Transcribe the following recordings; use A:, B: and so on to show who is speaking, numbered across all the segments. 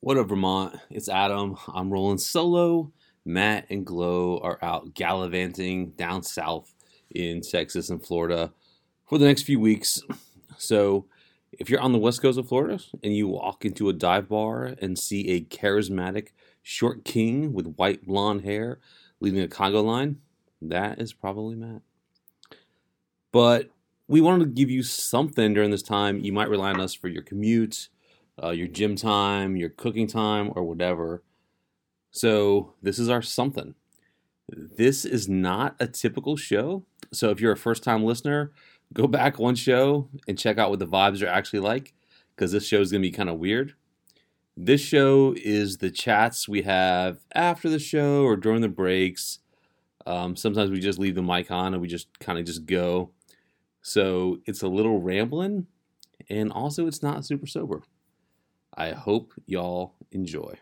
A: What up, Vermont? It's Adam. I'm rolling solo. Matt and Glow are out gallivanting down south in Texas and Florida for the next few weeks. So, if you're on the west coast of Florida and you walk into a dive bar and see a charismatic short king with white blonde hair leading a Congo line, that is probably Matt. But we wanted to give you something during this time. You might rely on us for your commute, uh, your gym time, your cooking time, or whatever. So this is our something. This is not a typical show. So if you're a first time listener, go back one show and check out what the vibes are actually like because this show is going to be kind of weird. This show is the chats we have after the show or during the breaks. Um, sometimes we just leave the mic on and we just kind of just go. So it's a little rambling and also it's not super sober. I hope y'all enjoy.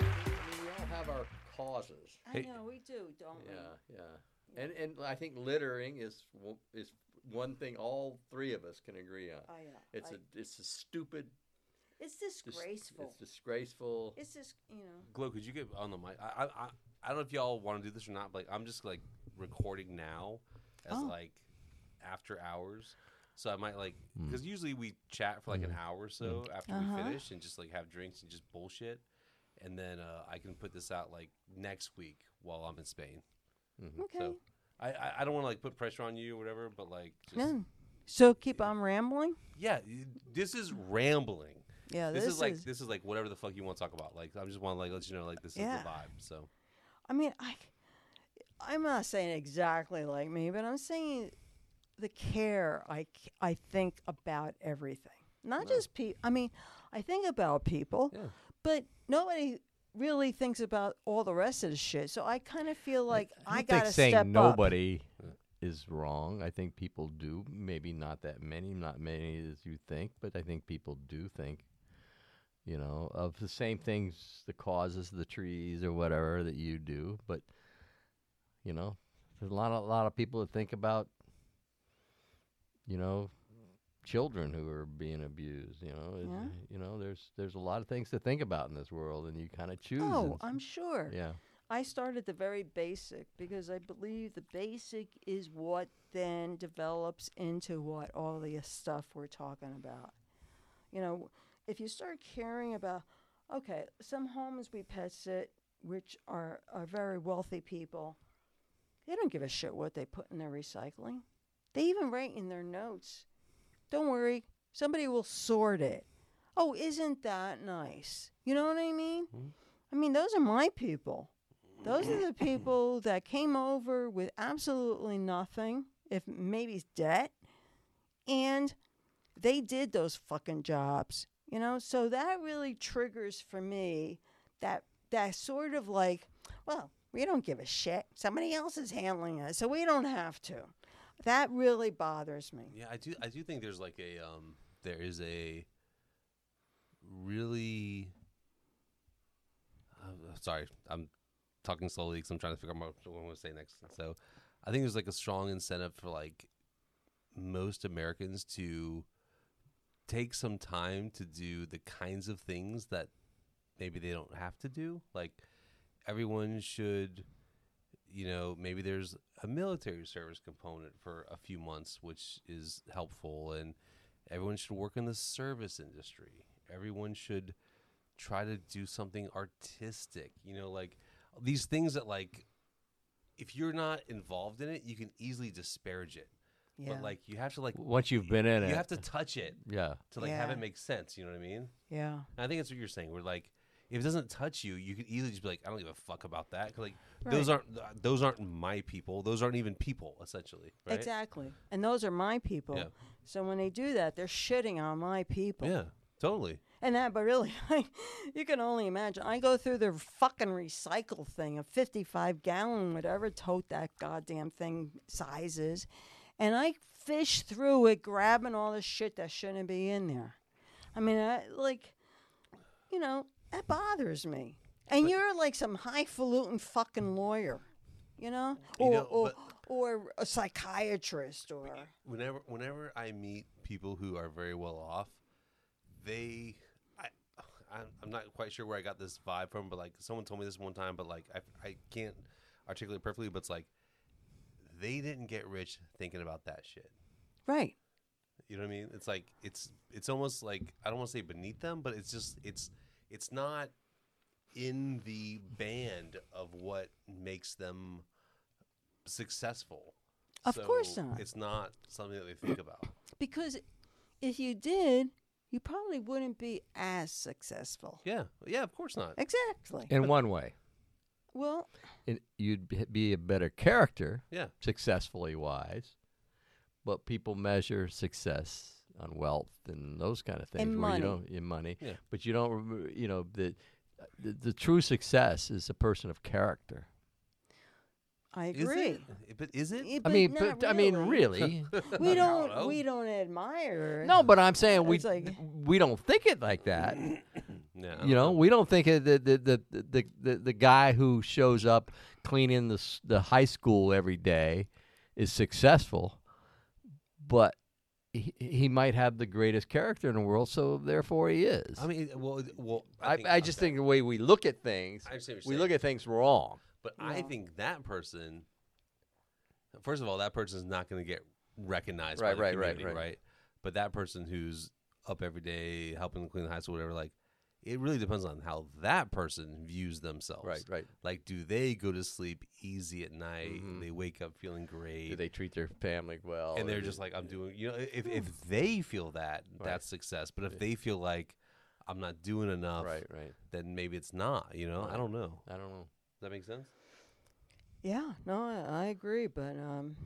B: we all have our causes.
A: Hey.
C: I know we do, don't
B: Yeah, yeah. And and I think littering is w- is one thing all three of us can agree on.
C: we? I know.
B: It's
C: Uh, like,
B: a it's a stupid,
C: it's
B: dis-
C: disgraceful.
B: It's disgraceful.
C: It's just you know.
A: Glow, could you get on the mic? I, I, I- I don't know if y'all want to do this or not. But like, I'm just like recording now as
C: Oh.
A: like after hours. So I might like because usually we chat for like an hour or so after we
C: Uh-huh.
A: finish and just like have drinks and just bullshit, and then uh, I can put this out like next week while I'm in Spain.
C: Okay.
A: So I, I, I don't want to like put pressure on you or whatever, but like just,
C: no. So keep on rambling.
A: yeah, y- this is rambling.
C: Yeah,
A: This, is like this is like whatever the fuck you want to talk about. Like I just want to like let you know like this
C: Yeah.
A: is the vibe. So
C: I mean, I. I'm not saying exactly like me, but I'm saying the care I c- I think about everything, not
B: No.
C: just people. I mean, I think about people,
A: Yeah.
C: but nobody really thinks about all the rest of the shit. So I kind of feel like I,
D: don't
C: gotta
D: think saying
C: step up.
D: nobody is wrong. I think people do. Maybe not that many, not many as you think, but I think people do think. You know, of the same things, the causes, the trees or whatever that you do, but you know, there's a lot of lot of people that think about, you know, children who are being abused. You know, It-
C: Yeah.
D: you know, there's there's a lot of things to think about in this world, and you kind of choose.
C: Oh,
D: and-
C: I'm sure.
D: yeah,
C: I start at the very basic because I believe the basic is what then develops into what all the stuff we're talking about. You know, if you start caring about, okay, some homes we pet sit, which are, are very wealthy people, they don't give a shit what they put in their recycling. They even write in their notes, don't worry, somebody will sort it. Oh, isn't that nice? You know what I mean? I mean, those are my people. Those are the people that came over with absolutely nothing, if maybe debt, and they did those fucking jobs. You know, so that really triggers for me that that sort of like, well, we don't give a shit. Somebody else is handling it, so we don't have to. That really bothers me.
A: Yeah, I do. I do think there's like a um, there is a really. I'm sorry, I'm talking slowly because I'm trying to figure out what I'm going to say next. So, I think there's like a strong incentive for like most Americans to take some time to do the kinds of things that maybe they don't have to do. Like everyone should you know, maybe there's a military service component for a few months, which is helpful. And everyone should work in the service industry. Everyone should try to do something artistic. You know, like these things that, like, if you're not involved in it, you can easily disparage it.
C: Yeah.
A: But like, you have to like,
D: once you've been in it,
A: you have to touch it
D: yeah.
A: to like have
C: Yeah.
A: it make sense. You know what I mean?
C: yeah.
A: And I think that's what you're saying. We're like, if it doesn't touch you, you could easily just be like, I don't give a fuck about that. 'Cause, like those
C: Right.
A: aren't th- those aren't my people. Those aren't even people, essentially. Right?
C: Exactly. And those are my people.
A: Yeah.
C: So when they do that, they're shitting on my people.
A: Yeah. Totally.
C: And that, but really, I, you can only imagine. I go through the fucking recycle thing, a 55 gallon, whatever tote that goddamn thing size is, and I fish through it, grabbing all the shit that shouldn't be in there. I mean, I, like, you know, that bothers me. And you're like some highfalutin fucking lawyer, you know,
E: You
C: or
E: know,
C: or,
E: but-
C: or a psychiatrist, or
E: whenever whenever I meet people who are very well off, they I I'm, I'm not quite sure where I got this vibe from, but like someone told me this one time, but like I I can't articulate it perfectly, but it's like they didn't get rich thinking about that shit.
C: right.
E: You know what I mean? It's like it's it's almost like I don't want to say beneath them, but it's just it's it's not in the band of what makes them successful.
C: Of course not.
E: It's not something that they think about.
C: Because if you did, you probably wouldn't be as successful.
E: Yeah, yeah, of course not.
C: Exactly.
D: In one way,
C: Well,
D: and you'd be- be a better character,
E: Yeah,
D: successfully wise, but people measure success on wealth and those kind of things.
C: And
D: where
C: money.
D: You don't, in money,
E: Yeah.
D: but you don't. remo- You know the, the the true success is a person of character.
C: I
E: Is
C: agree.
E: it? But is it?
C: Yeah,
D: I
C: but
D: mean,
C: not
D: but, I mean, really.
C: we
E: don't
C: don't
E: know.
C: we don't admire.
D: no, but I'm saying we
C: It's like-
D: we don't think it like that.
E: No, I don't
D: You know, we don't think of the the, the, the, the the guy who shows up cleaning the s- the high school every day is successful, but he, he might have the greatest character in the world, so therefore he is.
E: I mean, well, it- well,
D: I, I, just
E: okay.
D: think the way we look at things,
E: I understand what you're
D: we look
E: saying.
D: at things wrong.
E: But I
C: No.
E: think that person, first of all, that person's not going to get recognized by
D: Right,
E: the
D: right, right,
E: community, right,
D: right.
E: But that person who's up every day helping to clean the high school, whatever, like, it really depends on how that person views themselves.
D: Right, right.
E: Like, do they go to sleep easy at night? They wake up feeling great.
D: Mm-hmm. Do they treat their family well?
E: and
D: Or
E: they're
D: do-
E: just like, I'm doing, you know, if, if they feel that,
D: Right.
E: that's success. But if they feel like, I'm not doing enough,
D: right, right.
E: then maybe it's not, you know? I
D: Right.
E: don't know.
D: I don't know.
E: Does that make sense?
C: Yeah, no, I, I agree, but um,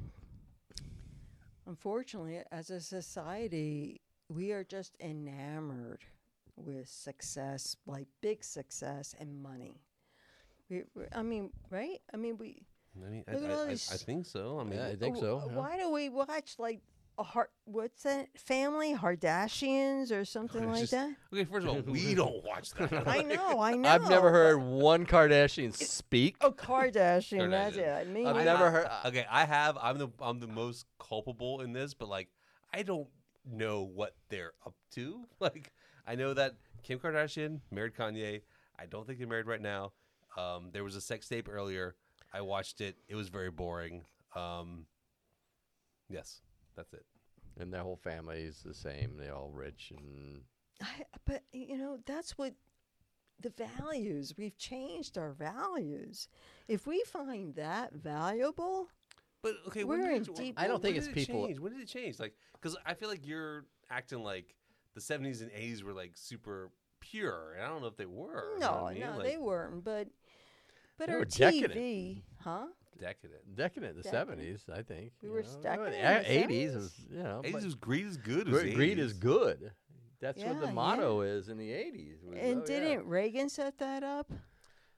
C: unfortunately, as a society, we are just enamored with success, like big success and money. We, we- I mean, right? I mean, we.
E: I mean, I,
C: Look at
E: I-
C: all
E: I- I
C: these-
E: think so. I mean,
D: Yeah, I think
C: wh-
D: so. yeah.
C: Why do we watch like a heart? What's that family? Hardashians or something
E: It's
C: like
E: just-
C: that?
E: Okay, first of all, we don't watch that.
C: I know, I know.
D: I've never
C: but-
D: heard one Kardashian speak.
C: Oh, Kardashian. that's
E: Kardashian.
C: it. Me
D: I've
E: I-
C: neither.
D: never
E: I-
D: heard-
E: Okay, I have. I'm the I'm the most culpable in this, but like, I don't know what they're up to. Like, I know that Kim Kardashian married Kanye. I don't think they're married right now. Um, there was a sex tape earlier. I watched it. It was very boring. Um, yes, that's it.
D: And their whole family is the same. They're all rich and
C: I, but you know, that's what the values we've changed our values. If we find that valuable,
E: But okay,
C: We're
E: when did
C: in
E: it-
C: deep-
E: when-
D: I don't
E: when
D: think
E: did
D: it's
E: it
D: people-
E: Change? When did it change? Like, because I feel like you're acting like the '70s and '80s were like super pure, and I don't know if they were. you know
C: no,
E: what I mean?
C: no,
E: Like,
C: they weren't. But but
D: They
C: our
D: were decadent.
C: TV, huh?
E: decadent.
D: decadent in the
C: Decadent.
D: seventies, I think.
C: We
D: you
C: were
D: know.
C: decadent in
D: Yeah,
C: the
D: Eighties
C: 70s.
D: was you know
E: '80s
D: but
E: was greed is good. was
D: gre- greed is
E: 80s.
D: good. That's what
C: Yeah,
D: the
C: yeah.
D: motto is in the eighties. oh,
C: And didn't Reagan set that up?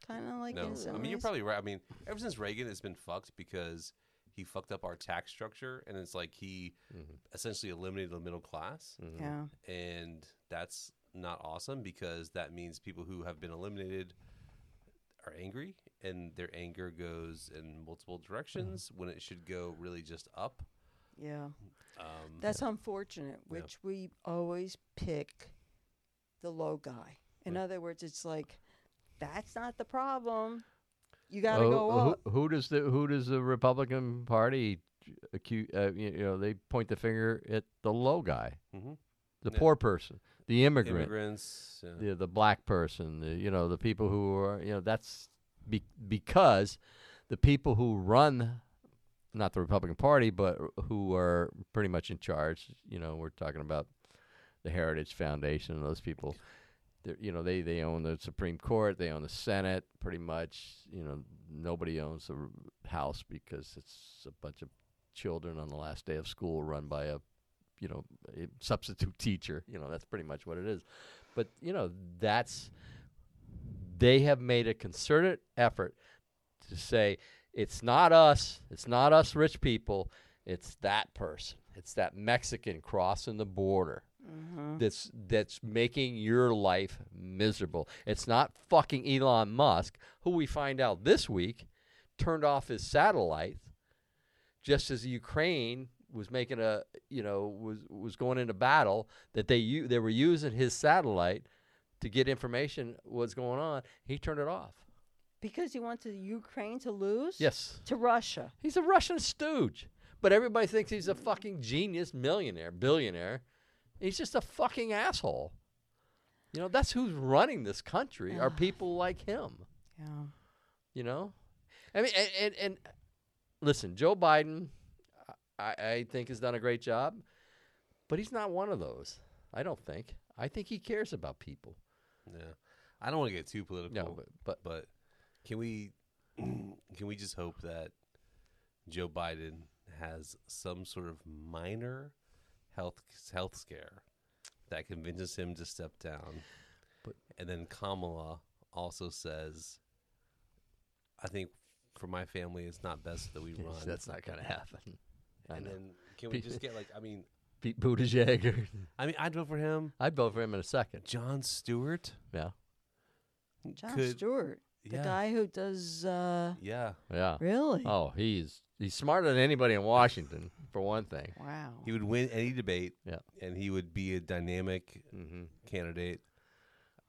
C: Kind of like
E: No,
C: in some
E: I mean you're
C: ways?
E: probably right. I mean, ever since Reagan, it's been fucked because he fucked up our tax structure, and it's like he
D: Mm-hmm,
E: essentially eliminated the middle class.
C: yeah.
E: and that's not awesome because that means people who have been eliminated are angry and their anger goes in multiple directions when it should go really just up
C: Yeah,
E: um,
C: that's unfortunate. Which we always pick the low guy. In other words, it's like that's not the problem. You got to
E: Oh,
C: go up.
D: Oh, who, who does the who does the Republican Party accuse? Uh, you, you know, they point the finger at the low guy,
E: mhm.
D: the
E: Yeah.
D: poor person, the immigrant,
E: immigrants uh, yeah.
D: the the black person, the, you know, the people who are you know that's be, because the people who run not the Republican Party but who are pretty much in charge, you know, we're talking about the Heritage Foundation and those people they're- you know they they own the Supreme Court, they own the Senate, pretty much. You know nobody owns the r- House because it's a bunch of children on the last day of school run by a you know a substitute teacher. You know that's pretty much what it is. But you know that's they have made a concerted effort to say it's not us, it's not us rich people, it's that person, it's that Mexican crossing the border.
C: Mm-hmm.
D: that's that's making your life miserable. It's not fucking Elon Musk, who we find out this week turned off his satellites just as Ukraine was making a you know was was going into battle that they u- they were using his satellite to get information what's going on. He turned it off.
C: Because he wants the Ukraine to lose?
D: Yes.
C: To Russia.
D: He's a Russian stooge. But everybody thinks he's a fucking genius millionaire, billionaire. He's just a fucking asshole. You know, that's who's running this country are people like him,
C: Yeah.
D: you know? I mean, and, and, and listen, Joe Biden, I, I think, has done a great job, but he's not one of those, I don't think. I think he cares about people.
E: Yeah. I don't want to get too political.
D: No, but, but
E: but can we can we just hope that Joe Biden has some sort of minor health health scare that convinces him to step down?
D: But-
E: and then Kamala also says, "I think for my family, it's not best that we run."
D: that's not going to happen. I
E: and
D: know.
E: then can we just get like I mean
D: Pete Buttigieg.
E: I mean I'd vote for him.
D: I'd vote for him in a second.
E: John Stewart.
D: Yeah.
C: John
E: could-
C: Stewart. The
E: yeah.
C: guy who does uh
E: Yeah, Uh,
D: Yeah.
C: really?
D: Oh, he's he's smarter than anybody in Washington, for one thing.
C: Wow.
E: he would win any debate.
D: Yeah.
E: and he would be a dynamic
D: Mm-hmm.
E: candidate.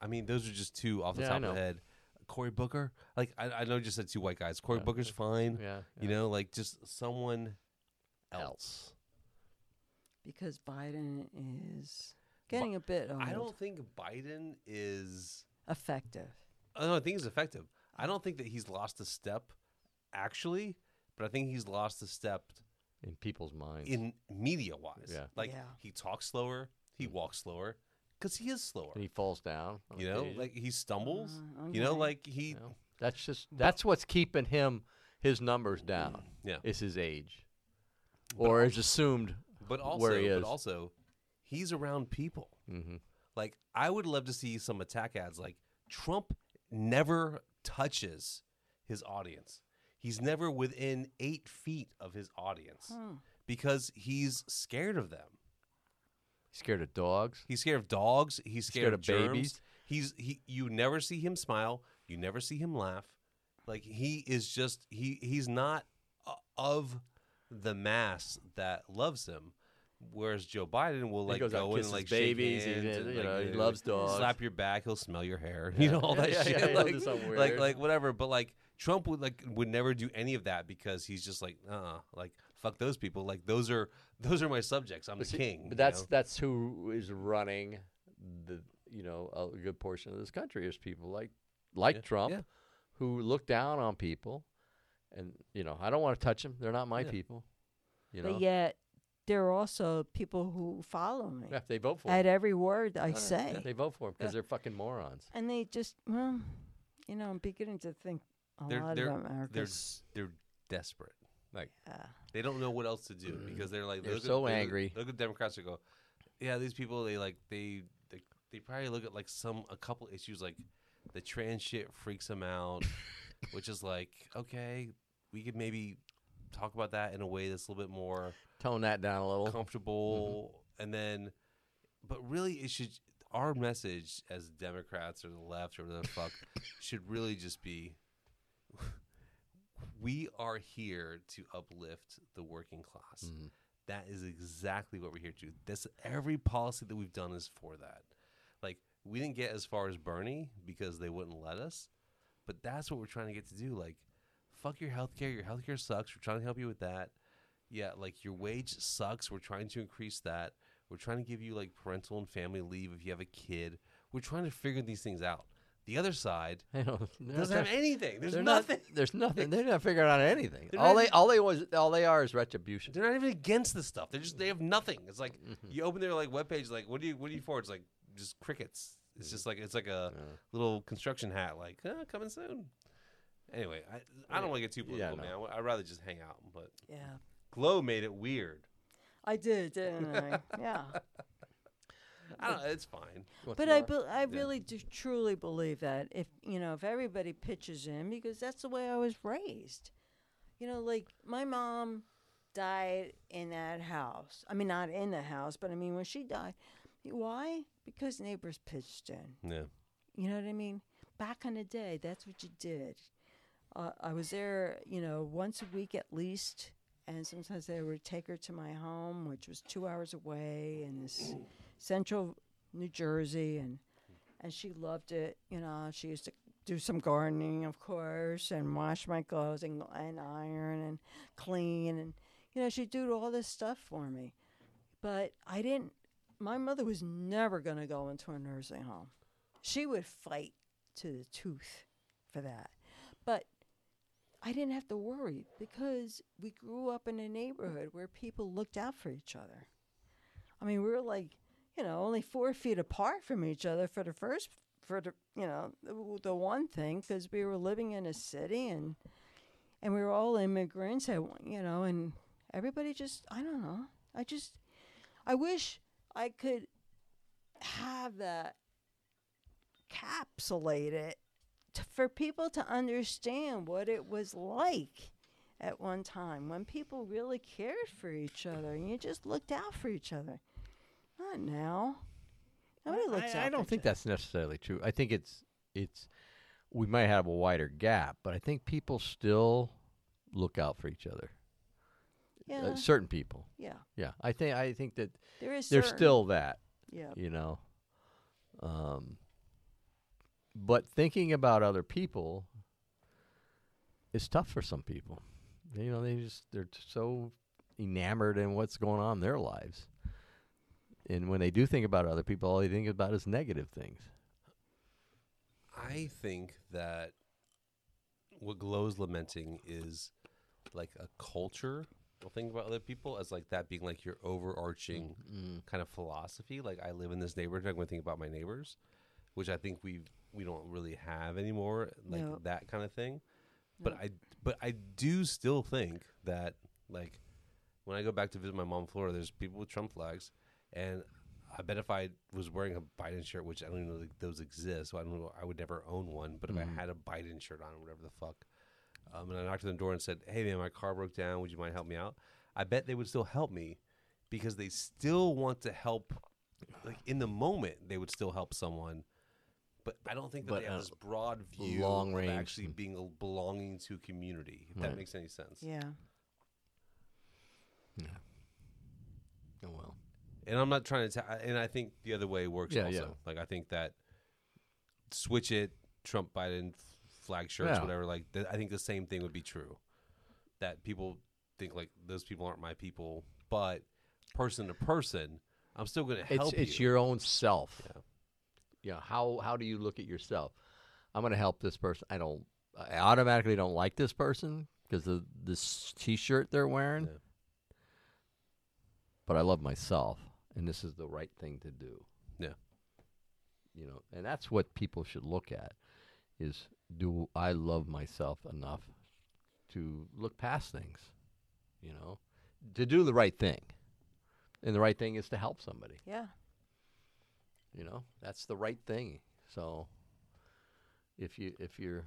E: I mean, those are just two off the
D: Yeah, I
E: top of
D: know.
E: the head. Cory Booker, like I, I know, you just said two white guys. Cory
D: Yeah.
E: Booker's fine.
D: Yeah.
E: You know, like just someone
D: Else.
E: else.
C: Because Biden is getting a bit old,
E: I don't think Biden is. oh,
C: effective.
E: I don't think he's effective. I don't think that he's lost a step, actually, but I think he's lost a step
D: in people's minds.
E: in media wise.
D: Yeah.
E: Like
C: Yeah.
E: he talks slower, he walks slower, because he is slower.
D: and he falls down. on
E: you know,
D: occasion.
E: like he stumbles.
C: Uh,
E: You know,
C: okay.
E: like he.
D: You know? that's just that's what's keeping him his numbers down
E: Yeah.
D: is his age, or is assumed
E: But also,
D: where he is.
E: but also, he's around people.
D: Mhm.
E: Like I would love to see some attack ads. Like Trump never touches his audience. He's never within eight feet of his audience
C: Hmm.
E: because he's scared of them.
D: scared of dogs.
E: He's scared of dogs. He's scared,
D: scared
E: of,
D: of
E: germs.
D: babies.
E: He's he. You never see him smile. You never see him laugh. Like he is just he. He's not o- of the mass that loves him. Whereas Joe Biden will like
D: he goes out and
E: go in
D: kisses
E: like shake
D: babies.
E: hands
D: he,
E: and,
D: you
E: like,
D: know, he
E: uh,
D: loves dogs.
E: Slap your back. He'll smell your hair. You know all
D: Yeah,
E: that
D: yeah,
E: shit.
D: yeah, he'll do
E: like,
D: something
E: like
D: weird.
E: like whatever. But like Trump would like would never do any of that because he's just like uh uh like fuck those people. Like those are those are my subjects. I'm
D: But
E: the
D: see-
E: king. you
D: But that's
E: know?
D: that's who is running the you know a good portion of this country is people like like
E: Yeah,
D: Trump,
E: yeah.
D: who look down on people, and you know I don't want to touch them. They're not my
E: Yeah.
D: people. You know,
C: But yet there are also people who follow me
D: Yeah, they vote for
C: at
D: him.
C: every word I say.
D: They vote for him because they're fucking morons.
C: And they just well, you know, I'm beginning to think a lot about uh,
E: they're
C: Americans.
E: they're desperate. Like
C: Yeah.
E: they don't know what else to do because they're like
D: Mm. They're
E: look at-
D: so
E: look at-
D: angry.
E: Look at Democrats who go, yeah, these people they like they they, they probably look at like some a couple issues like the trans shit freaks them out, which is like okay, we could maybe talk about that in a way that's a little bit more
D: Tone that down a little.
E: comfortable, and then but really it should our message as Democrats or the left or whatever the fuck should really just be we are here to uplift the working class.
D: Mm-hmm.
E: That is exactly what we're here to. do. That's every policy that we've done is for that. Like we didn't get as far as Bernie because they wouldn't let us, but that's what we're trying to get to do. Like, fuck your healthcare. Your healthcare sucks. We're trying to help you with that. Yeah, like your wage sucks. We're trying to increase that. We're trying to give you like parental and family leave if you have a kid. We're trying to figure these things out. The other side
D: I know. They're
E: doesn't
D: not-
E: have anything. There's
D: they're
E: nothing.
D: Not, there's nothing. They're not figuring out anything.
E: They're
D: all
E: not
D: they
E: even-
D: all they was all they are is retribution. Mm-hmm.
E: They're not even against this stuff. They're just they have nothing. It's like you open their like webpage, like what do you what do you for? It's like just crickets. It's just like it's like a little construction hat, like "Uh, coming soon. Anyway, I I don't want to get too
D: Yeah,
E: political,
D: no.
E: man. I wa- I'd rather just hang out. But
C: Yeah.
E: Glow made it weird.
C: I did, didn't I? Yeah.
E: I don't. It's fine.
D: What's
C: But I,
D: more?
C: bel I really do truly believe that if you know if everybody pitches in because that's the way I was raised, you know, like my mom died in that house. I mean, not in the house, but I mean when she died, Why? Because neighbors pitched in.
E: Yeah.
C: You know what I mean? Back in the day, that's what you did. Uh, I was there, you know, once a week at least, and sometimes they would take her to my home, which was two hours away in this central New Jersey, and and she loved it. You know, she used to do some gardening, of course, and wash my clothes and, and iron and clean, and you know, she'd do all this stuff for me. But I didn't. My mother was never going to go into a nursing home. She would fight to the tooth for that. But I didn't have to worry because we grew up in a neighborhood where people looked out for each other. I mean, we were like, you know, only four feet apart from each other for the first, for the, you know, the, the one thing, because we were living in a city and, and we were all immigrants, and, you know, and everybody just, I don't know. I just, I wish I could have that capsulate it t- for people to understand what it was like at one time when people really cared for each other and you just looked out for each other. Not now. Nobody looks
D: I,
C: out
D: I
C: for
D: don't
C: each
D: think
C: other.
D: that's necessarily true. I think it's it's we might have a wider gap, but I think people still look out for each other.
C: Yeah.
D: Uh, certain people.
C: yeah.
D: Yeah, I think I think that
C: There is
D: there's
C: certain-
D: still that.
C: yeah.
D: you know. Um, but thinking about other people is tough for some people. You know, they just they're t- so enamored in what's going on in their lives, and when they do think about other people, all they think about is negative things.
E: I think that what Glow's lamenting is like a culture. Well, think about other people as like that being like your overarching
C: Mm.
E: kind of philosophy. Like I live in this neighborhood, I'm going to think about my neighbors, which I think we we don't really have anymore, like
C: No.
E: that kind of thing. But I but I do still think that like when I go back to visit my mom in Florida, there's people with Trump flags, and I bet if I was wearing a Biden shirt, which I don't even know that those exist, so I don't know, I would never own one. But if I had a Biden shirt on or whatever the fuck, um, and I knocked on the door and said, "Hey man, my car broke down. Would you mind helping me out?" I bet they would still help me because they still want to help. Like in the moment, they would still help someone, but I don't think that
D: But,
E: they have
D: uh,
E: this broad view
D: long
E: of
D: range
E: actually
D: and-
E: being a belonging to community. If that
D: Right.
E: makes any sense.
C: Yeah.
D: Yeah. Oh well.
E: and I'm not trying to. ta- and I think the other way works
D: Yeah,
E: also.
D: yeah.
E: Like I think that switch it, Trump, Biden, f- flag shirts,
D: Yeah.
E: whatever. Like th- I think the same thing would be true. That people think like those people aren't my people, but person to person, I'm still going to
D: It's
E: help
D: it's
E: you.
D: your own self.
E: Yeah.
D: You know, how how do you look at yourself? I'm going to help this person. I don't. I automatically don't like this person because of this T-shirt they're wearing.
E: Yeah.
D: But I love myself, and this is the right thing to do.
E: Yeah.
D: You know, and that's what people should look at: is do I love myself enough to look past things? You know, to do the right thing, and the right thing is to help somebody
C: Yeah.
D: you know that's the right thing so if you if you're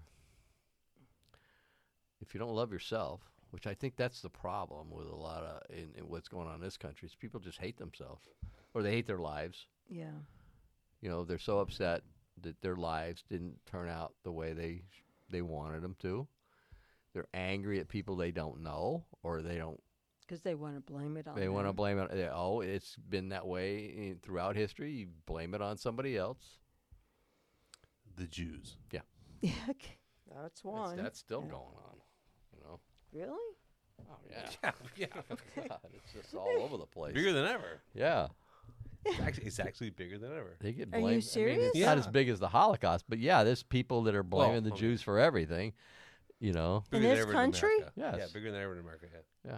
D: if you don't love yourself which i think that's the problem with a lot of in, in what's going on in this country is people just hate themselves or they hate their lives
C: Yeah.
D: you know they're so upset that their lives didn't turn out the way they sh- they wanted them to they're angry at people they don't know or they don't
C: Because they want to blame it on
D: they want to
C: them.
D: blame it. they- Oh, it's been that way eh, throughout history. You blame it on somebody else.
E: the Jews.
C: Yeah. okay. That's
D: That's,
C: one.
D: that's still
C: Yeah.
D: going on, you know.
C: Really?
D: Oh yeah,
E: Yeah, yeah.
D: God, it's just all over the place.
E: bigger than ever.
D: Yeah,
E: It's actually, it's actually bigger than ever.
D: they get
C: Are you
D: blamed. I mean,
C: serious?
D: it's not as
E: Yeah.
D: big as the Holocaust, but yeah, there's people that are
E: Well,
D: blaming the
E: okay.
D: Jews for everything. You know,
E: Bigger
C: this
E: than ever
C: country?
E: In America. Yeah,
D: Yes.
E: bigger than ever in America. Yeah.
D: yeah,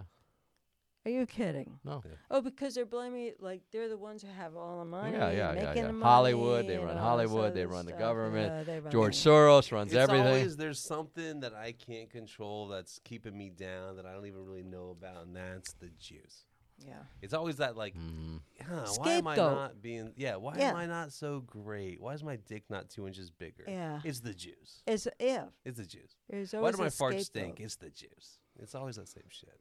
C: Are you kidding?
D: no,
E: Yeah.
C: Oh, because they're blaming it like they're the ones who have all the money.
D: yeah,
C: and
D: yeah, yeah,
C: making
D: yeah.
C: the money
D: Hollywood, they
C: and
D: run
C: all this
D: Hollywood, they
C: other
D: run the
C: stuff.
D: government.
C: Yeah, they run
D: George
C: the-
D: Soros runs
E: It's
D: everything.
E: always there's something that I can't control that's keeping me down that I don't even really know about, and that's the Jews.
C: Yeah.
E: It's always that like,
D: Mm-hmm.
E: huh, why am
C: Mm.
E: I
C: Scapegoat.
E: not being? Yeah, why
C: Yeah.
E: am I not so great? Why is my dick not two inches bigger?
C: Yeah.
E: it's the Jews.
C: It's a if.
E: It's the Jews.
C: There's
E: Why
C: always
E: do my
C: a
E: farts
C: scapegoat. Hmm.
E: stink? It's the Jews. It's always that same shit.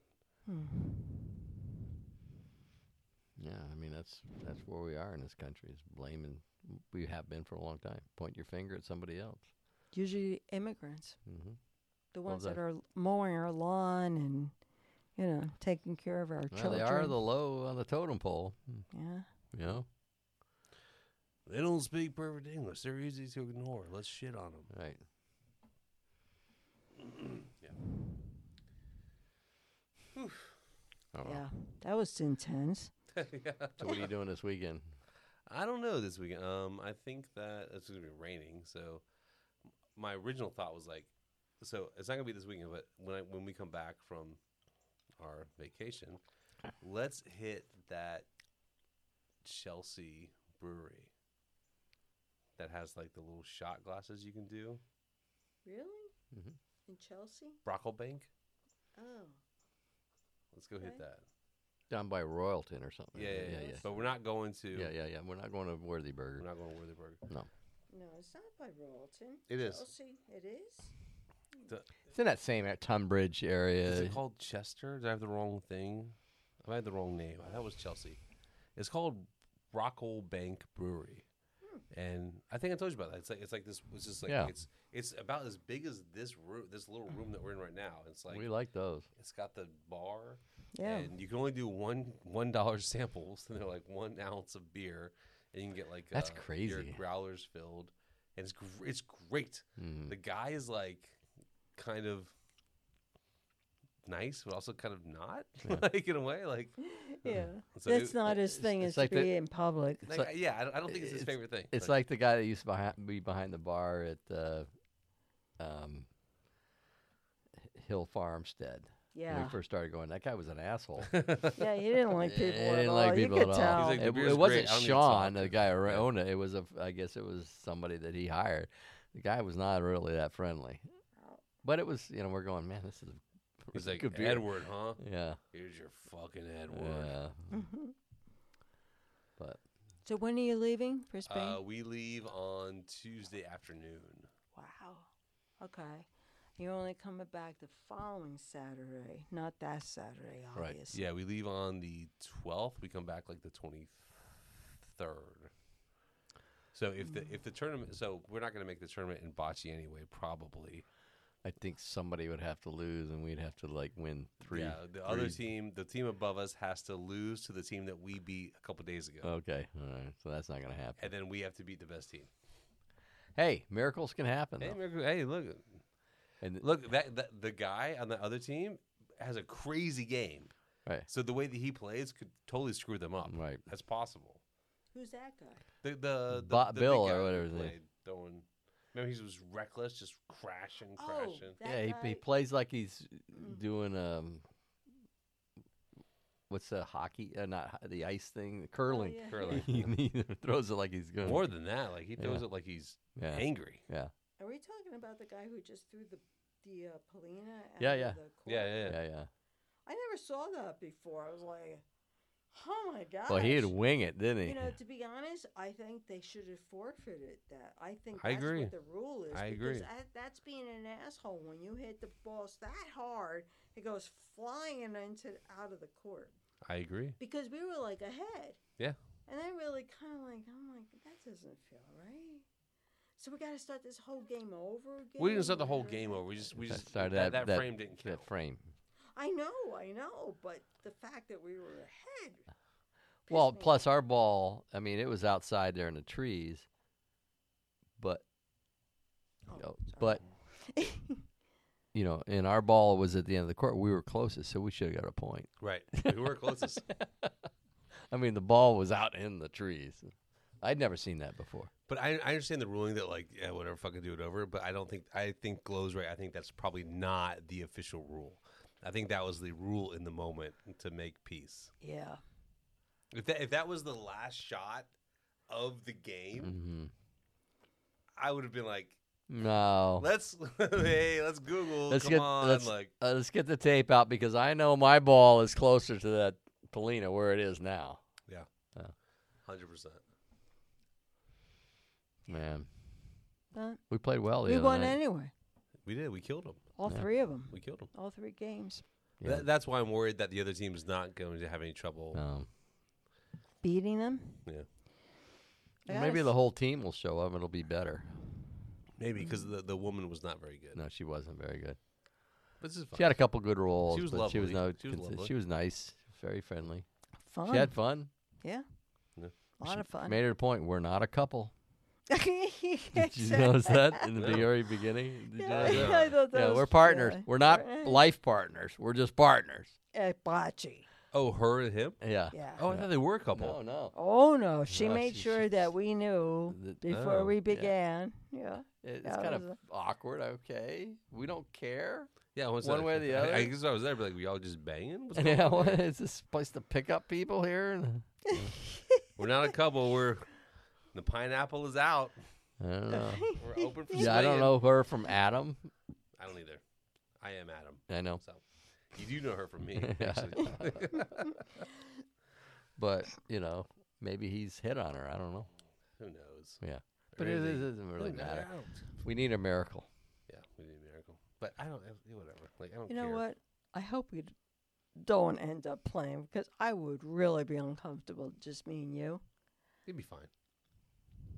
D: Yeah, I mean that's that's where we are in this country is blaming. We have been for a long time. Point your finger at somebody else.
C: Usually immigrants,
D: hmm
C: the
D: Well,
C: ones
D: the-
C: that are mowing our lawn and you know taking care of our
D: Well,
C: children.
D: they are the low on the totem pole.
C: yeah.
D: You know,
E: They don't speak perfect English. They're easy to ignore. Let's shit on them.
D: right?
E: Yeah.
D: Oh, well.
C: Yeah, that was intense.
D: So what are you doing this weekend?
E: I don't know this weekend. Um, I think that it's gonna be raining. So my original thought was like, so it's not gonna be this weekend, but when I when we come back from our vacation, let's hit that Chelsea brewery that has like the little shot glasses you can do.
C: Really?
D: Mhm.
C: In Chelsea?
E: Brocklebank.
C: Oh.
E: Let's go hit
C: Okay.
E: that.
D: Down by Royalton or something?
E: Yeah,
D: right?
E: yeah, yeah.
D: yeah,
E: But we're not going to.
D: yeah, yeah, yeah, yeah. We're not going to Worthyburger.
E: We're not going to Worthyburg.
D: No,
C: No, it's not by Royalton.
E: It is.
C: Chelsea, it is?
D: it's in that same at Tunbridge area.
E: Is it called Chester? Did I have the wrong thing? I had the wrong name. That was Chelsea. It's called Rockall Bank Brewery, and I think I told you about that. It's like it's like this. It's just like
D: Hmm. Yeah.
E: it's it's about as big as this room, this little room that we're in right now. It's like
D: we like those.
E: it's got the bar,
C: Yeah.
E: and you can only do one one dollar samples, and they're like one ounce of beer, and you can get like uh,
D: That's
E: your
D: crazy.
E: growlers filled, and it's gr- it's great.
D: Mm.
E: The guy is like kind of nice, but also kind of not, like in a way. Like,
C: yeah.
E: So
C: That's
E: it-
C: not his thing
D: it's
C: is
D: like
C: to
D: the-
C: be in public.
E: like,
D: like-
E: I- yeah, I don't, I don't think it's his favorite thing.
D: It's like the guy that used to behi- be behind the bar at uh, um, Hill Farmstead. When
C: Yeah.
D: we first started going, that guy was an asshole.
C: yeah, he didn't like
D: He
C: people at
D: didn't
C: all.
D: like
C: you
D: people
C: could
D: at
C: tell.
D: all.
E: He's like, "The
D: It,
E: beer's
D: it wasn't
E: great. I don't need to
D: Sean,
E: talk."
D: the guy who owned it. It was a, I guess it was somebody that he hired. The guy was not really that friendly, but it was, you know, we're going, man, this is. a
E: he's like
D: good beer."
E: Edward, huh?
D: Yeah,
E: Here's your fucking Edward.
D: yeah. But
C: so when are you leaving for Spain?
E: uh, we leave on Tuesday afternoon.
C: wow. Okay. You're only coming back the following Saturday, not that Saturday,
D: Right.
C: obviously.
E: Yeah, we leave on the 12th. We come back like the 23rd. So if the if the tournament, so we're not going to make the tournament in bocce anyway, probably.
D: I think somebody would have to lose, and we'd have to like win three.
E: Yeah, the other
D: three-
E: team, the team above us, has to lose to the team that we beat a couple days ago,
D: Okay, all right. So that's not gonna happen.
E: and then we have to beat the best team.
D: Hey, miracles can happen.
E: Hey,
D: though.
E: Miracle- hey, look,
D: and th-
E: look that, that the guy on the other team has a crazy game,
D: right,
E: so the way that he plays could totally screw them up.
D: Right.
E: that's possible.
C: Who's that guy?
E: The the, the,
D: Bo-
E: the big
D: Bill
E: guy
D: or
E: who
D: whatever his name.
E: played, throwing. Remember, he was reckless, just crashing, crashing.
C: Oh, that
D: yeah,
C: guy. Mm-hmm.
D: he, he plays like he's doing um, what's the hockey? Uh, not ho- the ice thing, the curling.
C: Oh, yeah.
E: Curling.
D: he, he throws it like he's going.
E: More than that, like he throws
D: Yeah.
E: it like he's
D: Yeah.
E: angry.
D: yeah,
C: Are we talking about the guy who just threw the the uh, Polina? Out
D: Yeah,
C: of
D: yeah.
C: The court?
E: Yeah, yeah.
D: yeah,
E: yeah.
D: yeah,
C: I never saw that before. I was like, oh my god.
D: Well, he'd wing it, didn't he?
C: You know, to be honest, I think they should have forfeited that. I think
E: I
C: that's
E: agree.
C: what the rule is.
E: I
C: because
E: agree.
C: that- that's being an asshole when you hit the balls that hard, it goes flying into out of the court
E: I agree.
C: because we were like ahead.
E: Yeah.
C: And I really kind of like, I'm like, that doesn't feel right. So we got to start this whole game over again.
E: We didn't start the whole
C: or-
E: game over. We just we
D: That-
E: just
D: sorry,
E: that, that, frame didn't count.
D: That frame.
C: I know, I know, but the fact that we were ahead.
D: Well,
C: me
D: plus our ball. I mean, it was outside there in the trees, but
C: Oh,
D: you know, but you know, and our ball was at the end of the court. We were closest, so we should have got a point.
E: Right. We were closest.
D: I mean, the ball was out in the trees. I'd never seen that before.
E: But I, I understand the ruling that like yeah, whatever, fucking do it over. But I don't think I think Glow's right. I think that's probably not the official rule. I think that was the rule in the moment to make peace.
C: Yeah.
E: If that if that was the last shot of the game,
D: hmm
E: I would have been like,
D: No,
E: let's hey, let's Google.
D: Oh. let's
E: come
D: get
E: on,
D: let's
E: like
D: uh, let's get the tape out because I know my ball is closer to that Polina where it is now.
E: yeah,
D: Yeah.
E: hundred percent.
D: Man,
C: But
D: we played well. The
C: we
D: other
C: won
D: night.
C: anyway.
E: We did. We killed him.
C: All three of them.
E: We killed him.
C: All three games.
D: Yeah.
E: That, that's why I'm worried that the other team is not going to have any trouble.
D: Um,
C: beating them.
E: Yeah.
C: I
D: Well,
C: gotta
D: maybe the
C: s-
D: whole team will show up and it'll be better.
E: Maybe because the, the woman was not very good.
D: No, she wasn't very good.
E: But this is fine.
D: She had a couple good roles.
E: was
D: but She was, no,
E: lovely. She was
D: consi-
E: lovely.
D: she was nice, very friendly.
C: fun.
D: She had fun.
C: yeah.
E: Yeah.
C: A lot of fun.
D: Made it a point. We're not a couple. Did you
C: Exactly.
D: notice that in the
E: No.
D: very beginning? Did you
C: Yeah,
D: notice
E: Yeah.
D: that?
C: I thought that
D: Yeah,
C: was-
D: we're partners.
C: yeah.
D: We're not
C: Right.
D: life partners. We're just partners.
C: Eh, bocce.
E: Oh, her and him?
D: Yeah.
C: Yeah.
E: Oh, I
D: Yeah.
E: thought they were a couple.
D: No, no.
C: Oh no, she
D: No,
C: made
D: she-
C: sure
D: she-
C: that we knew
D: Th-
C: before
E: oh,
C: we
E: yeah.
C: began. Yeah.
D: It- It's
C: Yeah, it
D: kind of
C: was
D: awkward. Okay. We don't care.
E: Yeah, once
D: One
E: I-
D: way or the
E: I- I
D: other?
E: guess I was there. Be like, were y'all just banging? What's going
D: Yeah,
E: on
D: what,
E: here?
D: is this place to pick up people here? And-
E: We're not a couple. We're the pineapple is out.
D: I don't know.
E: We're open for
D: yeah, I don't
E: swinging.
D: know her from Adam.
E: I don't either. I am Adam.
D: I know,
E: So you do know her from me.
D: Yeah.
E: actually.
D: but you know, maybe he's hit on her. I don't know.
E: Who knows?
D: Yeah, but it,
E: Really?
D: it doesn't really
E: Who
D: matter.
E: knows?
D: We need a miracle.
E: Yeah, we need a miracle. But I don't. I- Whatever. Like I don't.
C: You know
E: care.
C: what? I hope we d- don't end up playing because I would really be uncomfortable just me and you.
E: It'd be fine.
D: Yeah.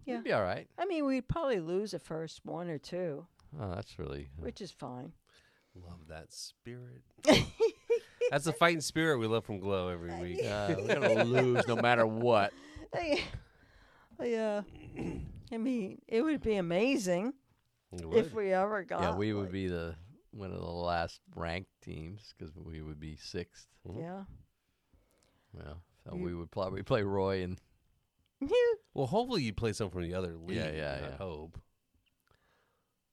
C: Yeah.
D: It'd be all right.
C: I mean, we'd probably lose the first one or two,
D: Oh, that's really.
C: which is fine.
E: Love that spirit. That's the fighting spirit we love from Glow every week.
D: Uh, we're gonna lose no matter what.
C: yeah. uh, I mean, it would be amazing
E: It
C: if
E: would.
C: we ever got.
D: yeah, we would
C: like-
D: be the one of the last ranked teams because we would be sixth.
C: Yeah.
D: Yeah, so
C: We-
D: we would probably play Roy and mm-hmm.
E: well, hopefully you play some from the other league.
D: yeah,
E: I
D: yeah.
E: hope.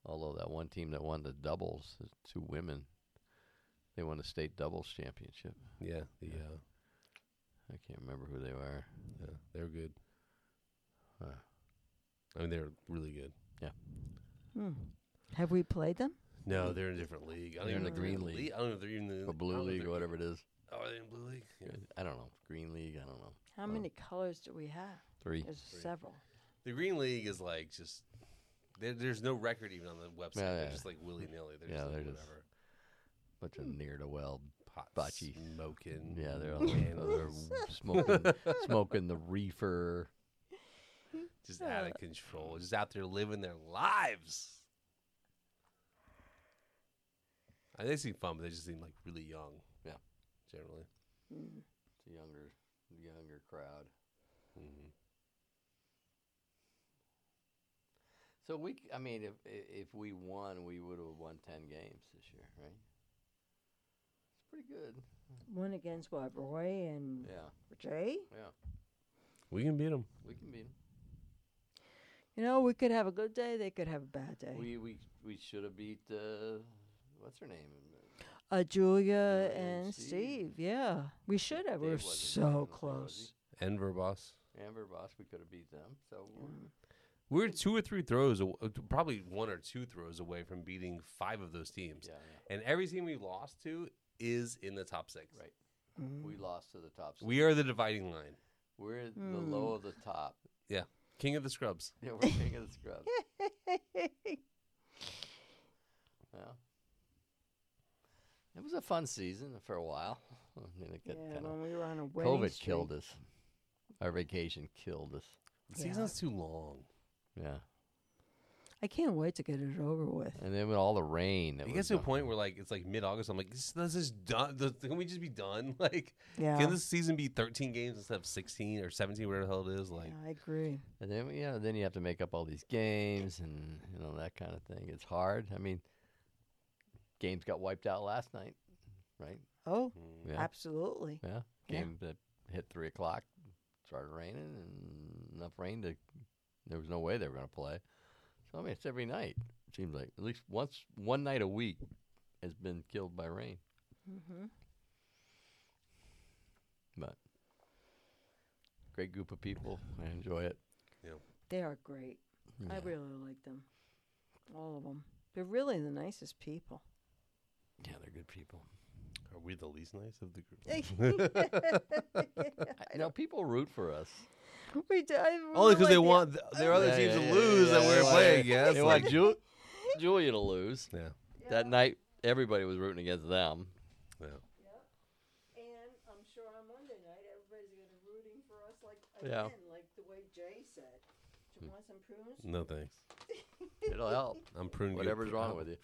D: Although that one team that won the doubles, the two women, they won the state doubles championship.
E: Yeah. The uh,
D: I can't remember who they were.
E: yeah, they were good.
D: Huh.
E: I mean, they were really good.
C: Hmm. Have we played them?
E: No, they're in a different league. I don't
D: They're in the
E: even know if they're
D: green league.
E: I don't know if they're even in
D: Or
E: I
D: Blue
E: don't know if
D: League or
E: they're-
D: whatever it is.
E: Oh, are they in blue league? Yeah.
D: I don't know. Green League, I don't know.
C: How
D: Well-
C: many colors do we have?
D: Three.
C: There's several.
E: The green league is like just there, there's no record even on the website.
D: Yeah,
E: They're
D: yeah.
E: just like willy nilly. They're
D: Yeah,
E: just like
D: they're just-
E: whatever.
D: Bunch of near to well.
E: Pot
D: Bocce.
E: smoking.
D: Yeah, they're all
E: man,
D: they're smoking, smoking the reefer.
E: just out of control. Just out there living their lives. I they seem fun, but they just seem like really young.
D: Yeah.
E: generally.
C: Mm.
D: It's a younger, younger crowd.
E: Mhm.
D: So we, c- I mean, if i- if we won, we would have won ten games this year, right? It's pretty good.
C: One against what? Roy and
D: Yeah,
C: Jay?
D: yeah,
E: We can beat them.
D: we can beat 'em.
C: You know, we could have a good day. They could have a bad day.
D: We we we should have beat uh, what's her name?
C: uh, Julia
D: Julia and
C: and
D: Steve.
C: Steve. Yeah, we should have. We
D: Dave
C: We're
D: wasn't
C: so
D: playing, was
C: close.
E: And Verbos.
D: he? Amber Boss. We could have beat them. So we're-
E: We're two or three throws, aw- uh, probably one or two throws away from beating five of those teams.
D: yeah, yeah,
E: And every team we lost to is in the top six.
D: right. We
C: Mm.
D: lost to the top. Six.
E: We are the dividing line.
D: We're at the
C: Hmm.
D: low of the top.
E: Yeah. King of the Scrubs.
D: Yeah, we're king of the scrubs. Yeah. It was a fun season for a while. And then it
C: yeah,
D: got kinda,
C: when we were on a winning
D: COVID
C: streak.
D: killed us. Our vacation killed us.
E: The
C: Yeah.
E: season's too long.
D: Yeah.
C: I can't wait to get it over with.
D: And then with all the rain, it
E: It
D: was
E: gets to a
D: uh,
E: point where like it's like mid August. I'm like, this, this is done. Th- Can we just be done? Like,
C: Yeah,
E: can this season be 13 games instead of 16 or 17, whatever the hell it is? Like,
C: yeah I agree.
D: And then yeah, then you have to make up all these games and you know that kind of thing. It's hard. I mean, games got wiped out last night, right?
C: Oh,
E: mm,
D: Yeah.
C: absolutely.
D: Yeah.
C: Yeah.
D: Game that hit three o'clock, started raining, and enough rain to there was no way they were going to play. So I mean, it's every night. It seems like at least once one night a week has been killed by rain.
C: Mm-hmm.
D: But great group of people. I enjoy it.
C: They are great. I
D: Yeah.
C: really like them, all of them. They're really the nicest people.
D: Yeah, they're good people.
E: are we the least nice of the group?
D: I, you know, people root for us.
C: we do. I
E: Only
C: really
E: because they
C: like the-
E: want th- their other
D: Yeah,
E: teams
D: yeah,
E: to
D: yeah,
E: lose
D: yeah,
E: that we're
D: yeah.
E: playing against.
D: They
E: like,
D: want Ju- Julia to lose.
E: yeah,
D: That night, everybody was rooting against them.
E: yeah.
C: And I'm sure on Monday night, everybody's going to be rooting for us like
D: Yeah. Mm.
C: again, like the way Jay said. Do you want some prunes?
E: No thanks.
D: It'll help.
E: I'm pruning good
D: Whatever's
E: pr-
D: wrong
E: I'm-
D: with you.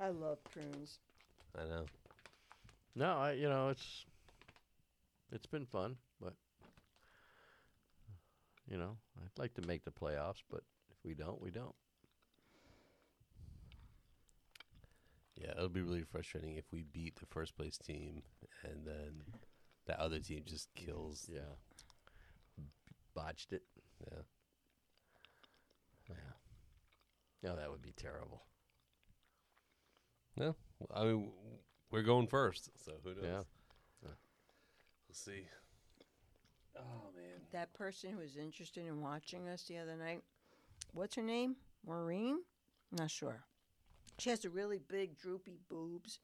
C: I love prunes.
E: I know.
D: No, I you know it's it's been fun, but you know I'd like to make the playoffs, but if we don't, we don't.
E: Yeah, it'll be really frustrating if we beat the first place team and then that other team just kills.
D: Yeah, botched it.
E: Yeah.
D: Yeah, no, Oh, that would be terrible.
E: No, well, I mean w- we're going first, so who knows?
D: Yeah.
E: We'll see. Oh man,
C: That person who was interested in watching us the other night, what's her name? Maureen? Not sure. She has the really big droopy boobs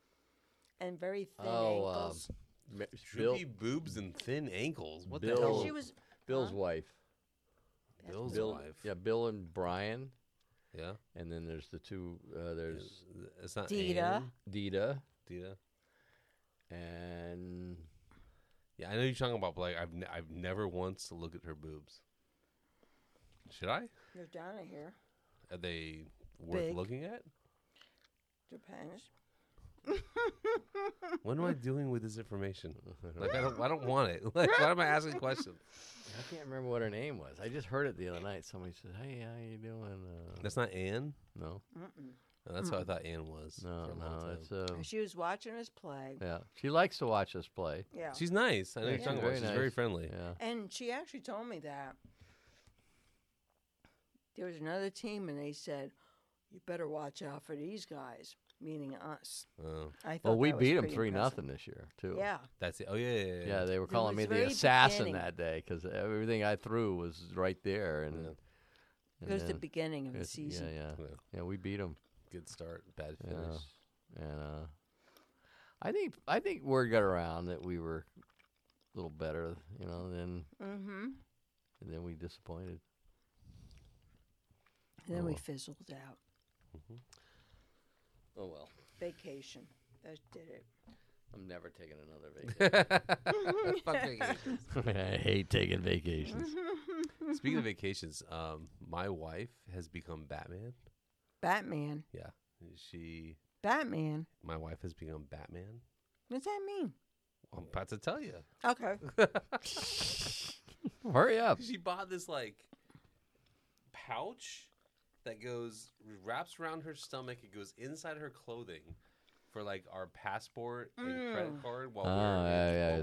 C: and very thin
D: Oh, um,
C: ankles.
D: Ma- Bill,
E: droopy boobs and thin ankles. What the
D: Bill-
E: hell?
C: she was
D: Bill's
C: huh?
D: wife.
E: Bill's
D: Bill,
E: wife.
D: yeah, Bill and Brian,
E: Yeah.
D: and then there's the two. Uh, there's
E: It's not
C: Dita.
E: Ann,
D: Dita
E: Dita.
D: and
E: Yeah, I know you're talking about, but like I've ne- I've never once looked at her boobs. Should I?
C: they're down at here.
E: Are they worth
C: Big.
E: looking at?
C: Depends.
E: What am I doing with this information? Like I don't I don't want it. Like why am I asking questions?
D: I can't remember what her name was. I just heard it the other night. Somebody said, "Hey, how you doing?" Uh,
E: That's not Ann.
D: no,
E: Oh, that's how I thought Ann was.
D: no,
E: for a long
D: no.
E: time.
D: It's uh,
C: She was watching us play.
D: yeah. She likes to watch us play.
C: Yeah.
E: She's nice. I know
D: Yeah,
E: you're
D: she's
E: talking about.
D: very
E: She's very
D: nice.
E: friendly.
D: Yeah.
C: And she actually told me that there was another team, and they said, "You better watch out for these guys," meaning us.
E: Oh,
C: I thought.
D: Well, we
C: that was
D: beat them
C: pretty
D: three
C: impressive.
D: nothing this year too.
C: Yeah,
E: that's it. Oh yeah, yeah, yeah.
D: Yeah, they were
C: It
D: calling me
C: was
D: the
C: very
D: assassin
C: beginning.
D: that day because everything I threw was right there, and,
E: Yeah.
D: and
C: it was the
D: then
C: beginning of the
D: it's-
C: season.
D: Yeah, yeah,
E: Yeah.
D: yeah. We beat them,
E: Good start, bad
D: Yeah.
E: finish.
D: and uh, I think I think word got around that we were a little better, you know. Then
C: Mm-hmm.
D: and then we disappointed.
C: Then
D: Oh,
C: we
D: well.
C: fizzled out.
D: Oh well,
C: Vacation. That did it.
D: I'm never taking another vacation.
E: Fuck vacations.
D: I hate taking vacations.
E: Speaking of vacations, um, my wife has become Batman.
C: Batman.
E: Yeah, she.
C: Batman.
E: My wife has become Batman.
C: What does that mean?
E: I'm about to tell you.
C: Okay.
D: Hurry up!
E: She bought this like pouch that goes wraps around her stomach. It goes inside her clothing for like our passport and credit card while we're in, while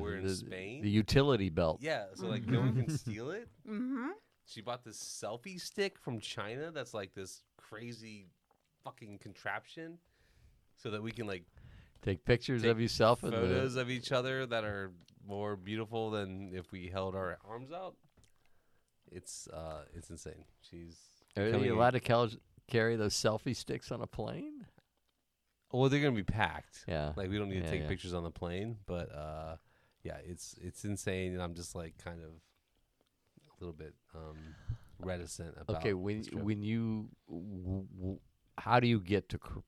E: we're
D: Ah,
E: in
D: Uh, the,
E: Spain.
D: The utility belt.
E: yeah, so like no one can steal it.
C: Mm-hmm.
E: She bought this selfie stick from China that's like this crazy fucking contraption so that we can like
D: Take pictures
E: Take
D: of yourself and
E: photos of each other that are more beautiful than if we held our arms out. It's uh it's insane. She's
D: Are
E: becoming
D: you
E: a-
D: allowed to cal- carry those selfie sticks on a plane?
E: Well, they're going to be packed.
D: Yeah.
E: Like we don't need to
D: Yeah,
E: take
D: yeah.
E: pictures on the plane, but uh yeah, it's it's insane and I'm just like kind of a little bit um reticent about
D: okay, when
E: this trip.
D: when you w- w- how do you get to Kor-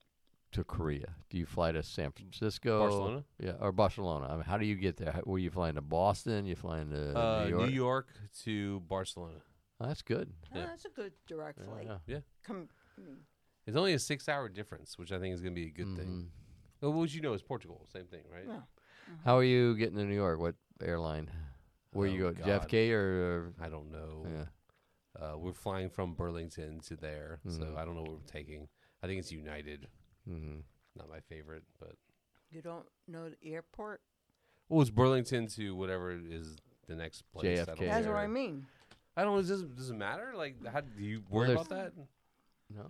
D: to Korea? Do you fly to San Francisco,
E: Barcelona?
D: Yeah, or Barcelona. I mean, how do you get there? How- Were you flying to Boston? You flying to
E: uh,
D: New York?
E: New York to Barcelona.
D: Oh, that's good.
E: Yeah.
C: that's a good direct
D: Yeah,
C: flight.
D: yeah.
C: Come. I mean,
E: It's only a six hour difference, which I think is going to be a
D: Mm-hmm.
E: good thing. Well, Which you know is Portugal. Same thing, right?
C: Yeah.
D: How are you getting to New York? What airline? Where you
E: Oh,
D: go?
E: God.
D: JFK or?
E: I don't know.
D: or yeah.
E: Uh, we're flying from Burlington to there,
D: Mm-hmm.
E: so I don't know what we're taking. I think it's United.
D: hmm
E: Not my favorite, but.
C: you don't know the airport.
E: Well, it's Burlington to whatever is the next place. I don't
D: JFK.
C: That's what I
E: care.
C: mean.
E: I don't know. Does it, does it matter? Like, how do you worry
D: there's-
E: about that?
D: No.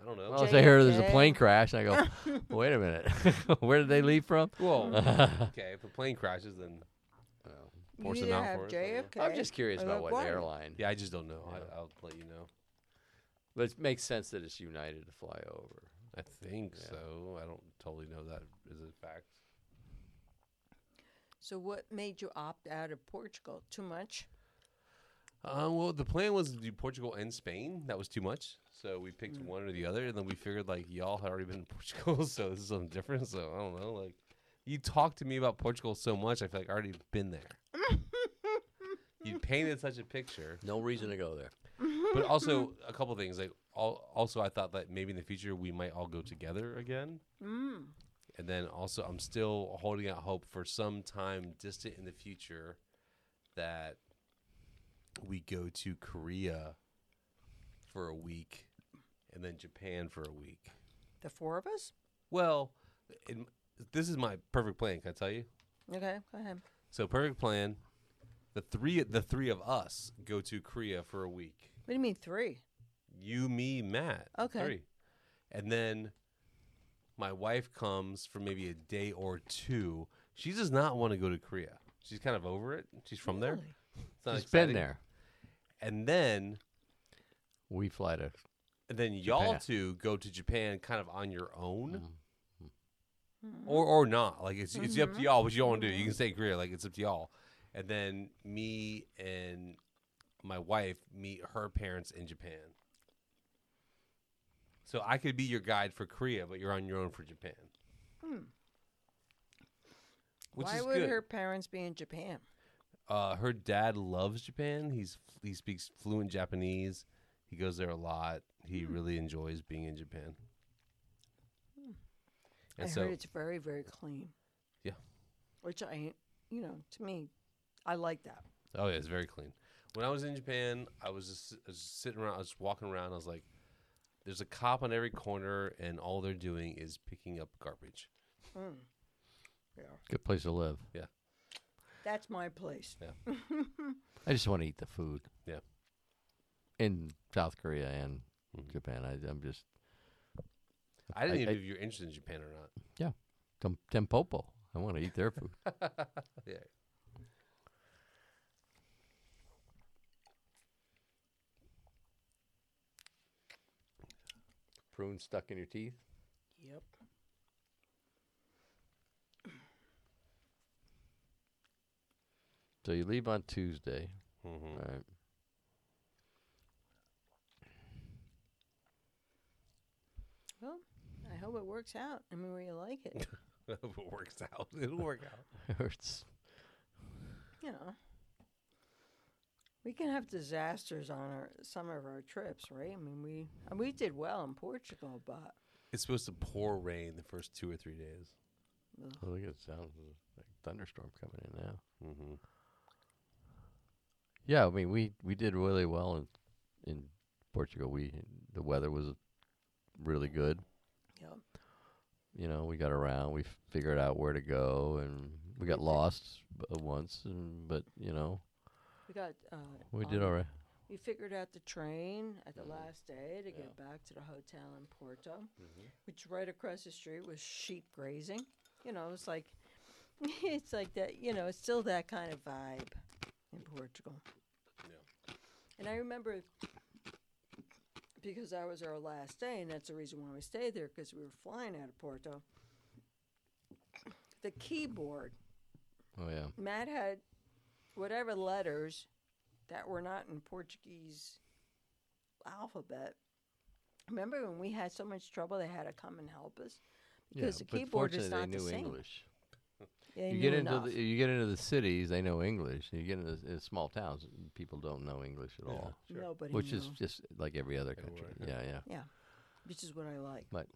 E: I don't know.
D: Well, as I hear there's a plane
C: JFK.
D: crash, I go, wait a minute, where did they leave from?
E: well, okay. If a plane crashes, then Force
C: you
E: them
C: either
E: out
C: have
E: for us, I don't know.
C: JFK.
D: I'm just curious
C: or
D: about what
C: Laguardia.
D: airline.
E: yeah, I just don't know.
D: Yeah.
E: I, I'll let you know.
D: But it makes sense that it's United to fly over.
E: I think
D: Yeah.
E: so. I don't totally know that is a fact.
C: So what made you opt out of Portugal? Too much?
E: Uh, well, the plan was to do Portugal and Spain. That was too much, so we picked one or the other, and then we figured like y'all had already been in Portugal, so this is something different. So I don't know, like You talk to me about Portugal so much, I feel like I already been there. you painted such a picture.
D: No reason to go there.
E: But also a couple things. Like al- also I thought that maybe in the future we might all go together again.
C: Mm.
E: And then also, I'm still holding out hope for some time distant in the future that we go to Korea for a week and then Japan for a week.
C: The four of us?
E: Well, in, this is my perfect plan. Can I tell you?
C: Okay, go ahead.
E: So perfect plan. The three, the three of us go to Korea for a week.
C: What do you mean three?
E: You, me, Matt. the
C: Okay.
E: Three. And then my wife comes for maybe a day or two. She does not want to go to Korea. She's kind of over it. She's from there.
C: Really?
E: It's not
D: She's
E: exciting.
D: been there.
E: And then
D: We fly to.
E: and then y'all
D: Japan.
E: two go to Japan kind of on your
D: um,
E: own. Or or not. Like it's it's
C: Mm-hmm.
E: up to y'all what y'all want to do. You can stay in Korea, like it's up to y'all. And then me and my wife meet her parents in Japan. So I could be your guide for Korea, but you're on your own for Japan. Which
C: Hmm. Why
E: is
C: would
E: good.
C: her parents be in Japan?
E: Uh, her dad loves Japan. He's he speaks fluent Japanese. He goes there a lot. He
C: Hmm.
E: really enjoys being in Japan. And
C: I
E: so
C: heard it's very, very clean.
E: Yeah.
C: Which I, ain't- you know, to me, I like that.
E: Oh yeah, it's very clean. When I was in Japan, I was just, I was just sitting around, I was just walking around. I was like, "There's a cop on every corner, and all they're doing is picking up garbage."
C: Mm.
D: Good place to live.
C: That's my place.
D: I just want to eat the food.
E: Yeah.
D: In South Korea and Japan, I, I'm just
E: I didn't
D: I-
E: even
D: I-
E: know if you're interested in Japan or not.
D: yeah, Tem- tempopo. I want to eat their food.
E: Yeah.
D: Prune stuck in your teeth.
C: Yep.
D: So you leave on Tuesday.
E: Mm-hmm.
D: All right.
C: Well, I hope it works out. I mean, where you like it,
D: Uh,
E: if it works out, it'll work out.
D: hurts.
C: you know. We can have disasters on our some of our trips, right? I mean, we and we did well in Portugal, but
E: It's supposed to pour rain the first two or three days.
D: I think it sounds like thunderstorm coming in now.
E: Mm-hmm.
D: Yeah, I mean we we did really well in in Portugal. We the weather was really good.
C: you know,
D: You know, we got around. We f- figured out where to go, and we got lost uh, once. And, but you know,
C: we got uh,
D: we did
C: on-
D: all right.
C: We figured out the train at the last day to get back to the hotel in Porto, which right across the street was sheep grazing. You know, it's like it's like that. You know, it's still that kind of vibe in Portugal. And I remember because that was our last day, and that's the reason why we stayed there because we were flying out of Porto. The keyboard
D: Oh yeah,
C: Matt had whatever letters that were not in Portuguese alphabet. Remember when we had so much trouble, they had to come and help us because the
D: but
C: keyboard
D: fortunately
C: is not
D: they
C: the
D: knew
C: same.
D: English.
C: They
D: you get
C: knew
D: into
C: enough.
D: the, you get into the cities, they know English. You get into the, small towns, people don't know English at all,
C: nobody,
D: which
C: knew.
D: is just like every other country. Yeah, yeah.
C: yeah, which is what I like.
D: But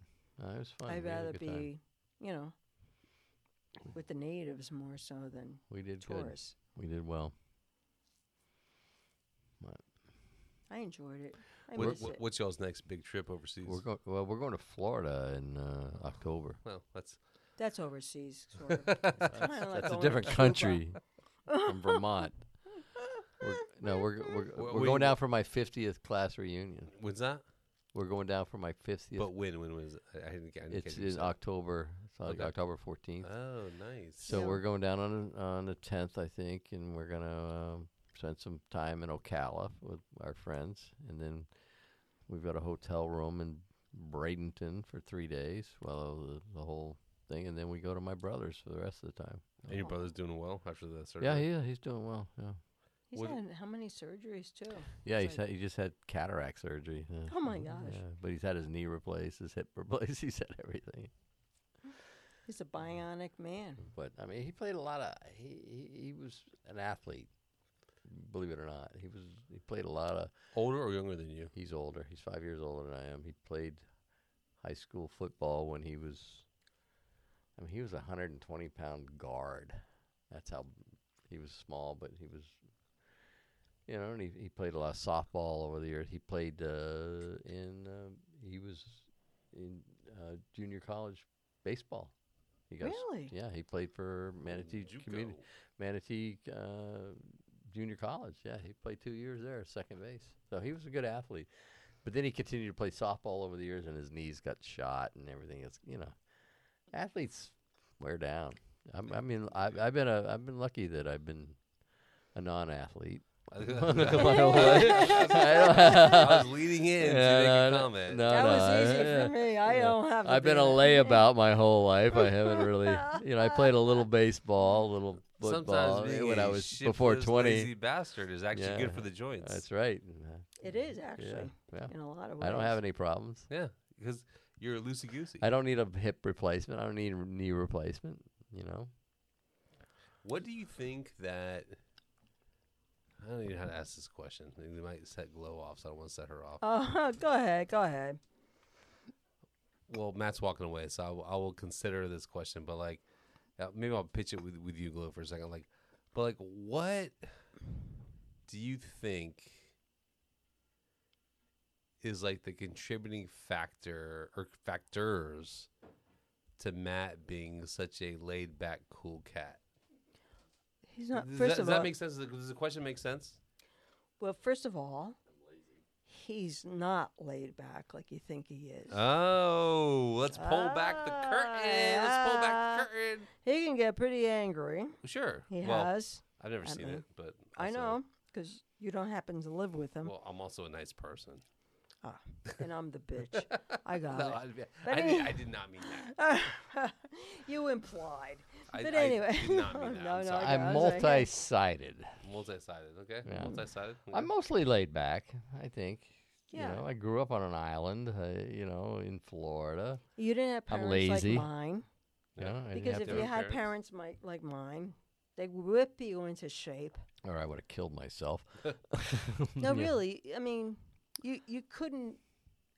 D: uh, it was fun.
C: I'd
D: We had a
C: rather
D: good
C: be,
D: time.
C: you know, with the natives more so than
D: We did good.
C: tourists.
D: We did well. But
C: I enjoyed it. I
E: What,
C: miss
E: what,
C: it.
E: what's y'all's next big trip overseas?
D: We're going. Well, we're going to Florida in uh, October.
E: well, that's
C: That's overseas. Sort of. It's kinda like
D: That's a
C: going to
D: different
C: Cuba.
D: country from Vermont. We're, no, we're g- we're, g-
E: Well,
D: we're
E: we-
D: going down for my 50th class reunion.
E: when's that?
D: We're going down for my 50th.
E: But when? When was? it? I, I didn't. get- I didn't
D: it's
E: catch what you
D: in
E: said.
D: October. It's like
E: Okay.
D: October 14th.
E: Oh, nice.
D: So
C: Yeah.
D: we're going down on on the 10th, I think, and we're gonna um, spend some time in Ocala with our friends, and then we've got a hotel room in Bradenton for three days, well, the, the whole thing, and then we go to my brother's for the rest of the time.
E: And your brother's doing well after the surgery.
D: Yeah, yeah, he's doing well. Yeah,
C: He's
E: What-
C: had how many surgeries too?
D: yeah,
C: It's
D: he's
C: like-
D: had, he just had cataract surgery. yeah.
C: Oh my gosh.
D: Yeah, but he's had his knee replaced, his hip replaced, he's had everything.
C: He's a bionic man.
D: But I mean, he played a lot of. He he, he was an athlete. Believe it or not, he was. He played a lot of.
E: Older or younger than you?
D: He's older. He's five years older than I am. He played high school football when he was. I mean, he was a 120 pound guard. That's how he was small, but he was. You know, and he, he played a lot of softball over the years. He played uh, in. Uh, he was in uh, junior college baseball. He got s-
C: Really?
D: yeah, he played for Manatee
E: Juco.
D: Community Manatee uh, Junior College. Yeah, he played two years there, second base. So he was a good athlete. But then he continued to play softball over the years, and his knees got shot and everything. It's you know, athletes wear down. I'm, I mean, I've, I've been a I've been lucky that I've been a non-athlete.
E: I
D: My whole life. I don't-
E: was leading in to make a
D: no, no,
E: comment.
D: no,
C: that
D: no, I-
C: was easy
D: yeah.
C: for me. I
D: yeah.
C: don't have. To
D: I've been
C: be
D: a
C: that.
D: layabout my whole life. I haven't really, you know, I played a little baseball, a little football
E: Sometimes being
D: when
E: a
D: I was
E: shiftless,
D: before twenty.
E: lazy bastard is actually good
D: Yeah,
E: for the joints.
D: That's right. and, uh,
C: It is actually
D: Yeah, yeah.
C: in a lot of ways.
D: I don't have any problems.
E: Yeah, because you're a loosey goosey.
D: I don't need a hip replacement. I don't need a knee replacement. You know,
E: What do you think that? I don't even know how to ask this question. They might set Glow off, so I don't want to set her off.
C: Oh, go ahead. Go ahead.
E: well, Matt's walking away, so I will- I will consider this question. But like, uh, maybe I'll pitch it with with you, Glow, for a second. Like, but like, what do you think is like the contributing factor or factors to Matt being such a laid back, cool cat?
C: He's not.
E: Does,
C: First
E: that,
C: of
E: does
C: all,
E: that make sense? Does the- does the question make sense?
C: well, first of all, he's not laid back like you think he is.
E: Oh, let's pull back the
C: Ah,
E: curtain. Let's pull back the
C: yeah.
E: curtain.
C: he can get pretty angry.
E: Sure.
C: Ah. He
E: well,
C: has.
E: I've never
C: I
E: seen
C: mean,
E: it, but
C: I
E: also-
C: know because you don't happen to live with him,
E: Well, I'm also a nice person.
C: and I'm the bitch. I got
E: No,
C: it.
E: I,
C: Uh, But
E: I, did,
C: any-
E: I did not mean that.
C: you implied.
E: I-
C: but
E: I
C: anyway,
E: did not mean that.
C: no,
E: I'm
C: no,
E: sorry.
C: I
D: I'm
C: know, I was like, hey.
D: multi-sided.
E: Multi-sided. Okay.
D: Yeah.
E: Multi-sided. okay.
D: I'm mostly laid back. I think.
C: Yeah.
D: You know, I grew up on an island. Uh, you know, in Florida.
C: You didn't have
D: I'm
C: parents
D: lazy.
C: like mine
E: Yeah.
D: You know, I didn't
C: because
D: have
C: if
D: to-
C: you had
E: Parents.
C: parents mi- like mine, they whip you into shape.
D: or I would have killed myself.
C: No,
D: Yeah.
C: really. I mean, you you couldn't.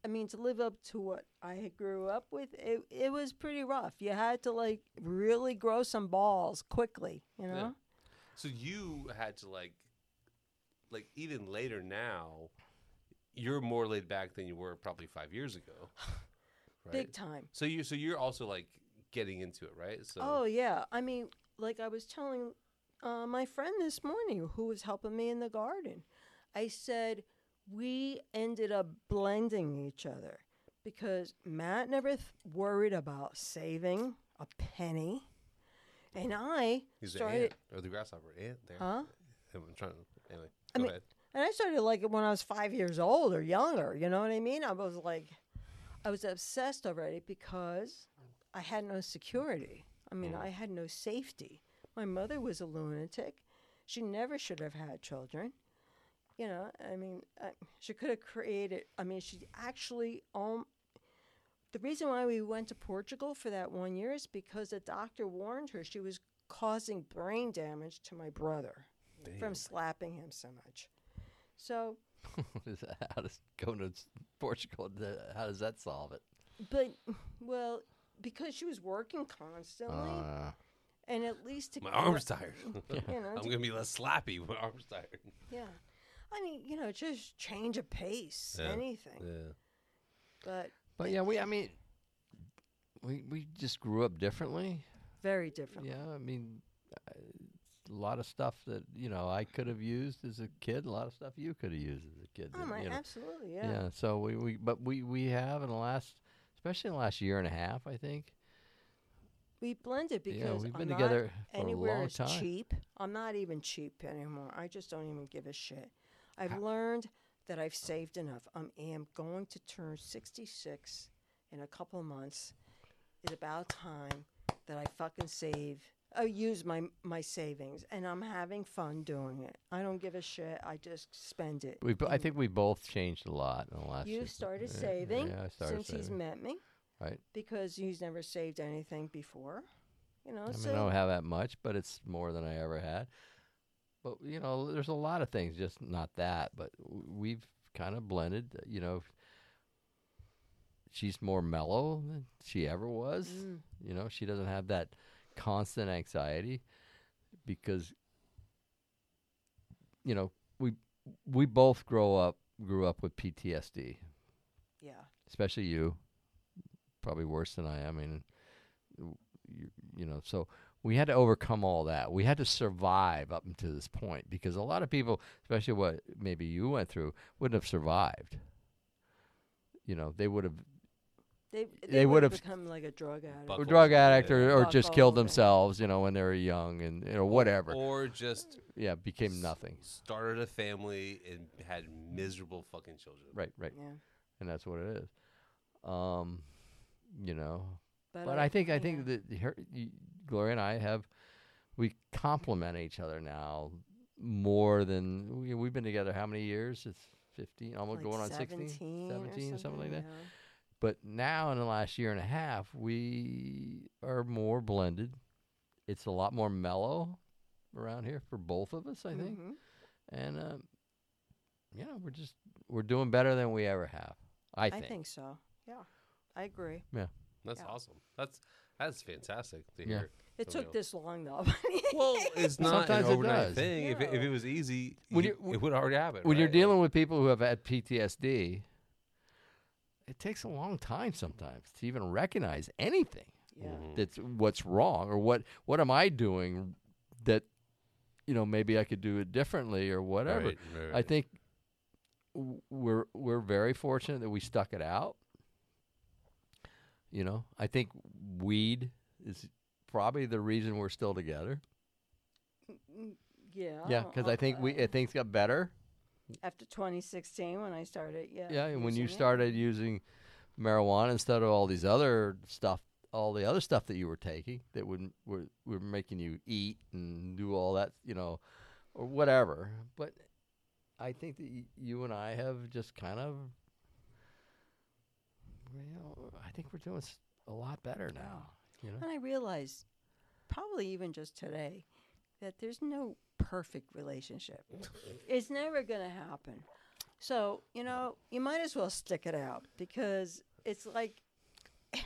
C: I mean, to live up to what I had grew up with, it it was pretty rough. You had to like really grow some balls quickly, you know.
E: So you had to like, like even later now, you're more laid back than you were probably five years ago. Right.
C: Big time.
E: so you so you're also like getting into it, right? So
C: Oh yeah. I mean, like I was telling uh, my friend this morning who was helping me in the garden, I said we ended up blending each other because Matt never th- worried about saving a penny, and I
E: he's the
C: started.
E: ant or the grasshopper ant there.
C: Huh?
E: I'm trying to anyway.
C: I
E: go
C: mean-
E: ahead.
C: And I started like when I was five years old or younger. You know what I mean? I was like, I was obsessed already because I had no security. I mean, I had no safety. My mother was a lunatic. She never should have had children. You know, I mean, I, she could have created, I mean, she actually, um, the reason why we went to Portugal for that one year is because a doctor warned her she was causing brain damage to my brother from slapping him so much. So,
D: Is that- how does going to s- Portugal? the- How does that solve it?
C: but well, because she was working constantly,
D: Uh,
C: and at least to
E: My
C: get-
E: arm's tired.
C: you know,
E: I'm
C: to-
E: gonna be less slappy. when My arm's tired.
C: yeah. I mean, you know, just change of pace,
E: Yeah,
C: anything.
E: Yeah.
C: But
D: but yeah, we. I mean, we we just grew up differently.
C: very different.
D: Yeah, I mean, uh, a lot of stuff that you know I could have used as a kid. A lot of stuff you could have used as a kid.
C: Oh
D: that,
C: my,
D: you know,
C: absolutely,
D: yeah.
C: yeah.
D: So we, we but we we have in the last, especially in the last year and a half, I think.
C: We blended
D: Yeah,
C: because
D: we've been
C: I'm not
D: together for a
C: anywhere
D: long
C: is
D: time.
C: cheap. I'm not even cheap anymore. I just don't even give a shit. I've learned that I've saved enough. I am going to turn 66 in a couple of months. It's about time that I fucking save. I use my my savings, and I'm having fun doing it. I don't give a shit. I just spend it.
D: We bo- I think we both changed a lot in the last.
C: You
D: year-
C: started
D: yeah,
C: saving
D: yeah, I started
C: since he's
D: saving.
C: met me.
D: Right.
C: Because he's never saved anything before. You know,
D: I mean,
C: so
D: I don't have that much, but it's more than I ever had. But you know, there's a lot of things, just not that. But w- we've kind of blended. uh, You know, she's more mellow than she ever was.
C: Mm.
D: You know, she doesn't have that constant anxiety because you know we we both grow up grew up with PTSD
C: yeah.
D: especially you, probably worse than I am. I mean, w- you, you know, so we had to overcome all that. We had to survive up until this point because a lot of people, especially what maybe you went through, wouldn't have survived. You know, they would have
C: They
D: They would have-
C: become like a drug addict.
E: Buck-
D: or
E: Buckles
D: drug
E: and
D: addict
E: all
D: or,
E: that.
D: or
C: Buck
D: just
C: all
D: killed
C: that.
D: themselves, you know, when they were young and you know whatever.
E: Or just
D: yeah, became nothing.
E: started a family and had miserable fucking children.
D: Right, right,
C: yeah.
D: and that's what it is. Um, you know,
C: But,
D: But I think I
C: yeah.
D: think that her, y- Gloria and I have we complement each other now more than we, we've been together how many years? It's 15, almost
C: Like
D: going on 16,
C: 17 or
D: 17 something like that.
C: yeah.
D: But now in the last year and a half, we are more blended. It's a lot more mellow around here for both of us, I think.
C: Mhm.
D: And um, yeah, we're just we're doing better than we ever have. I
C: I
D: think.
C: think so. Yeah. I agree.
E: That's
C: Yeah.
E: awesome. That's that's fantastic to
D: Yeah.
E: hear.
C: It
E: So we
C: took
E: all-
C: this long though.
E: Well, it's not
D: Sometimes it
E: an overnight
D: does.
E: thing. If, it, if
C: No.
E: it was easy,
D: When
E: you-
D: you're-
E: it would already happen.
D: when you're
E: right?
D: dealing with people who have had PTSD, it takes a long time sometimes to even recognize anything
C: yeah.
E: Mhm.
D: that's what's wrong or what what am I doing that you know maybe I could do it differently or whatever.
E: Right, right,
D: I
E: right.
D: think w- we're we're very fortunate that we stuck it out. You know, I think weed is probably the reason we're still together.
C: Mm, Yeah.
D: yeah, because I think we
C: uh,
D: uh, things got better.
C: after 2016 when I started. Yeah.
D: Yeah, and when you
C: using it.
D: started using marijuana instead of all these other stuff, all the other stuff that you were taking that would were, were making you eat and do all that, you know, or whatever. But I think that y- you and I have just kind of, you know, I think we're doing s- a lot better now. You know,
C: And I realized, probably even just today, that there's no perfect relationship. it's never going to happen. So, you know, you might as well stick it out because it's like y-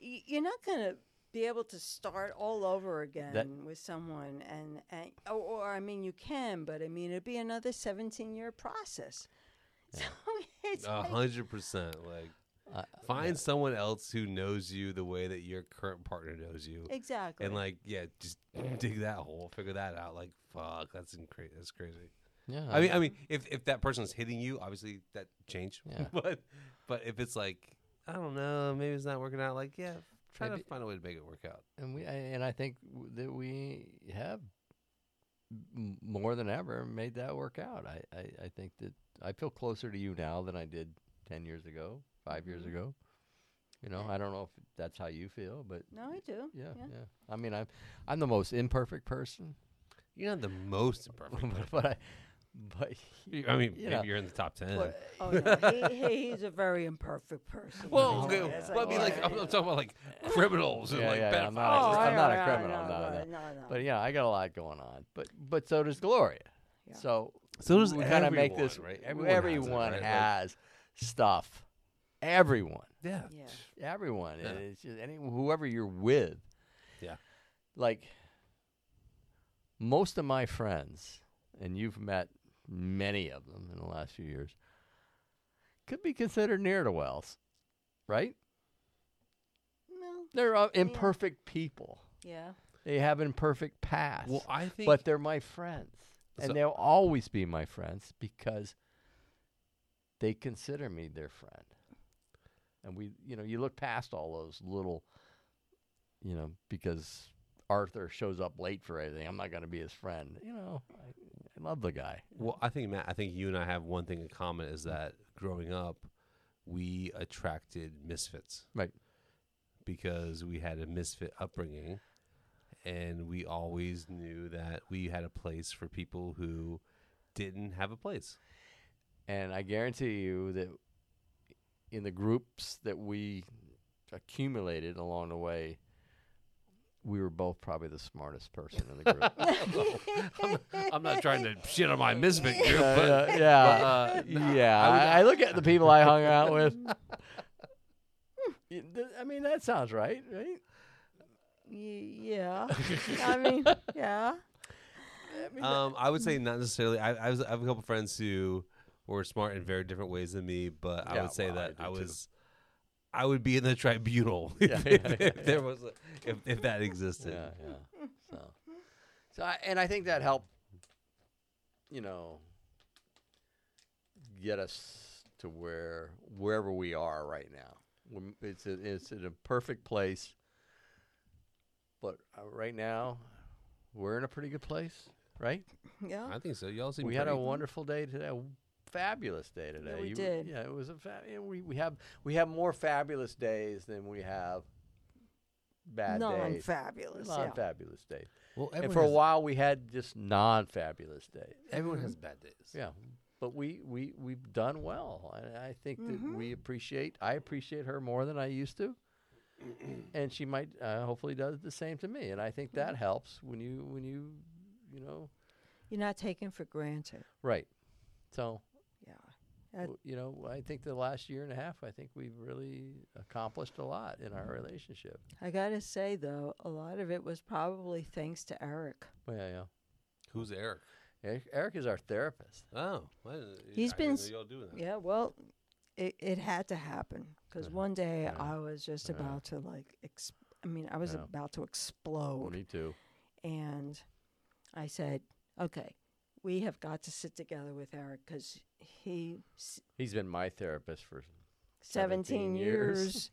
C: you're not going to be able to start all over again with someone and, and or, or I mean you can but I mean it'd be another 17 year process. So it's
E: a
C: like-
E: hundred percent. Like,
D: I-
E: find someone else who knows you the way that your current partner knows you,
C: exactly.
E: and like, yeah, just dig that hole, figure that out. Like, fuck, that's crazy. That's crazy.
D: yeah,
E: I mean, I mean, if if that person's hitting you, obviously that change.
D: Yeah.
E: but but if it's like, I don't know, maybe it's not working out. Like, yeah, try
D: Maybe-
E: to find a way to make it work out.
D: and we I- and I think w- that we have m- more than ever made that work out. I, I, I think that I feel closer to you now than I did ten years ago, 5 years ago. You know, I don't know if that's how you feel, but
C: no, I do.
D: yeah, yeah,
C: Yeah.
D: I mean, I'm I'm the most imperfect person,
E: You're not the most
D: but,
E: imperfect.
D: but I, but
E: You- I mean,
D: you
E: maybe
D: know,
E: you're in the top ten.
D: but-
C: Oh no, he, he- he's a very imperfect person.
E: well,
D: Yeah.
E: okay,
D: Yeah, it's
E: well, I mean, like,
D: like-
E: I'm, I'm talking about like criminals and
D: Yeah,
E: like
D: yeah, yeah, I'm
C: Oh,
E: pedophiles.
D: not-
E: and
D: I'm
E: stuff.
D: not a criminal, no, no. but yeah, I got a lot going on. But but so does Gloria.
C: Yeah.
D: So
E: So
D: we gotta make this. Everyone,
E: it, right? Like,
D: has stuff. Everyone.
E: yeah.
C: Yeah.
D: Everyone.
E: Yeah.
D: and It's just any whoever you're with.
E: Yeah.
D: Like most of my friends, and you've met many of them in the last few years, could be considered near to wells, right?
C: Well,
D: They're
E: Mm.
D: uh, imperfect people.
C: yeah.
D: They have imperfect pasts,
E: Well, I think,
D: but they're my friends, and
E: So-
D: they'll always be my friends because they consider me their friend. And we, you know, you look past all those little, you know, because Arthur shows up late for everything. I'm not going to be his friend. You know, I, I love the guy.
E: well, I think Matt, I think you and I have one thing in common is that growing up, we attracted misfits,
D: Right.
E: Because we had a misfit upbringing, and we always knew that we had a place for people who didn't have a place.
D: And I guarantee you that in the groups that we accumulated along the way, we were both probably the smartest person in the group.
E: I'm, I'm not trying to shit on my misfit group, but
D: Uh, yeah,
E: uh, no,
D: yeah.
E: I would-
D: I, I look at the people I hung out with. Y- Hmm, th- I mean, that sounds right, right?
C: Y- yeah. I mean, yeah.
D: I mean,
E: um, I would
C: Mm-hmm.
E: say not necessarily. I, I, was, I have a couple friends who were smart in very different ways than me, but I
D: Yeah,
E: would say
D: well, I
E: that
D: do
E: I,
D: too.
E: was, I would be in the tribunal if,
D: Yeah, yeah,
E: if-
D: yeah,
E: if
D: yeah.
E: there was, a, if, if that existed.
D: yeah, yeah. So, so I, and I think that helped, you know, get us to where wherever we are right now. We're- It's a, it's in a perfect place, but uh, right now we're in a pretty good place, right?
C: Yeah.
E: I think so. Y'all seem
D: we had a
E: pretty-
D: wonderful day today. a Fabulous day today.
C: we
D: You-
C: did.
D: Yeah, it was a fa- yeah, we we have we have more fabulous days than we have bad
C: Non
D: days.
C: fabulous.
D: Non
C: Yeah.
D: fabulous days.
E: well.
D: And
E: everyone
D: for a
E: has-
D: while, we had just non fabulous days.
E: everyone has bad days.
D: mm-hmm. Yeah, but we we we've done well, and I think
C: Mm-hmm.
D: that we appreciate. I appreciate her more than I used to, and she might uh, hopefully does the same to me. And I think
C: Mm-hmm.
D: that helps when you when you you know
C: You're not taken for granted.
D: right. So
C: Yeah. That-
D: w- you know, I think the last year and a half, I think we've really accomplished a lot in our relationship.
C: I got to say, though, a lot of it was probably thanks to Eric.
D: Well, Oh, yeah, yeah.
E: Who's Eric?
D: Eric, Eric is our therapist.
E: Oh, well,
C: He's
E: I
C: been
E: didn't
C: s-
E: know y'all doing that.
C: Yeah, well, it, it had to happen
D: Uh-huh.
C: because one day I was just about to like, exp- I mean, I was
D: Yeah.
C: about to
E: Oh,
C: explode.
D: Me too.
C: And I said, okay, we have got to sit together with Eric because he, s-
D: He's been my therapist for
C: 17,
D: 17
C: years.
D: years.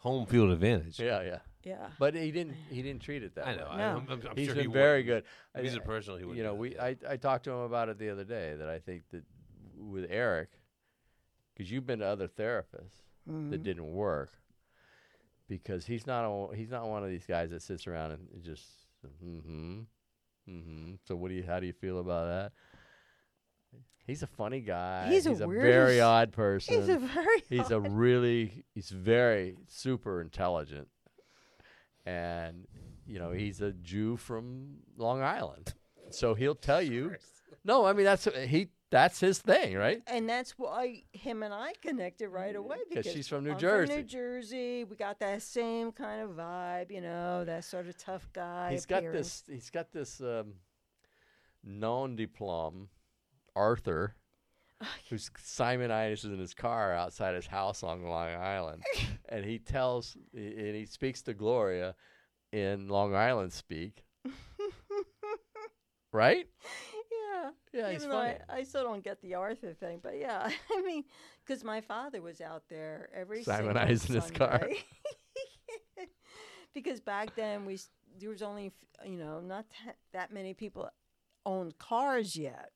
E: Home field advantage.
D: yeah, yeah.
C: Yeah.
D: But he didn't. He didn't treat it that
E: I
D: way.
E: know. I,
C: No.
E: I'm, I'm, I'm
D: He's
E: sure
D: been
E: he
D: very
E: would.
D: good.
E: If he's
D: I-
E: a personal, he would.
D: you know, we I, I talked to him about it the other day that I think that with Eric, because you've been to other therapists
C: Mm. Mm-hmm.
D: that didn't work, because he's not a, he's not one of these guys that sits around and just mm-hmm, mm-hmm. So what do you how do you feel about that? He's a funny guy.
C: He's a weird
D: very
C: as-
D: odd person.
C: He's a very.
D: He's a really, he's very super intelligent, and you know he's a Jew from Long Island, so he'll tell you. No, I mean that's he. That's his thing, right?
C: and that's why him and I connected right away because
D: she's from New
C: I'm
D: Jersey.
C: New Jersey, we got that same kind of vibe, you know, that sort of tough guy.
D: He's got
C: appearance.
D: this. He's got this um, non-diplom Arthur, who's Simonitis is in his car outside his house on Long Island, and he tells and he speaks to Gloria in Long Island speak. right?
C: Yeah.
D: Yeah, he's
C: Even though I,
D: funny.
C: I still don't get the Arthur thing, but yeah, I mean, because my father was out there every
D: Simon
C: single
D: Eyes in his car.
C: Sunday. because back then we s- there was only f- you know not tha- that many people owned cars yet,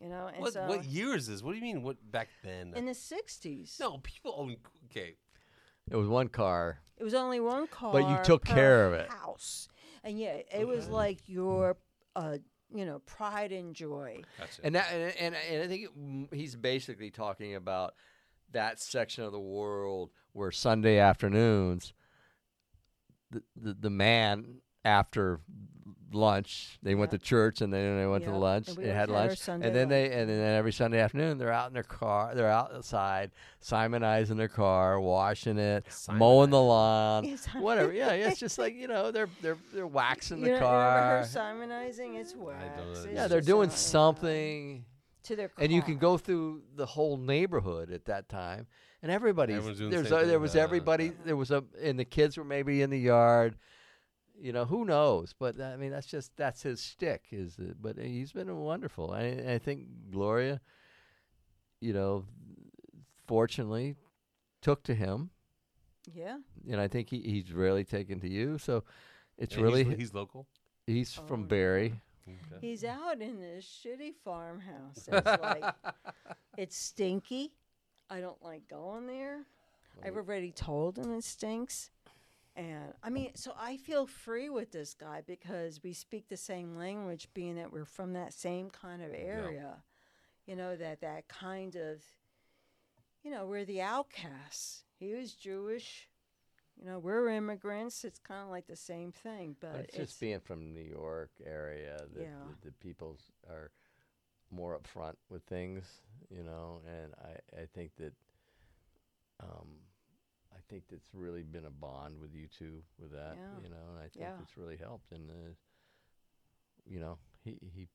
C: you know, and
E: What
C: so
E: what year is this? What do you mean? What back then?
C: in the '60s,
E: no, people own. Okay,
D: It was one car.
C: it was only one car.
D: you took
C: per
D: care of it.
C: House, and yeah, it was like your uh, you know pride and joy.
E: gotcha.
D: And that and, and, and I think it, mm, he's basically talking about that section of the world where Sunday afternoons the the, the man after lunch they went to church and then they went to
C: Yep.
D: lunch
C: And
D: and,
C: we always
D: had
C: had our
D: lunch and
C: Sunday
D: then
C: lunch.
D: they and then every Sunday afternoon they're out in their car they're outside Simon eyes in their car washing it mowing the lawn
C: Yes.
D: Um, whatever yeah, yeah it's just like you know they're they're they're waxing the
C: you know,
D: car
C: remember her simonizing? It's wax.
E: know
C: It's
E: that
D: yeah
E: is.
D: they're
C: just
D: doing something
C: something. to their car.
D: and you can go through the whole neighborhood at that time and everybody
E: Everyone's doing the
D: there's
E: same
D: a, there
E: thing,
D: was
E: yeah,
D: everybody there was a and the kids were maybe in the yard you know who knows but i mean that's just that's his stick is it? but uh, he's been wonderful I, I think gloria you know fortunately took to him
C: Yeah.
D: and i think he, he's really taken to you so it's
E: And
D: really
E: he's,
D: he's,
E: he's local.
D: from barry
E: Okay.
C: He's out in this shitty farmhouse. It's like it's stinky. I don't like going there. I've already told him it stinks. And I mean, so I feel free with this guy because we speak the same language, being that we're from that same kind of area. You know, that that kind of you know, we're the outcasts. He was Jewish. You know, we're immigrants. It's kind of like the same thing, but
D: it's, just being from New York area that
C: Yeah.
D: that the people s- are more upfront with things, you know, and I, I think that um I think that's really been a bond with you two with that,
C: Yeah.
D: you know, and I think
C: Yeah.
D: it's really helped and uh, you know, he he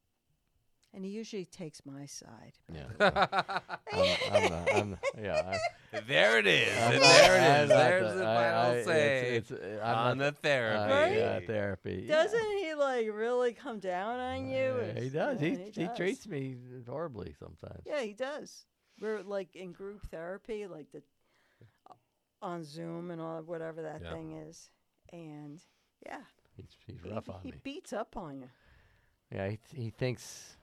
C: and he usually takes my side.
D: yeah. well, I'm, I'm, not- I'm, not- yeah, I-
E: There it is.
D: I'm
E: and
D: not-
E: there
D: I'm
E: it is.
D: not
E: There's
D: the-
E: the
D: I- I-
E: final
D: it's-
E: say
D: it's, uh, I'm
E: on
D: not
E: the therapy.
D: I, yeah, therapy. yeah.
C: Doesn't he like really come down on you?
D: Yeah,
C: It's-
D: he does.
C: yeah,
D: he, he treats me horribly sometimes.
C: Yeah, he does. We're like in group therapy, like the on Zoom and all whatever that
E: Yeah.
C: thing is, and yeah,
D: He's, he's
C: he-
D: rough
C: he,
D: on me.
C: beats up on you.
D: Yeah, he, he thinks.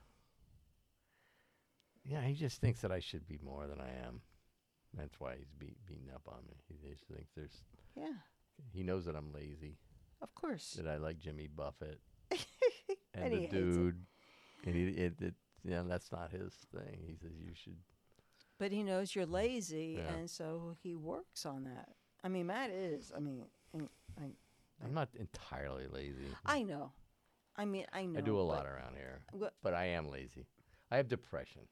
D: Yeah, he just thinks that I should be more than I am. That's why he's beat, beating up on me. He just thinks there's.
C: Yeah,
D: he knows that I'm lazy.
C: of course.
D: That I like Jimmy Buffett and,
C: And
D: the
C: he hates it.
D: dude, and he it, it yeah that's not his thing. He says you should.
C: But he knows you're lazy,
D: Yeah.
C: and so he works on that. I mean, Matt is. I mean, and I,
D: I'm not entirely lazy.
C: I know. I mean, I know.
D: I do a lot
C: but
D: around here,
C: what-
D: but I am lazy. I have depression,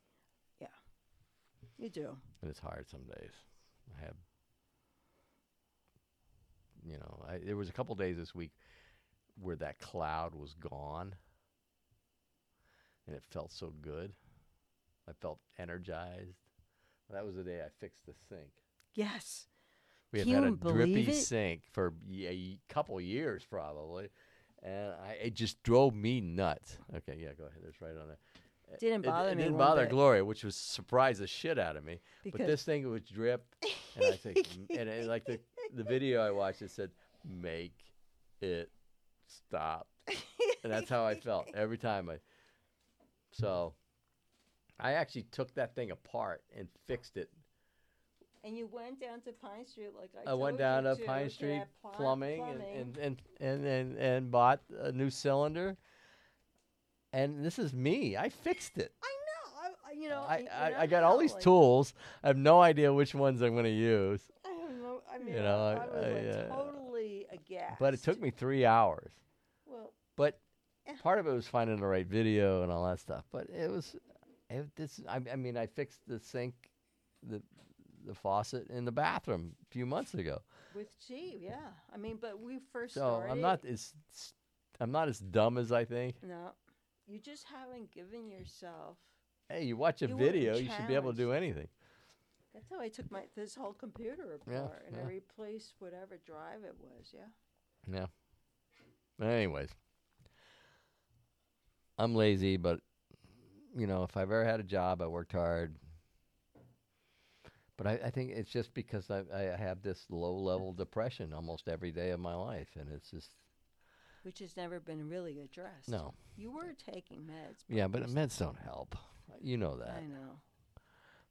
C: You do.
D: and it's hard some days. I have, you know, I, there was a couple days this week where that cloud was gone, and it felt so good. I felt energized. That was the day I fixed the sink.
C: Yes.
D: We have had
C: Can you
D: a drippy
C: believe it?
D: sink for y- a y- couple years probably, and I, it just drove me nuts. Okay, yeah, go ahead. That's right on that. It-
C: Didn't
D: it-
C: bother
D: it
C: me
D: didn't
C: one
D: bother
C: bit.
D: Gloria, which was surprised the shit out of me.
C: Because-
D: but this thing would drip, and I think, "M- and it, like the the video I watched, it said, "Make it stop," and that's how I felt every time I. So, I actually took that thing apart and fixed it
C: And you went down to Pine Street like I
D: I went
C: told you
D: down to
C: to,
D: Pine
C: to
D: Street
C: that pl-
D: Plumbing, and-
C: plumbing.
D: And, and, and, and, and bought a new cylinder. And this is me. I fixed it.
C: I know. I- I, you know,
D: I,
C: you
D: I,
C: know
D: I got all
C: how,
D: these
C: like,
D: tools. I have no idea which ones I'm going to use.
C: I don't know. I mean,
D: know,
C: I,
D: I-
C: was
D: I,
C: like
D: uh,
C: totally aghast.
D: But it took me three hours.
C: Well,
D: But
C: Yeah.
D: part of it was finding the right video and all that stuff. But it was, it, this, I, I mean, I fixed the sink, the, the faucet in the bathroom a few months ago.
C: with G, yeah. I mean, but we first
D: So
C: started.
D: I'm not as, I'm not as dumb as I think.
C: No, you just haven't given yourself.
D: Hey, you watch a
C: You wouldn't
D: video, you should be able to do anything.
C: That's how I took my this whole computer
D: Yeah,
C: apart, and I
D: yeah.
C: replaced whatever drive it was. Yeah.
D: Yeah. Anyways, I'm lazy, but you know, if I've ever had a job, I worked hard. But I, I think it's just because I, I have this low level depression almost every day of my life, and it's just
C: Which has never been really addressed.
D: no,
C: You were taking meds.
D: yeah. But meds don't help. You know that
C: I know.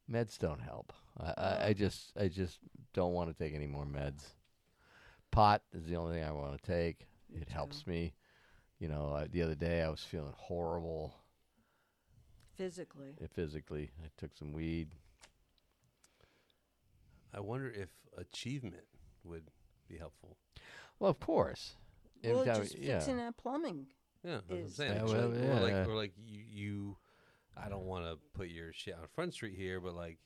D: meds don't help. I, I, I just I just don't want to take any more meds. Pot is the only thing I want to take. It helps me. You know, I, the other day I was feeling horrible
C: Physically.
D: uh, physically. I took some weed.
E: I wonder if achievement would be helpful.
D: Well, of course. Every
C: well,
D: time-
C: just fixing that plumbing.
E: Yeah, that's what I'm
C: Is-
E: saying.
D: Yeah,
E: Like,
D: well,
E: Or
D: yeah.
E: like, or like you, you, I don't want to put your shit on Front Street here, but like,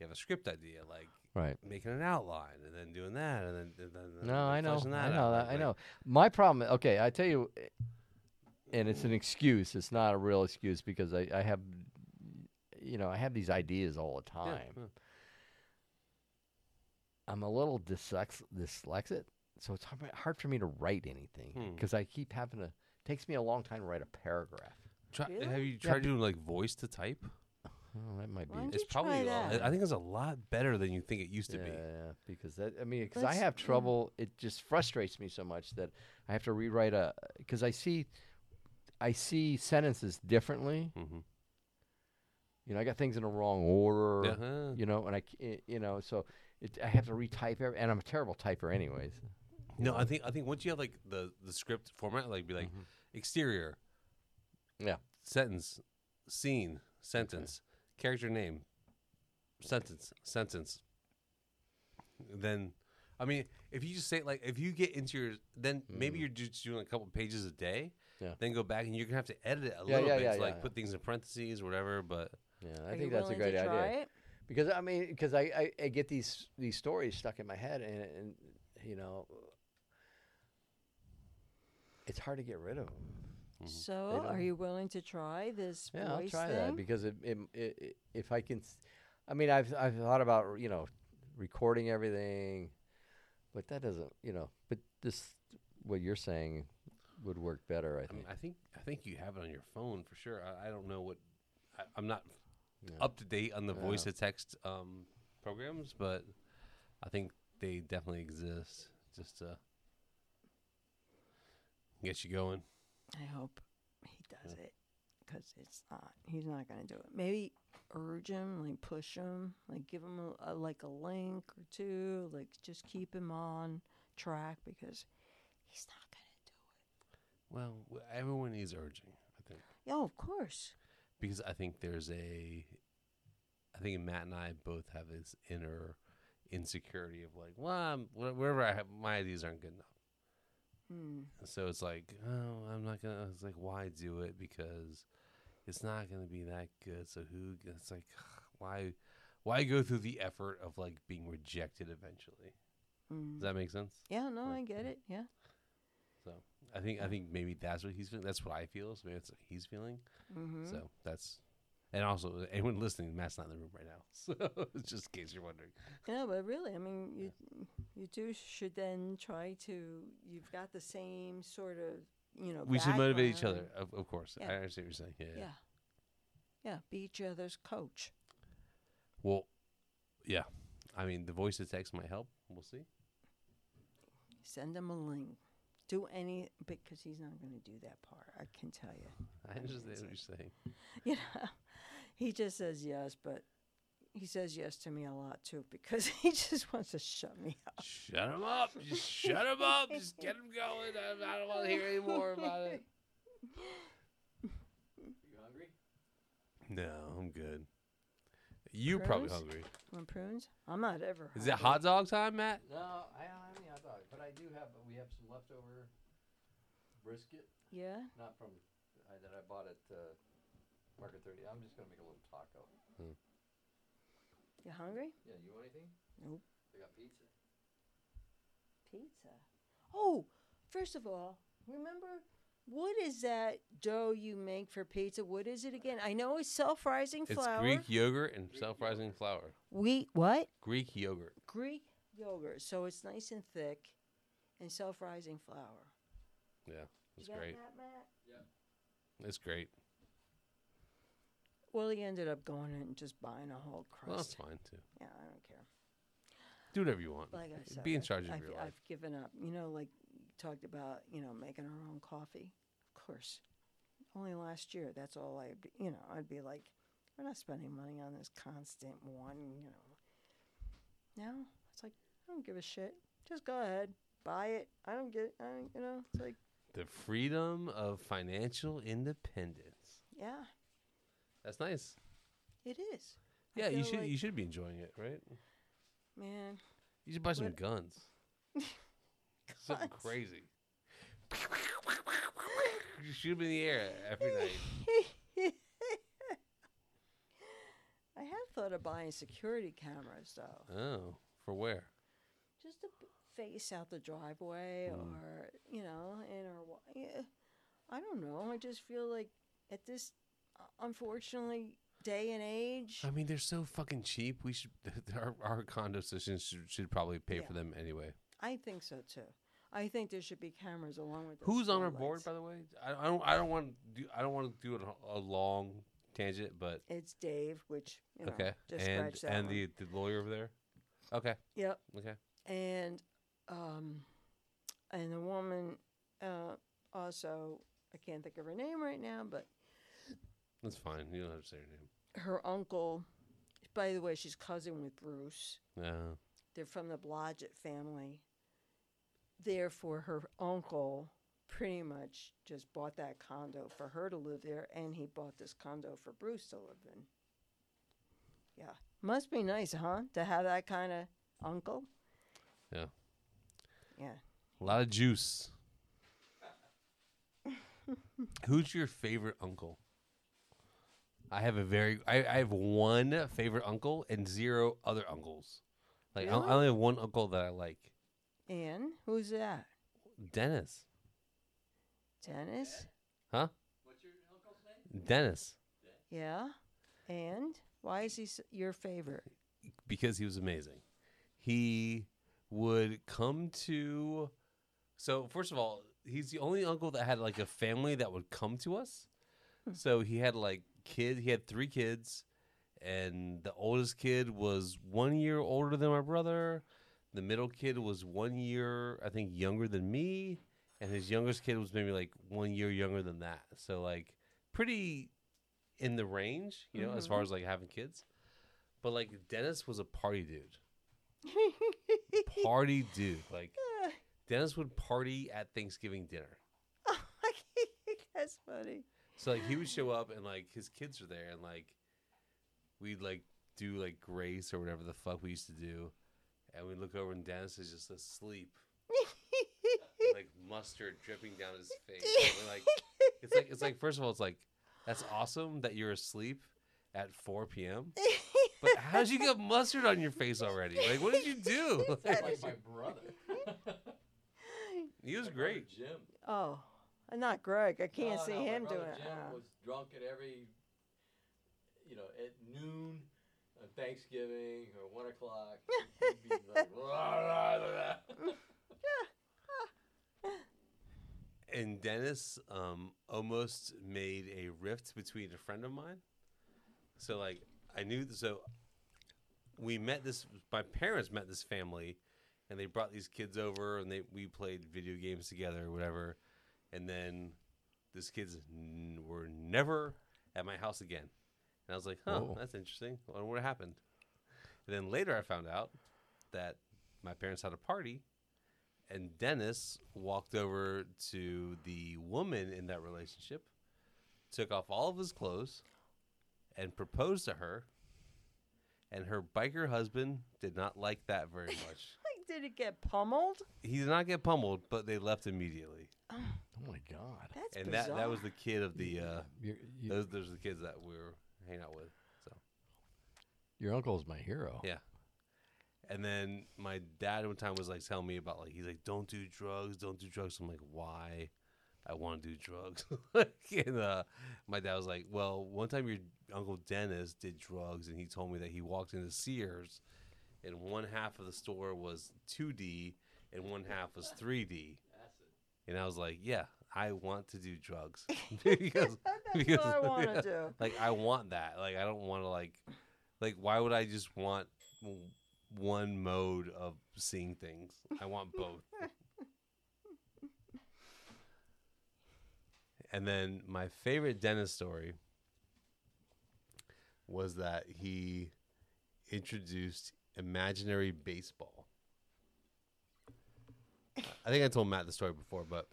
E: you have a script idea, like
D: right.
E: making an outline and then doing that and then, and then, and
D: No,
E: then
D: I know.
E: fleshing
D: I
E: out,
D: know
E: like-
D: that. I
E: like-
D: know. My problem. Okay, I tell you, eh, and it's an excuse. It's not a real excuse because I, I have, you know, I have these ideas all the
E: Yeah,
D: time.
E: yeah.
D: I'm a little dyslex- dyslexic, so it's hard, hard for me to write anything
E: Hmm.
D: because I keep having to. Takes me a long time to write a paragraph.
E: Try,
C: Really?
E: Have you tried doing like voice to type?
D: Oh, that might be.
C: Why don't
E: It's
C: you try
E: probably. a-
C: that?
E: I think it's a lot better than you think it used to
D: yeah,
E: be.
D: yeah, because that I mean, because I
C: Let's-
D: have
C: yeah.
D: trouble. It just frustrates me so much that I have to rewrite a. Because I see, I see sentences differently.
E: Mhm.
D: You know, I got things in the wrong order.
E: Uh-huh.
D: You know, and I, c- eh, you know, so it, I have to retype every, and I'm a terrible typer, anyways.
E: No, I think I think once you have like the the script format, like be like exterior,
D: Mm-hmm. Yeah.
E: sentence, scene, sentence, character name, sentence, sentence. Then I mean, if you just say like, if you get into your, then maybe you're just doing a couple pages a day.
D: Mm. Yeah.
E: Then go back and you're gonna have to edit it a
D: Yeah,
E: little
D: yeah,
E: bit,
D: yeah,
E: to,
D: yeah,
E: like
D: yeah.
E: put things in parentheses or whatever. But
D: Yeah,
C: Are
D: I
C: you
D: think that's a
C: willing to
D: great idea.
C: try it?
D: because I mean, because I, I I get these these stories stuck in my head, and and you know, it's hard to get rid of them.
C: So, are
D: Mm-hmm. don't-
C: you willing to try this
D: Yeah, I'll
C: voice
D: try
C: thing?
D: that because it, it, it, it- if I can, s- I mean, I've I've thought about you know recording everything, but that doesn't you know. But this what you're saying would work better, I
E: I, mean,
D: think.
E: I think I think you have it on your phone for sure. I, I don't know what I, I'm not
D: Yeah.
E: up to date on the voice to text um, programs, but I think they definitely exist just to get you going.
C: I hope he does it. 'Cause it's not. He's not going to do it. Maybe urge him, like push him, like give him a, a, like a link or two, like just keep him on track because he's not going to do
E: Well, w- everyone needs urging, I think,
C: it. Yeah, of course.
E: because I think there's a, I think Matt and I both have this inner insecurity of like, well, I'm, wh- wherever I have my ideas aren't good enough.
C: Hmm.
E: So it's like, oh, I'm not gonna. It's like, why do it? Because it's not gonna be that good. So who? g- It's like, why, why go through the effort of like being rejected eventually?
C: Hmm.
E: Does that make sense?
C: Yeah, no,
E: Right,
C: I get
E: yeah.
C: it. Yeah.
E: So I think I think maybe that's what he's feeling. That's what I feel. So maybe that's what he's feeling.
C: hmm
E: So that's, and also anyone listening, Matt's not in the room right now. So just in case you're wondering.
C: Yeah, but really, I mean, you you do should then try to. You've got the same sort of you know.
E: We should motivate each other,
C: background.
E: of, of course.
C: Yeah.
E: I understand what you're saying. yeah.
C: Yeah. yeah, Be each other's coach.
E: Well, yeah. I mean, the voice of text might help. We'll see.
C: Send him a link. Do any because he's not going to do that part. I can tell you.
E: I understand what you're saying.
C: You know, he just says yes, but he says yes to me a lot too because he just wants to shut me up.
E: Shut him up. Just shut him up. Just get him going. I, I don't want to hear any more about it. No, I'm good. You probably
C: Prunes?
E: hungry.
C: Want prunes? I'm not ever.
E: Is it
C: hungry.
E: hot dog time, Matt?
D: No, I don't have any hot dog, but I do have. We have some leftover brisket,
C: Yeah.
D: not from I, that I bought at uh, Market Thirty. I'm just gonna make a little taco.
C: You hungry?
D: Yeah, you want anything?
C: Nope.
D: I got pizza.
C: Pizza. Oh, first of all, remember what is that dough you make for pizza? What is it again? I know it's self-rising
E: It's
C: flour.
E: Greek yogurt and self-rising flour.
C: Wheat what?
E: Greek yogurt.
C: Greek yogurt. So it's nice and thick and self-rising flour.
E: Yeah,
C: You
E: it's
C: got
E: great.
C: that, Matt?
E: It's great.
C: Well, he ended up going in and just buying a whole crust.
E: Well, that's fine too.
C: yeah, I don't care.
E: Do whatever you want.
C: Like I said,
E: Be in
C: I've-
E: charge of
C: I've,
E: your
C: I've
E: life.
C: given up. You know, like you talked about, you know, making our own coffee. Of course, only last year. That's all I, would you know, I'd be like, we're not spending money on this constant one. You know, now it's like I don't give a shit. Just go ahead, buy it. I don't get, I don't, you know, it's like
E: The freedom of financial independence.
C: yeah,
E: That's nice.
C: it is. I
E: Yeah, you
C: feel
E: should
C: like-
E: you should be enjoying it, right?
C: man.
E: You should buy some
C: What-
E: guns. Something
C: Guns.
E: crazy. You shoot 'em in the air every night.
C: I have thought of buying security cameras though.
E: Oh, for where?
C: just to p- face out the driveway
E: Hmm.
C: or you know in our wa- yeah, i don't know i just feel like at this uh, unfortunately day and age
E: I mean, they're so fucking cheap. We should our, our condo assistants should, should probably pay for
C: Yeah.
E: them anyway.
C: i think so too i think there should be cameras along with those
E: Who's on our
C: streetlights.
E: board, by the way? I, I don't. I don't want to. Do, I don't want to do a, a long tangent, but
C: it's dave which you know,
E: okay.
C: just
E: and
C: scratch that
E: and
C: one.
E: the, the lawyer over there. Okay.
C: yep
E: Okay.
C: and um and the woman uh also i can't think of her name right now but
E: That's fine. You don't have to say your
C: her uncle by the way she's cousin with bruce
E: name. Um, No.
C: They're from the Blodgett family. Therefore, her uncle pretty much just bought that condo for her to live there, and he bought this condo for Bruce to live in. Yeah. Must be nice, huh? To have that kind of uncle.
E: Yeah.
C: Yeah.
E: A lot of juice. Who's your favorite uncle? I have a very I, I have one favorite uncle and zero other uncles. Like I,
C: Really?
E: I only have one uncle that I like.
C: And who's that?
E: Dennis.
C: Dennis?
E: Huh? Dennis.
C: Yeah. And why is he s- your favorite?
E: because he was amazing. He would come to. So first of all, he's the only uncle that had like a family that would come to us. So he had like kid. He had three kids, and the oldest kid was one year older than my brother. The middle kid was one year, I think, younger than me, and his youngest kid was maybe like one year younger than that. So like pretty in the range, you know, as far as like having kids. But like Dennis was a party dude. party dude. Like Dennis would party at Thanksgiving dinner.
C: Oh, That's funny.
E: So like he would show up and like his kids are there and like we'd like do like grace or whatever the fuck we used to do. And we look over and Dennis is just asleep. with, like mustard dripping down his face. And we're like it's like it's like first of all it's like that's awesome that you're asleep at 4 p.m. But how did you get mustard on your face already? Like what did you do? Like,
C: That is-
F: my brother.
E: he was great.
F: Jim.
C: oh, not Greg. I can't
E: Oh,
F: No,
C: see
F: Oh, no, my
C: him
F: brother
C: doing it.
F: Jim
C: Uh,
F: was drunk at every, you know, at noon on Thanksgiving or one o'clock. He'd be like,
E: and Dennis um, almost made a rift between a friend of mine. So like I knew so we met this my parents met this family and they brought these kids over and they we played video games together or whatever and then these kids n- were never at my house again. And I was like, "Huh,
D: Whoa.
E: that's interesting. I wonder what happened." And then later I found out that my parents had a party and Dennis walked over to the woman in that relationship, took off all of his clothes, and proposed to her. And her biker husband did not like that very much.
C: like, did it get pummeled?
E: he did not get pummeled, but they left immediately.
D: Oh my God.
C: That's
E: and
C: bizarre.
E: that that was the kid of the uh,
D: Your, you-
E: those those are the kids that we were hanging out with. So
D: your uncle's my hero.
E: Yeah. And then my dad one time was like telling me about like he's like don't do drugs, don't do drugs. I'm like why? I want to do drugs. and uh, my dad was like, well, one time your uncle Dennis did drugs, and he told me that he walked into Sears, and one half of the store was 2D and one half was 3D. And I was like, yeah, I want to do drugs because
C: That's what I want to
E: yeah.
C: do.
E: like I want that. Like I don't want to like like why would I just want w- one mode of seeing things? I want both. and then my favorite Dennis story was that he introduced imaginary baseball. I think I told Matt the story before, but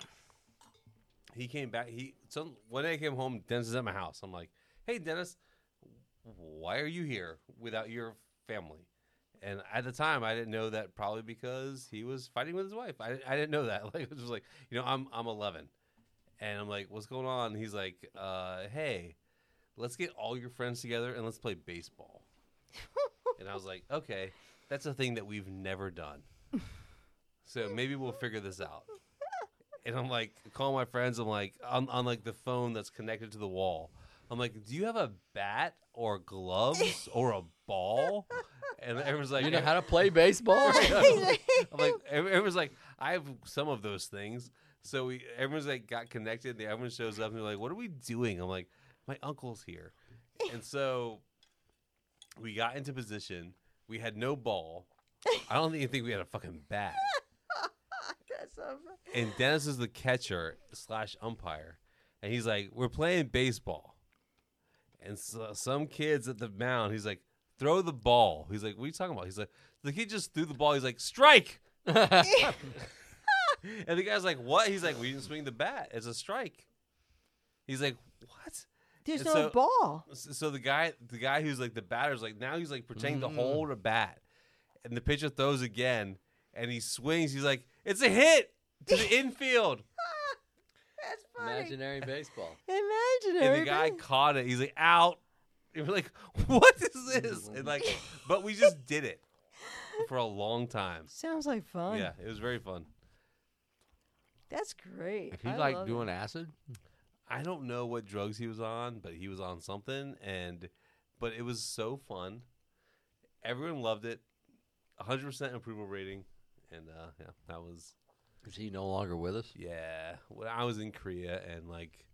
E: he came back. He some one day I came home. Dennis is at my house. I'm like, hey Dennis, why are you here without your family? And at the time, I didn't know that probably because he was fighting with his wife. I, I didn't know that. Like it was just like you know I'm I'm 11, and I'm like, what's going on? He's like, uh, hey, let's get all your friends together and let's play baseball. and I was like, okay, that's a thing that we've never done. So maybe we'll figure this out and I'm like, call my friends. I'm like, on, on like the phone that's connected to the wall. I'm like, do you have a bat or gloves or a ball? And everyone's like,
D: You know how to play baseball?
E: I'm like, ev- everyone's like, I have some of those things. So we, everyone's like, got connected. The everyone shows up and they're like, what are we doing? I'm like, my uncle's here, and so we got into position. We had no ball. I don't even think we had a fucking bat
C: That's so fu-
E: and Dennis is the catcher slash umpire, and he's like, "We're playing baseball," and so, some kids at the mound, he's like, "Throw the ball." He's like, "What are you talking about?" He's like, "The kid just threw the ball." He's like, "Strike!" and the guy's like, "What?" He's like, "We didn't swing the bat. It's a strike." He's like, "What?"
C: There's
E: And
C: no
E: so-
C: ball.
E: S- So the guy, the guy who's like the batter's like now he's like pretending to hold a bat, and the pitcher throws again, and he swings. He's like, It's a hit to the infield.
C: That's funny.
F: Imaginary baseball.
C: Imaginary.
E: And the guy
C: ba-
E: caught it. He's like, out. And we're like, what is this? And like, but we just did it for a long time.
C: sounds like fun.
E: Yeah, it was very fun.
C: That's great.
D: If you
C: I
D: like
C: love
D: doing
C: it.
D: acid,
E: I don't know what drugs he was on, but he was on something, and but it was so fun. Everyone loved it. 100% approval rating, and uh, yeah, that was
D: is he no longer with us?
E: yeah. When I was in Korea, and like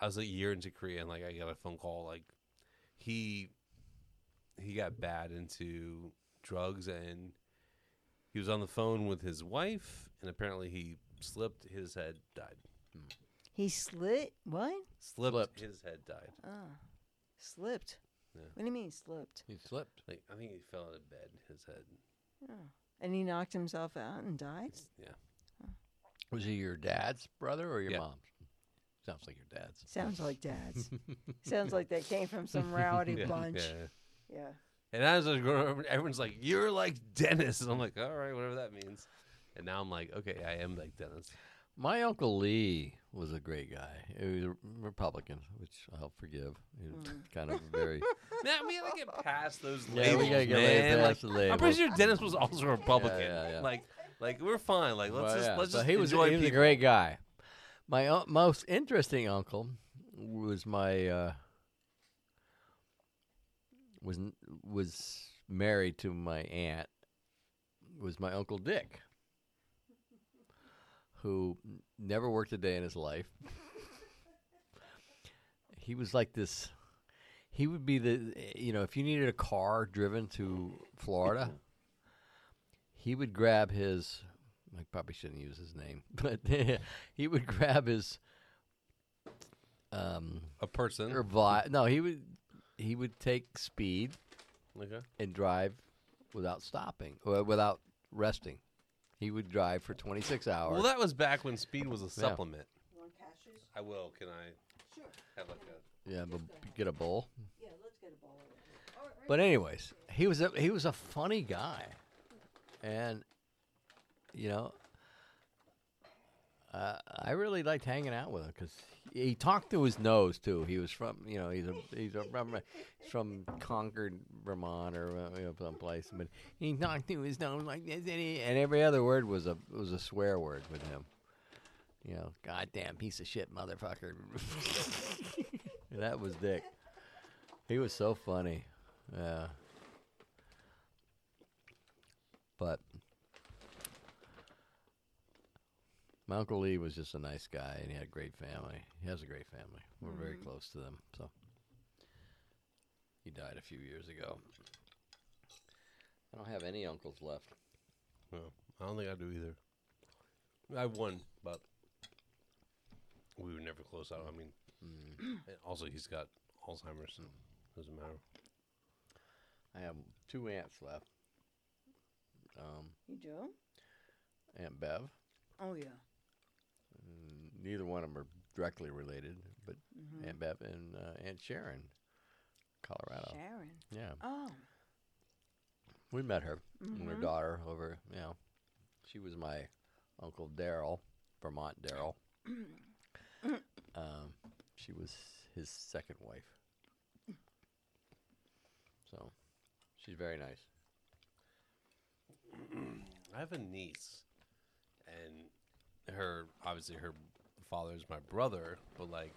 E: I was a year into Korea, and like I got a phone call, like he he got bad into drugs, and he was on the phone with his wife, and apparently he slipped. His head died.
C: he slit what?
E: Slipped.
D: Slipped.
E: His head died.
C: Ah, slipped.
E: Yeah.
C: What do you mean slipped?
D: He slipped.
E: Like I think he fell out of bed. His head.
C: Oh. And he knocked himself out and died.
E: Yeah.
D: Was he your dad's brother or your
E: Yeah.
D: mom's? Sounds like your dad's.
C: Sounds like dad's. Sounds like that came from some rowdy
E: Yeah,
C: bunch.
E: yeah, yeah.
C: yeah.
E: And as I was growing up, everyone's like, "You're like Dennis," and I'm like, "All right, whatever that means." And now I'm like, "Okay, I am like Dennis."
D: My uncle Lee was a great guy. He was a Republican, which I'll forgive. He was
E: Hmm.
D: kind of very.
E: Man, we gotta get past those
D: yeah,
E: labels,
D: we gotta get
E: man.
D: laid
E: Like,
D: past the label.
E: I'm pretty sure Dennis was also a Republican.
D: yeah, yeah.
E: Like, like we're fine. Like, let's
D: Well,
E: just
D: yeah,
E: let's
D: but
E: just
D: he was,
E: enjoy
D: he was a
E: people.
D: great guy. My un- most interesting uncle was my uh, was n- was married to my aunt. Was my uncle Dick, who n- never worked a day in his life. he was like this. He would be the you know if you needed a car driven to Florida he would grab his I probably shouldn't use his name, but he would grab his um
E: A person.
D: or vi- no, he would he would take speed
E: Okay.
D: and drive without stopping or without resting. He would drive for 26 hours.
E: Well, that was back when speed was a supplement.
C: Want cashews?
E: I will. Can I
C: Sure.
E: have like a?
D: yeah, but get a bowl.
C: Yeah, let's get a bowl. of it. All right,
D: But anyways, he was a he was a funny guy, and you know, uh, I really liked hanging out with him because he, he talked through his nose too. He was from you know he's a he's a from, he's from Concord, Vermont or uh, you know, someplace, but he talked through his nose like this, and, he, and every other word was a was a swear word with him. You know, goddamn piece of shit, motherfucker. that was Dick. He was so funny. Yeah. But my Uncle Lee was just a nice guy and he had a great family. He has a great family. We're very close to them. So he died a few years ago. I don't have any uncles left.
E: Well, I don't think I do either. I won, but we were never close. I, I mean,
D: Mm.
E: and also he's got Alzheimer's. So doesn't matter.
D: I have two aunts left. Um,
C: You do?
D: Aunt Bev.
C: Oh yeah.
D: Neither one of them are directly related, but
C: Mm-hmm.
D: Aunt Bev and uh, Aunt Sharon, Colorado.
C: Sharon.
D: Yeah.
C: Oh.
D: We met her and
C: Mm-hmm.
D: her daughter over, you know. She was my Uncle Daryl, Vermont Daryl. um, she was his second wife. So she's very nice.
E: I have a niece, and her obviously her father's my brother, but like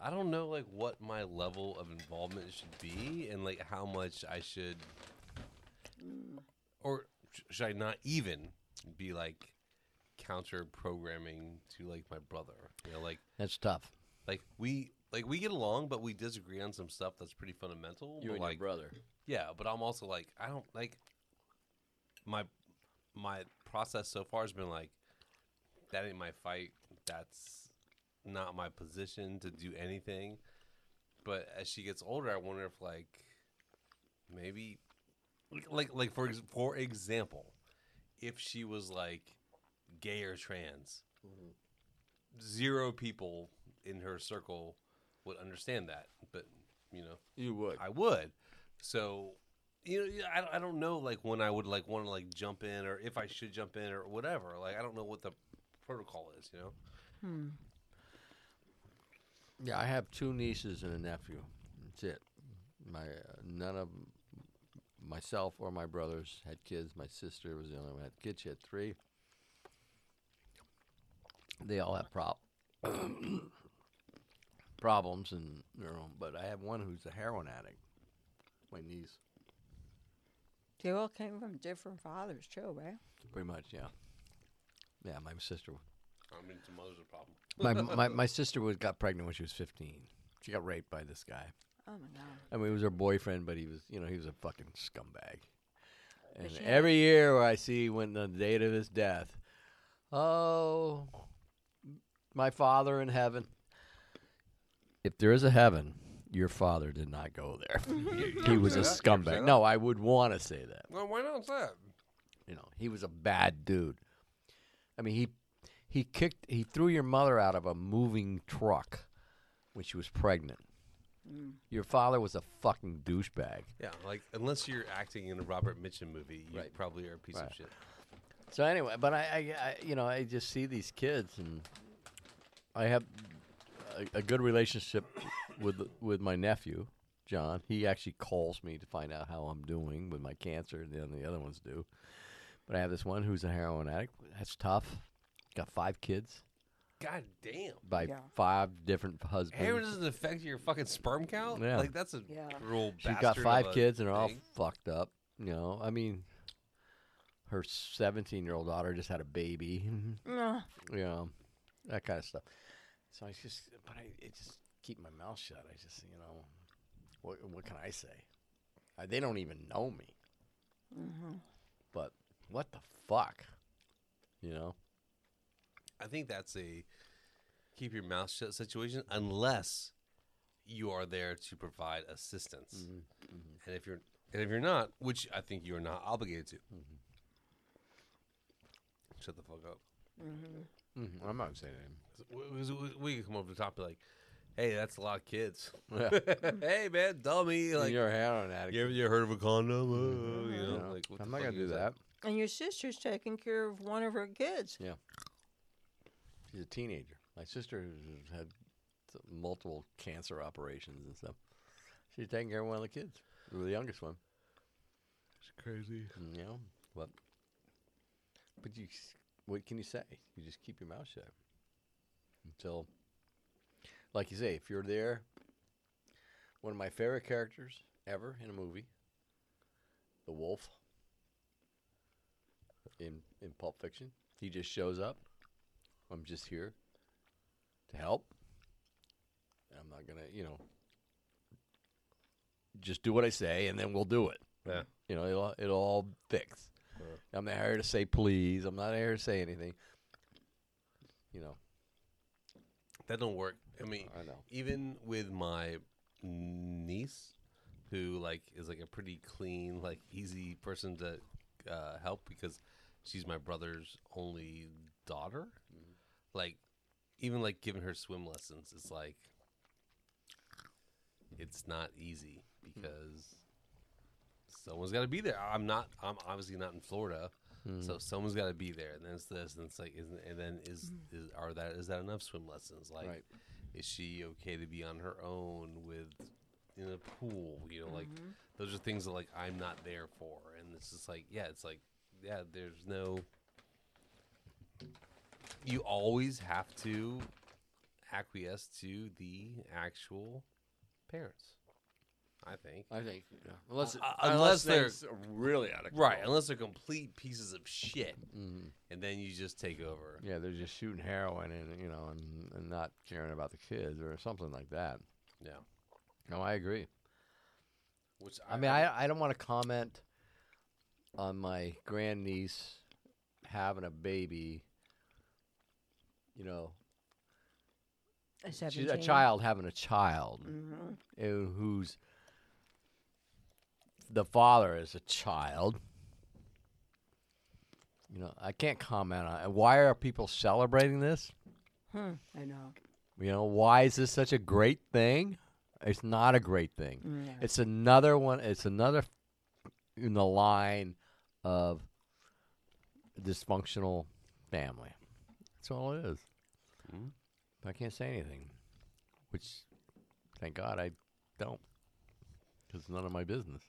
E: I don't know like what my level of involvement should be, and like how much I should, or sh- should I not even be like counter programming to like my brother? You know, like
D: That's tough.
E: like we like we get along, but we disagree on some stuff that's pretty fundamental. but, like,
D: brother.
E: yeah, but I'm also like I don't like my my process so far has been like that ain't my fight. That's not my position to do anything. But as she gets older, I wonder if like maybe like like for ex- for example, if she was like gay or trans, zero people in her circle would understand that. But you know,
D: You would.
E: I would. So you know, yeah, I, don't- I don't know like when I would like want to like jump in or if I should jump in or whatever. Like I don't know what the protocol is. You know,
C: Mm-hmm.
D: Yeah, I have two nieces and a nephew. That's it. My uh, none of myself or my brothers had kids. My sister was the only one that had kids. She had three. They all have prop problems and their own. But I have one who's a heroin addict. My niece,
C: They all came from different fathers, too, right?
D: pretty much. Yeah, yeah. My sister.
E: I mean, some others a problem.
D: My my, my sister was got pregnant when she was fifteen. She got raped by this guy.
C: Oh my god.
D: I mean, it was her boyfriend, but he was, you know, he was a fucking scumbag. And
C: she had-
D: every year where I see when the date of his death, oh, my father in heaven. If there is a heaven, your father did not go there. he was a scumbag. No, I would want to say that.
E: Well, why not that?
D: You know, he was a bad dude. I mean, he he kicked he threw your mother out of a moving truck when she was pregnant. Your father was a fucking douchebag.
E: Yeah, like unless you're acting in a Robert Mitchum movie, you probably are a piece of
D: Right.
E: shit.
D: So anyway, but I, I, I, you know, I just see these kids, and I have a, a good relationship with with my nephew, John. He actually calls me to find out how I'm doing with my cancer, than the other ones do. But I have this one who's a heroin addict. That's tough. Got five kids
E: God damn.
D: by
C: Yeah.
D: five different husbands.
E: Hair doesn't affect your fucking sperm count.
D: Yeah.
E: Like that's a
C: Yeah.
E: real.
D: She's got
E: bastard
D: five
E: of a
D: kids and are all
E: thing.
D: fucked up. You know, I mean, her 17 year old daughter just had a baby.
C: No.
D: you know, that kind of stuff. So I just, but I it just keep my mouth shut. I just, you know, what what can I say? Uh, they don't even know me. But what the fuck, you know?
E: I think that's a keep your mouth shut situation unless you are there to provide assistance.
D: Mm-hmm.
E: And if you're and if you're not, which I think you're not obligated to.
D: Mm-hmm.
E: Shut the fuck up.
C: Mm-hmm.
D: Mm-hmm. I'm not saying anything.
E: 'Cause we- 'cause we- We can come over the top and be like, hey, that's a lot of kids.
D: Yeah.
E: hey man, dummy. Like you
D: You're a heroin addict.
E: ever you ever heard of a condom? Uh, you know,
D: No,
E: like what
D: I'm
E: the
D: not
E: fuck
D: gonna do
E: is
D: that.
C: And your sister's taking care of one of her kids.
D: Yeah. She's a teenager. My sister has had s- multiple cancer operations and stuff. She's taking care of one of the kids, the youngest one.
E: It's crazy.
D: You know, but but you, s- what can you say? You just keep your mouth shut until, like you say, if you're there. One of my favorite characters ever in a movie, the wolf. In in Pulp Fiction, he just shows up. I'm just here to help. And I'm not gonna, you know, just do what I say, and then we'll do it.
E: Yeah.
D: You know, it'll, it'll all fix. I'm not here to say please. I'm not here to say anything. You know,
E: That don't work. I mean,
D: I know.
E: Even with my niece, who like is like a pretty clean, like easy person to uh, help because she's my brother's only daughter. Like, even like giving her swim lessons, it's like it's not easy because someone's got to be there. I'm not. I'm obviously not in Florida,
D: Mm-hmm.
E: so someone's got to be there. And then it's this, and it's like, isn't, and then is, is are that is that enough swim lessons? Like,
D: Right.
E: is she okay to be on her own with in a pool? You know,
C: Mm-hmm.
E: like those are things that like I'm not there for. And it's just like, yeah, it's like, yeah, there's no. You always have to acquiesce to the actual parents. I think.
D: I think unless
E: Uh, unless they're-
D: really out of
E: Right, unless they're complete pieces of shit, and then you just take over.
D: mm-hmm. yeah, they're just shooting heroin and you know and, and not caring about the kids or something like that.
E: Yeah,
D: No, I agree.
E: which
D: I mean, I I don't want to comment on my grandniece having a baby. You know,
C: A
D: she's a
C: 17.
D: child having a child
C: Mm-hmm.
D: uh, who's the father is a child you know i can't comment on it. why are people celebrating this
C: Hmm. I know.
D: you know why is this such a great thing it's not a great thing
C: Yeah.
D: it's another one it's another in the line of dysfunctional family. That's all it is.
E: Mhm.
D: I can't say anything, which thank God I don't, because it's none of my business.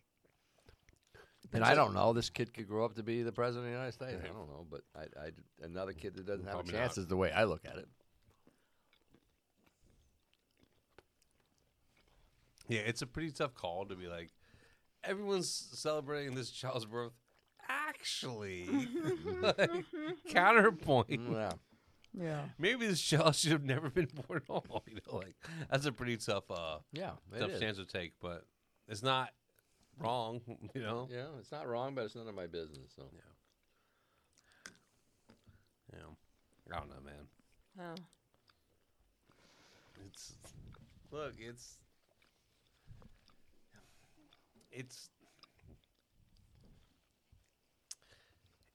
D: And I don't know. This kid could grow up to be the president of the United States. I don't know, but I, I, another kid that doesn't have a
E: Probably
D: chance
E: not.
D: is the way I look at it.
E: Yeah, it's a pretty tough call to be like, everyone's celebrating this child's birth. Actually, like, counterpoint.
D: Mm, Yeah.
C: Yeah.
E: Maybe this child should have never been born at all. You know, like that's a pretty tough, uh,
D: Yeah, it
E: tough
D: is.
E: stance to take, but it's not wrong. You know.
D: Yeah, it's not wrong, but it's none of my business. So.
E: Yeah. I don't know, man.
C: Oh.
E: It's look, it's it's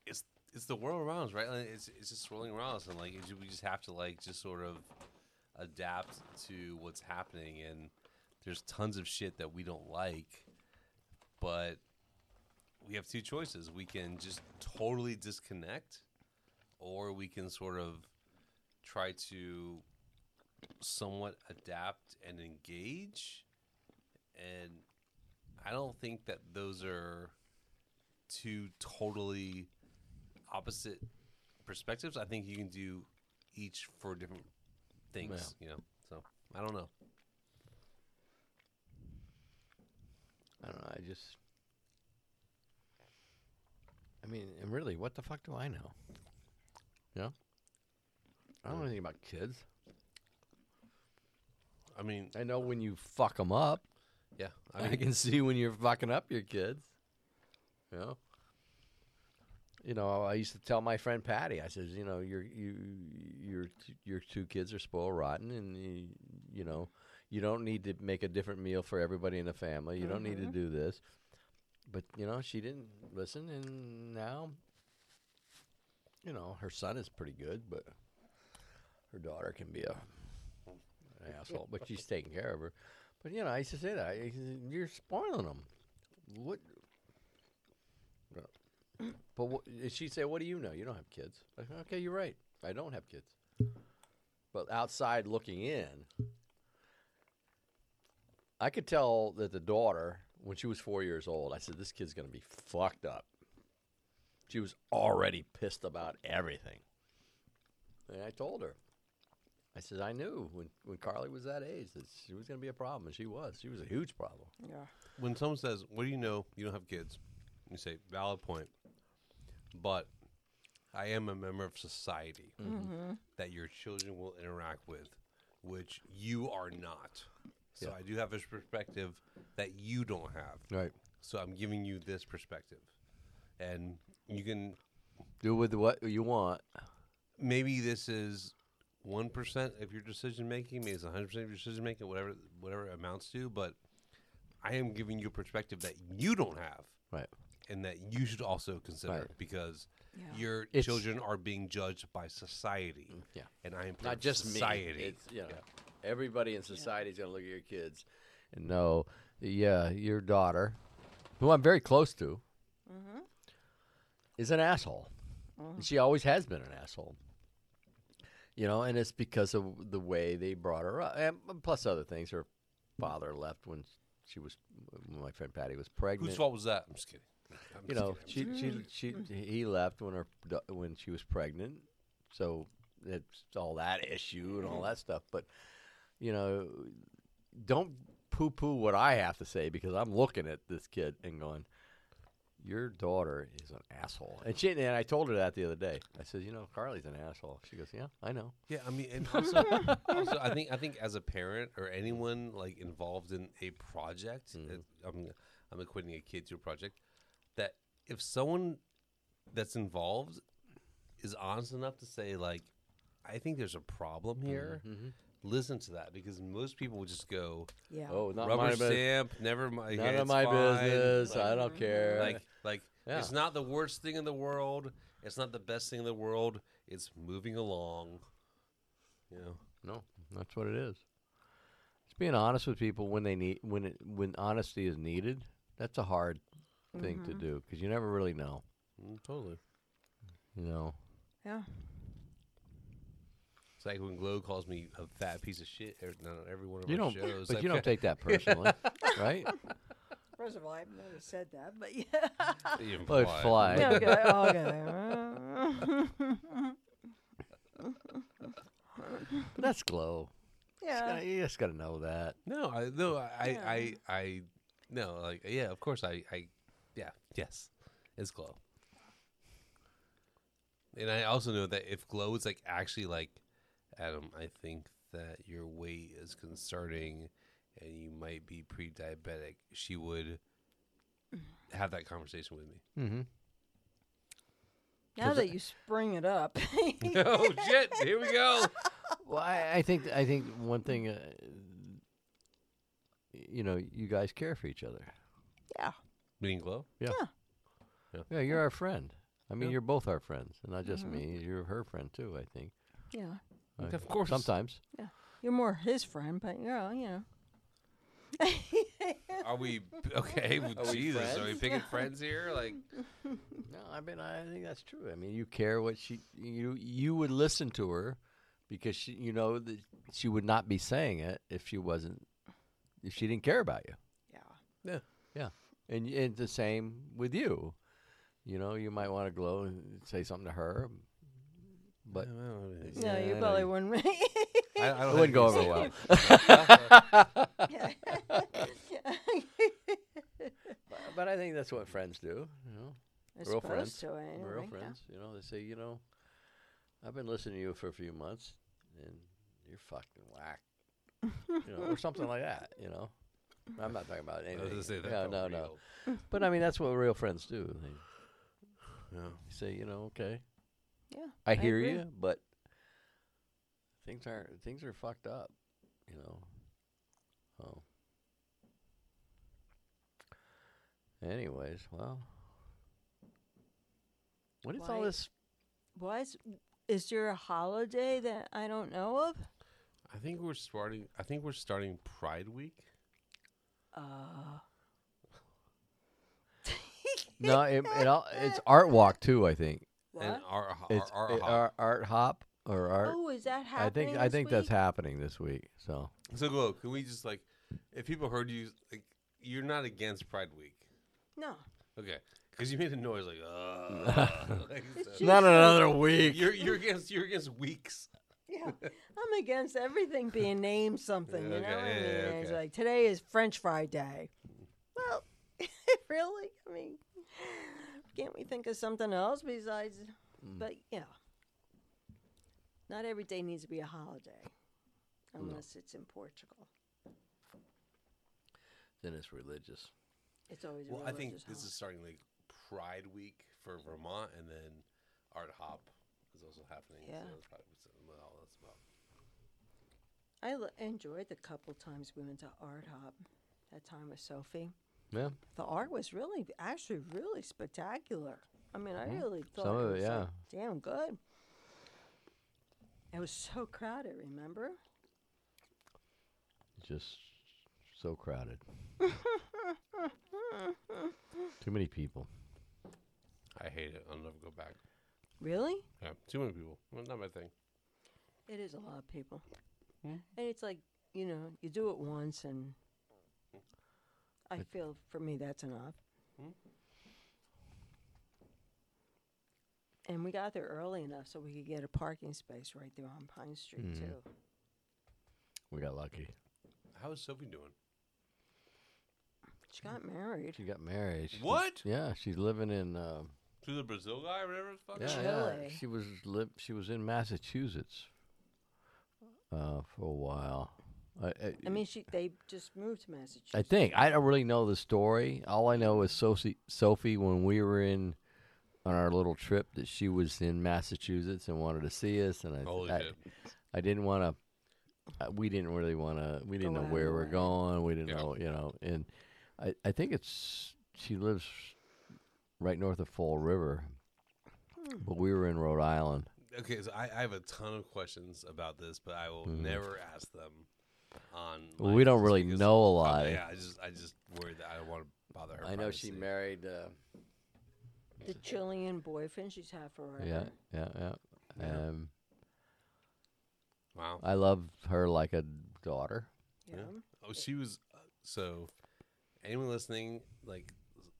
E: it's it's the world around us, right? Like, it's it's just swirling around us, and like it's- we just have to like just sort of adapt to what's happening. And there's tons of shit that we don't like, but we have two choices: we can just totally disconnect, or we can sort of try to somewhat adapt and engage and i don't think that those are two totally opposite perspectives i think you can do each for different things you know so i don't know
D: I don't know. I just. I mean, and really, what the fuck do I know? Yeah. I don't know anything about kids.
E: i mean
D: I know when you fuck them up.
E: yeah i
D: I,
E: mean
D: can see when you're fucking up your kids. You know. You know, I used to tell my friend Patty. I says, you know, your you your your two kids are spoiled rotten, and you, you know, you don't need to make a different meal for everybody in the family. You don't need
E: Mm-hmm.
D: to do this. But you know, she didn't listen, and now, you know, her son is pretty good, but her daughter can be a an asshole. But she's taking care of her. But you know, I used to say that I said, you're spoiling them. What? But what, and she'd say, "What do you know? You don't have kids." I said, okay, you're right. I don't have kids. But outside looking in, I could tell that the daughter, when she was four years old, I said, "This kid's gonna be fucked up." She was already pissed about everything, and I told her. I said, I knew when, when Carly was that age that she was going to be a problem, and she was. She was a huge problem.
C: Yeah.
E: when someone says what do you know you don't have kids you say valid point but i am a member of society that your children will interact with, which you are not. So
D: Yeah.
E: I do have a perspective that you don't have.
D: Right.
E: So I'm giving you this perspective. And you can
D: Do with what you want.
E: maybe this is 1% of your decision making, maybe it's 100% of your decision making, whatever whatever it amounts to, but I am giving you a perspective that you don't have
D: Right.
E: and that you should also consider
D: Right.
E: because
C: Yeah.
E: your
D: It's-
E: children are being judged by society.
D: yeah.
E: And I am part
D: Not
E: of
D: just
E: society.
D: me. It's, you know, Everybody in society's going to look at your kids and know, yeah, your daughter, who I'm very close to,
C: Mm-hmm.
D: is an asshole. And she always has been an asshole. You know, and it's because of the way they brought her up, and plus other things. Her father left when she was, when my friend Patty was pregnant.
E: Whose fault was that? I'm just kidding. I'm
D: you
E: just
D: know,
E: kidding.
D: she, she she he left when her da- when she was pregnant, so it's all that issue and all that stuff. But you know, don't poo poo what I have to say because I'm looking at this kid and going, "Your daughter is an asshole." And she and I told her that the other day. I said, "You know, Carly's an asshole." She goes, "Yeah, I know."
E: yeah, I mean, and also, also, I think I think as a parent or anyone like involved in a project,
D: Mm-hmm.
E: it- I'm I'm equating a kid to a project. That if someone that's involved is honest enough to say like, I think there's a problem here.
D: Mm-hmm.
E: Listen to that because most people would just go
C: Yeah.
D: Oh, not
E: rubber
D: my business.
E: stamp, never mind.
D: None of my business. I don't care.
E: Like, like
D: Yeah.
E: it's not the worst thing in the world. It's not the best thing in the world. It's moving along. You know.
D: No, that's what it is. It's being honest with people when they need when it, when honesty is needed. That's a hard thing to do because you never really know.
E: Mm, totally.
D: You know,
C: Yeah.
E: It's like when Glow calls me a fat piece of shit. Every, no, no, every one of
D: you
E: our
D: don't,
E: shows.
D: but
E: I've
D: you don't
E: got-
D: take that personally, right?
C: First of all, I've never said that, but yeah.
E: You
D: Well, it
E: imply.
D: flies.
C: Yeah, okay. okay.
D: But that's glow.
C: yeah.
D: you just got to know that.
E: No, I, no, I,
C: Yeah.
E: I, I, I, no, like, yeah, of course, I, I, yeah, yes, it's glow. And I also know that if glow is like actually like, Adam, I think that your weight is concerning, and you might be pre-diabetic. She would have that conversation with me.
D: Mm-hmm.
C: Now
D: 'Cause
C: that you spring it up.
E: oh shit! Here we go.
D: Well, I, I think I think one thing, uh, you know, you guys care for each other.
C: yeah.
E: Meaning glow.
D: Yeah, you're our friend. I mean,
E: Yeah. Mm-hmm.
D: you're both our friends, and not just me. You're her friend too. I think.
C: Yeah.
D: I-
E: Of course.
D: Sometimes.
C: You're more his friend, but you're, all, you know.
E: Are we okay?
B: Are we
E: Jesus, are we
B: friends?
E: picking friends here? Like,
D: No, I mean, I think that's true. I mean, you care what she you you would listen to her because she, you know that she would not be saying it if she wasn't if she didn't care about you.
C: Yeah.
E: yeah.
D: And y- and the same with you. You know, you might want to glow and say something to her, but
C: No, you
D: Yeah,
C: probably
D: I-
C: wouldn't.
E: I, I
D: it
E: don't
D: wouldn't go
E: think
D: over
E: it's-
D: well. But- But I think that's what friends do. You know,
C: They're
D: Real friends.
C: supposed to, anyway.
D: real
C: yeah.
D: friends. You know, they say, you know, I've been listening to you for a few months, and you're fucking whack, you know, or something like that. You know, I'm not talking about
E: I was
D: anything.
E: gonna say that
D: no,
E: felt
D: no, no.
E: real.
D: But I mean, that's what real friends do. They
E: Yeah.
D: say, you know, okay,
C: Yeah,
D: I, hear
C: agree.
D: you, but things are things are fucked up. You know. Oh. Anyways, well. What is all
C: Why-
D: this
C: Why is, is there a holiday that I don't know of?
E: I think we're starting. I think we're starting Pride Week.
C: Uh,
D: No, it, it all, it's art walk too. I think
C: what?
E: And our,
D: it's
E: our,
D: it- art, art hop or art.
C: oh, is that
D: I
C: happening?
D: think I
C: this
D: think that's
C: week?
D: happening this week. So
E: so go. Can we just like, if people heard you, like, you're not against Pride Week,
C: No.
E: okay? Because you made a noise like, uh, like,
C: It's
E: so-
C: just- Not another
D: week.
E: you're you're against you're against weeks.
C: Yeah, I'm against everything being named something. You know what I
E: Okay,
C: mean?
E: yeah,
C: It's
E: okay.
C: like today is French fry day. Well, really? I mean, can't we think of something else besides?
D: Hmm.
C: But yeah, not every day needs to be a holiday, unless it's in Portugal.
D: Then it's religious.
C: It's always.
E: Well,
C: a
E: I think
C: religious
E: this is starting like Pride Week for Vermont, and then Art Hop is also happening.
C: Yeah.
E: So that's probably what all that's about.
C: holiday. I l- enjoyed the couple times we went to Art Hop. That time with Sophie.
D: Yeah,
C: the art was really actually really spectacular. I mean, I really thought
D: Mm-hmm. Some of it,
C: was like,
D: yeah.
C: damn good. It was so crowded, remember?
D: just so crowded. Too many people.
E: I hate it. I'll never go back.
C: Really?
E: Yeah, too many people. Well, not my thing.
C: It is a lot of people. And it's like, you know, you do it once and I feel for me that's enough. And we got there early enough so we could get a parking space right there on Pine Street
D: Mhm.
C: too.
D: We got lucky.
E: How is Sophie doing?
C: She got married.
D: She got married. She's-
E: What?
D: Yeah, she's living in. Uh,
E: To the Brazil guy, or whatever. the fuck?
D: yeah, yeah,
C: Oh, Chile.
D: she was li- She was in Massachusetts uh, for a while. I, I,
C: I mean, she they just moved to Massachusetts.
D: I think I don't really know the story. All I know is Sophie, Sophie when we were in on our little trip that she was in Massachusetts and wanted to see us, and I
E: Holy
D: I,
E: shit.
D: I didn't want to. We didn't really want to. We didn't
C: Go
D: know
C: out
D: where
C: of the
D: we're
C: way.
D: going. We didn't
E: Yeah.
D: know, you know. And I, I think it's she lives right north of Fall River, but we were in Rhode Island.
E: Okay, so I, I have a ton of questions about this, but I will never ask them on.
D: Well,
E: my
D: Hmm. we don't
E: just
D: really
E: because-
D: know a
E: I'm-
D: lot.
E: yeah, I just I just worry that I don't want to bother her.
D: I know she
E: privacy.
D: married. Uh,
C: The Chilean boyfriend she's had forever.
D: yeah, yeah, yeah. Um,
E: Wow.
D: I love her like a daughter.
C: Yeah.
E: Yeah. Oh, she was so. Anyone listening, like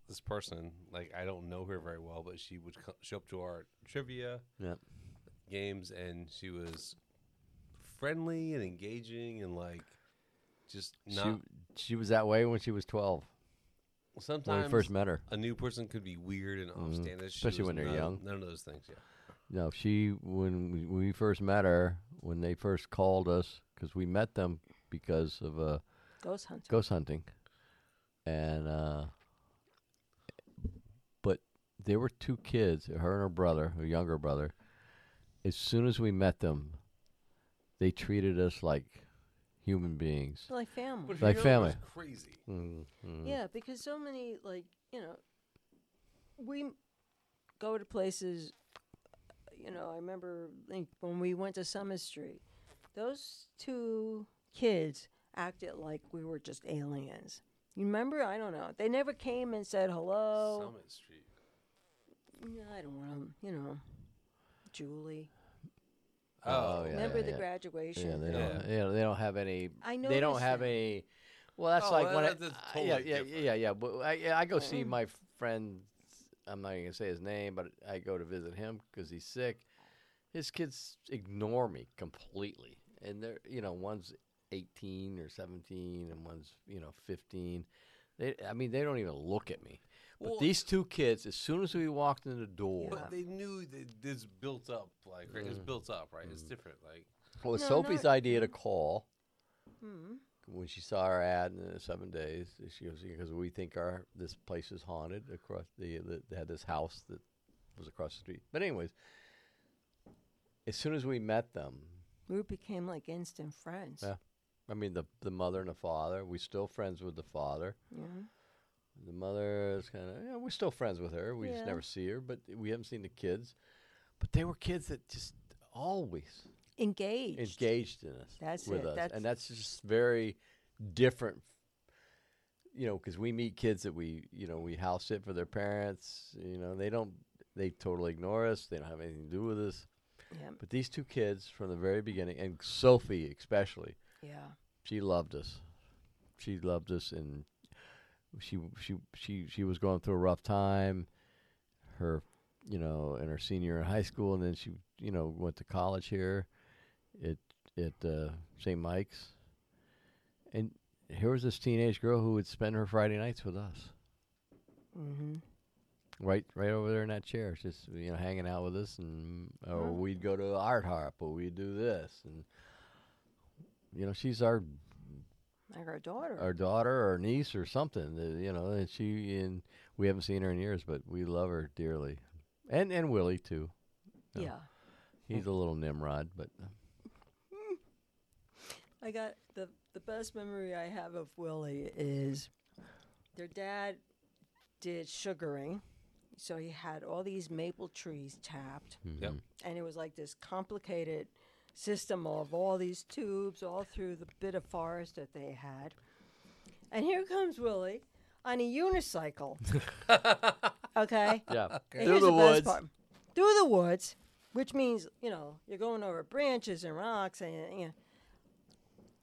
E: this person, like I don't know her very well, but she would co- show up to our trivia
D: Yeah.
E: games, and she was friendly and engaging, and like just not.
D: She she was that way when she was twelve when
E: sometimes
D: we first met her.
E: a new person could be weird and
D: Mhm.
E: off-standish, she
D: Especially
E: was
D: when they're
E: none-
D: young.
E: None of those things. Yeah.
D: No, she when we, when we first met her, when they first called us, because we met them because of uh,
C: Ghost hunter.
D: ghost hunting, and uh, but there were two kids, her and her brother, her younger brother. As soon as we met them, they treated us like human beings.
C: Like family.
E: But
D: Like
E: her younger was
D: family.
E: Crazy.
D: Mm, mm.
C: Oh. Yeah, because so many, like, you know, we m- go to places, uh, you know, I remember like, when we went to Summit Street, those two kids acted like we were just aliens. You remember? I don't know. They never came and said hello.
E: Summit Street.
C: Yeah, I don't want to, you know, Julie.
D: Oh, yeah.
C: remember the
D: yeah.
C: graduation?
D: Yeah, they
E: Yeah.
D: don't. Yeah, they don't have any.
C: I
D: They don't
C: noticed
D: have
C: that.
D: any. Well, that's
E: Oh,
D: like
E: well,
D: when
E: that- that's
D: I, uh, yeah,
E: totally
D: yeah,
E: different.
D: yeah, yeah. But I, yeah, I go see
C: Mhm.
D: my friend. I'm not even gonna say his name, but I go to visit him because he's sick. His kids ignore me completely, and they're you know one's 18 or 17, and one's you know 15. They, I mean, they don't even look at me. But
E: Well-
D: these two kids, as soon as we walked in the door,
E: But they knew that this built up, like right?
D: Mm.
E: it's built up, right? It's different, like
D: it was
C: No,
D: Sophie's
C: not-
D: idea to call.
C: Hmm.
D: when she saw our ad in the seven days, she goes because we think our this place is haunted across the, the they had this house that was across the street. But anyways, as soon as we met them,
C: We became like instant friends.
D: Yeah. I mean the the mother and the father, we still friends with the father.
C: Mhm.
D: The mother is kind of yeah, we're still friends with her. We
C: Yeah.
D: just never see her, but we haven't seen the kids. But they were kids that just always
C: Engaged.
D: engaged in us
C: That's
D: with
C: it.
D: us
C: That's-
D: and that's just very different you know because we meet kids that we you know we house sit for their parents you know they don't they totally ignore us they don't have anything to do with us
C: Yeah.
D: but these two kids from the very beginning and sophie especially
C: yeah.
D: she loved us she loved us and she she she she was going through a rough time her you know in her senior in high school and then she you know went to college here at at uh, St. Mike's and here was this teenage girl who would spend her Friday nights with us
C: hmm
D: right right over there in that chair just you know hanging out with us and or we'd go to art harp or we'd do this and you know she's our
C: Like our daughter.
D: our daughter or niece or something. uh, You know, and she and we haven't seen her in years, but we love her dearly, and and Willie too. No.
C: Yeah.
D: He's a little Nimrod, but
C: I got the the best memory I have of Willie is their dad did sugaring. So he had all these maple trees tapped
D: Mm-hmm.
E: Yep.
C: and it was like this complicated system of all these tubes all through the bit of forest that they had. And here comes Willie on a unicycle. okay?
D: yeah,
C: And here's the best part. Through the woods, which means, you know, you're going over branches and rocks and, you know,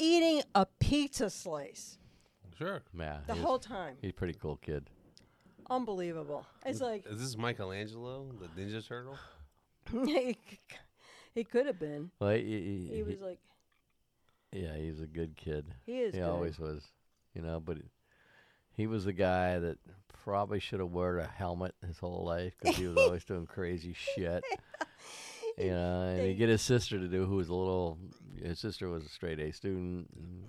C: eating a pizza slice
E: sure.
D: yeah.
C: the
D: he's,
C: whole time.
D: he's a pretty cool kid.
C: Unbelievable. It's like,
E: Is this Michelangelo, the Ninja Turtle?
C: he, c- he could have been.
D: Well, he, he-
C: He was
D: he-
C: like,
D: yeah, he's a good kid.
C: he is
D: he
C: good.
D: always was, you know. But it- he was the guy that probably should have wore a helmet his whole life because he was always doing crazy shit. You know, and
C: They-
D: he get his sister to do, who was a little. His sister was a straight A student. And,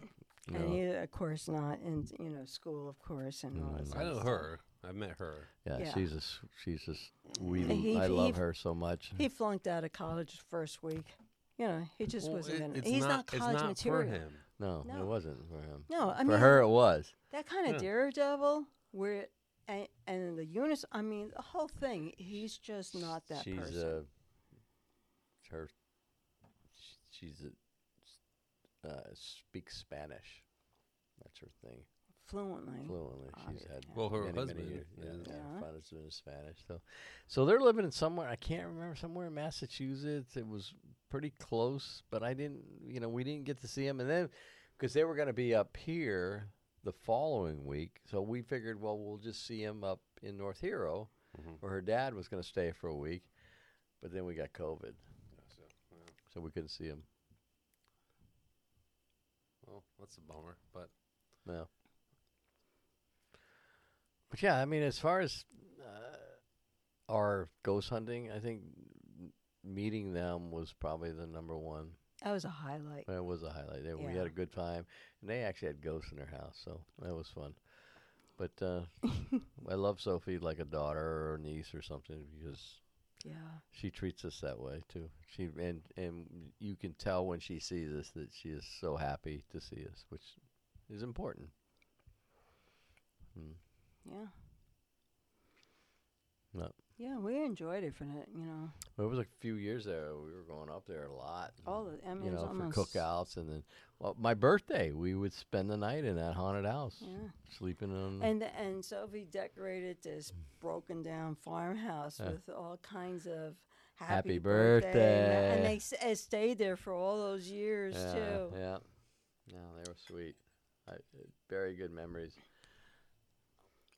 D: you
C: And
D: know,
C: he, of course, not in, you know, school, of course, and all this
E: Mm, I
C: other
E: know
C: stuff.
E: her. I met her.
D: yeah,
C: yeah.
D: she's just, she's just. We,
C: And he-
D: I
C: he-
D: love her so much.
C: He flunked out of college the first week. You know, he just
E: Well,
C: wasn't
E: it-
C: going
E: it's
C: to. He's not,
E: it's
C: college
E: not
C: material.
E: For him.
D: no,
C: No.
D: it wasn't for him.
C: No, I
D: for
C: mean,
D: her, it was.
C: That kind of
E: Yeah.
C: daredevil, where and, and the units. I mean, the whole thing. He's just not that
D: she's
C: person.
D: A, her. She's a uh, speaks Spanish. That's her thing
C: fluently.
D: fluently. She's had
E: Well, her
D: many,
E: husband
D: many years.
E: is-
D: Yeah,
C: Yeah.
D: her father's doing Spanish. So, so they're living in somewhere I can't remember somewhere in Massachusetts. It was pretty close, but I didn't. You know, we didn't get to see them, and then because they were going to be up here the following week, so we figured, well, we'll just see him up in North Hero,
E: Mm-hmm.
D: where her dad was going to stay for a week, but then we got COVID, so we couldn't see him.
E: Well, that's a bummer. But
D: No. But yeah, I mean, as far as uh, our ghost hunting, I think m- meeting them was probably the number one.
C: That was a highlight.
D: It was a highlight. They- We had
C: Yeah.
D: a good time, and they actually had ghosts in their house, so that was fun. But uh, I love Sophie like a daughter or niece or something because
C: Yeah.
D: she treats us that way too. She and and you can tell when she sees us that she is so happy to see us, which is important.
C: Yeah.
D: No.
C: Yeah, we enjoyed it for that, you know.
D: Well, it was a few years there. We were going up there a lot.
C: All
D: and,
C: the I mean
D: you
C: it was
D: know
C: almost
D: for cookouts and then well, my birthday. We would spend the night in that haunted house,
C: Yeah.
D: sleeping on.
C: And and Sophie decorated this broken down farmhouse
D: Yeah.
C: with all kinds of happy,
D: Happy
C: birthday,
D: birthday.
C: and they s- it stayed there for all those years
D: yeah,
C: too.
D: yeah, yeah, they were sweet. I, very good memories.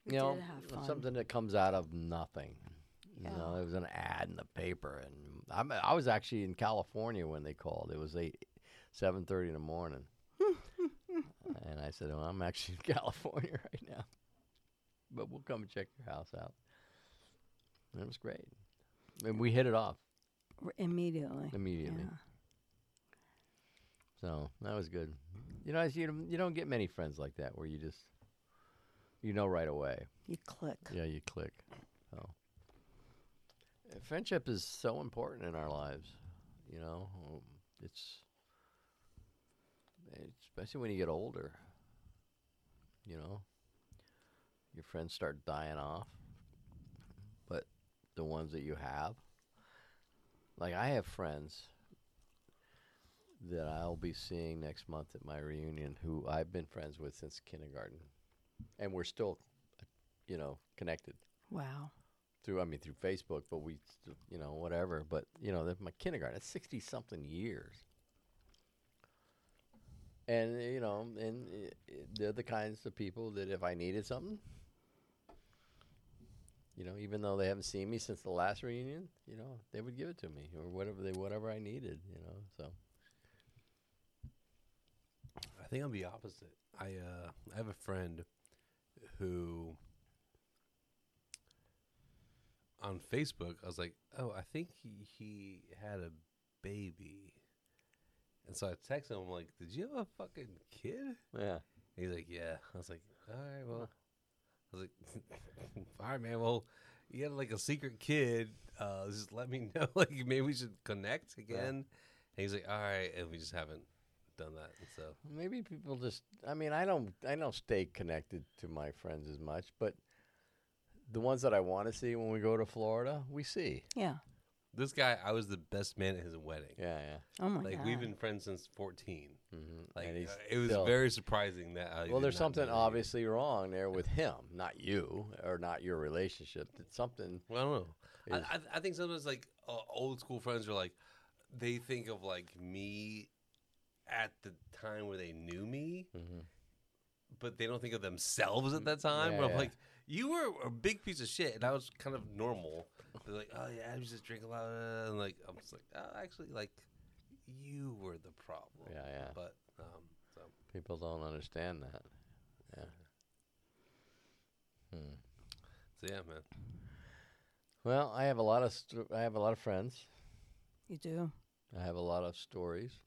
C: We
D: you know,
C: did have fun.
D: something that comes out of nothing. You know,
C: Yeah.
D: there was an ad in the paper, and I'm, I was actually in California when they called. It was eight, seven thirty in the morning, and I said, "Well, I'm actually in California right now, but we'll come and check your house out." And it was great, and we hit it off
C: R- immediately.
D: immediately.
C: Yeah.
D: So that was good. You know, it's- you don't- you don't get many friends like that where you just you know right away.
C: You click.
D: Yeah, you click. Oh. Uh, Friendship is so important in our lives, you know. Um, It's especially when you get older. You know, your friends start dying off, but the ones that you have, like I have friends that I'll be seeing next month at my reunion who I've been friends with since kindergarten, and we're still you know, connected
C: Wow.
D: through, I mean, through Facebook, but we, st- you know, whatever. But, you know, that's my kindergarten, that's 60 something years. And, you know, and i- i- they're the kinds of people that if I needed something, you know, even though they haven't seen me since the last reunion, you know, they would give it to me or whatever they, whatever I needed, you know, so.
E: I think I'm the opposite. I uh, I have a friend who on Facebook I was like, oh, I think he, he had a baby, and so I text him I'm like, did you have a fucking kid? And
D: Yeah.
E: he's like, yeah. I was like, all right, well, I was like, all right, man, well, you had like a secret kid. Uh, just let me know. Like maybe we should connect again. And he's like, all right, and we just haven't done that. And so.
D: Maybe people just. I mean, I don't. I don't stay connected to my friends as much, but the ones that I want to see when we go to Florida, we see.
C: Yeah.
E: This guy, I was the best man at his wedding.
D: Yeah, yeah.
C: Oh my
E: Like
C: god.
E: we've been friends since fourteen.
D: Mhm.
E: Like
D: And he's
E: uh, it was
D: still-
E: very surprising that. I
D: Well,
E: did
D: there's
E: not know
D: something
E: that he-
D: obviously wrong there with him, not you, or not your relationship. It's something.
E: Well, I don't know.
D: is-
E: I, I, I think sometimes like uh, old school friends are like, they think of like me at the time where they knew me,
D: Mm-hmm.
E: but they don't think of themselves at that time. But I'm
D: Mm, yeah.
E: like, you were a big piece of shit, and I was kind of normal. They're like, oh yeah, I was just drinking a lot, uh," and like I'm just like, oh, actually, like you were the problem.
D: Yeah, yeah.
E: But um, so.
D: People don't understand that.
E: So yeah, man.
D: Hmm. Well, I have a lot of. St- I have a lot of friends.
C: you do.
D: I have a lot of stories,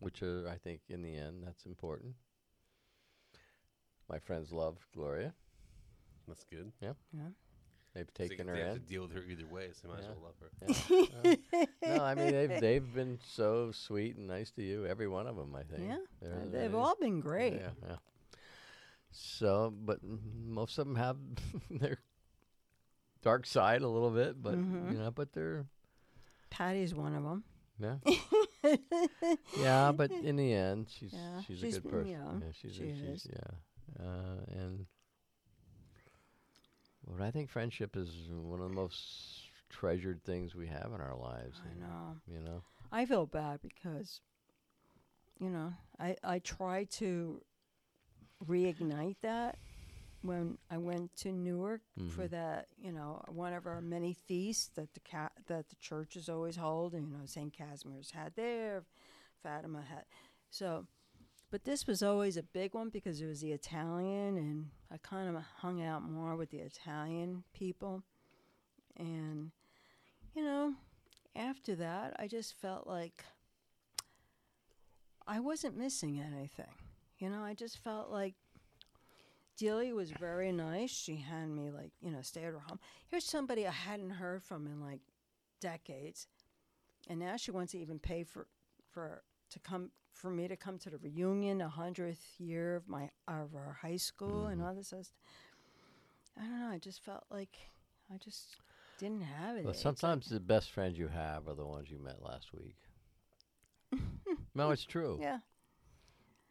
D: which are, I think, in the end, that's important. My friends love Gloria.
E: That's good.
D: They've
E: So you
D: taken
E: can-
D: her
E: they
D: in.
E: have to deal with her either way, so you might as
D: Yeah.
E: well love her.
D: no, I mean they've they've been so sweet and nice to you, every one of them. I think.
C: Yeah.
D: They're-
C: Uh,
D: they-
C: They've all been great.
D: Yeah, yeah. So, but m- most of them have their dark
C: Mm-hmm.
D: side a little bit, but you know, but they're
C: Patty's one of them.
D: yeah. yeah, but in the end, she's
C: Yeah,
D: she's,
C: she's-
D: a good person.
C: yeah,
D: she's,
C: she
D: a, she's
C: is.
D: yeah, uh, and but I think friendship is one of the most treasured things we have in our lives.
C: I
D: and,
C: know.
D: You know,
C: I feel bad because, you know, I, I tried to reignite that when I went to Newark for that, you know, one of our many feasts that the ca- that the church is always holding. You know, St. Casimir's had there, Fatima had. So, but this was always a big one because it was the Italian, and I kind of hung out more with the Italian people. And, you know, after that, I just felt like I wasn't missing anything. You know, I just felt like Delia was very nice. She had me like, you know, stay at her home. Here's somebody I hadn't heard from in like decades, and now she wants to even pay for for to come for me to come to the reunion, the hundredth year of my of our high school, and all this. I, was, I don't know. I just felt like I just didn't have it.
D: but
C: It's like-
D: sometimes the best friends you have are the ones you met last week. no, it's true.
C: yeah.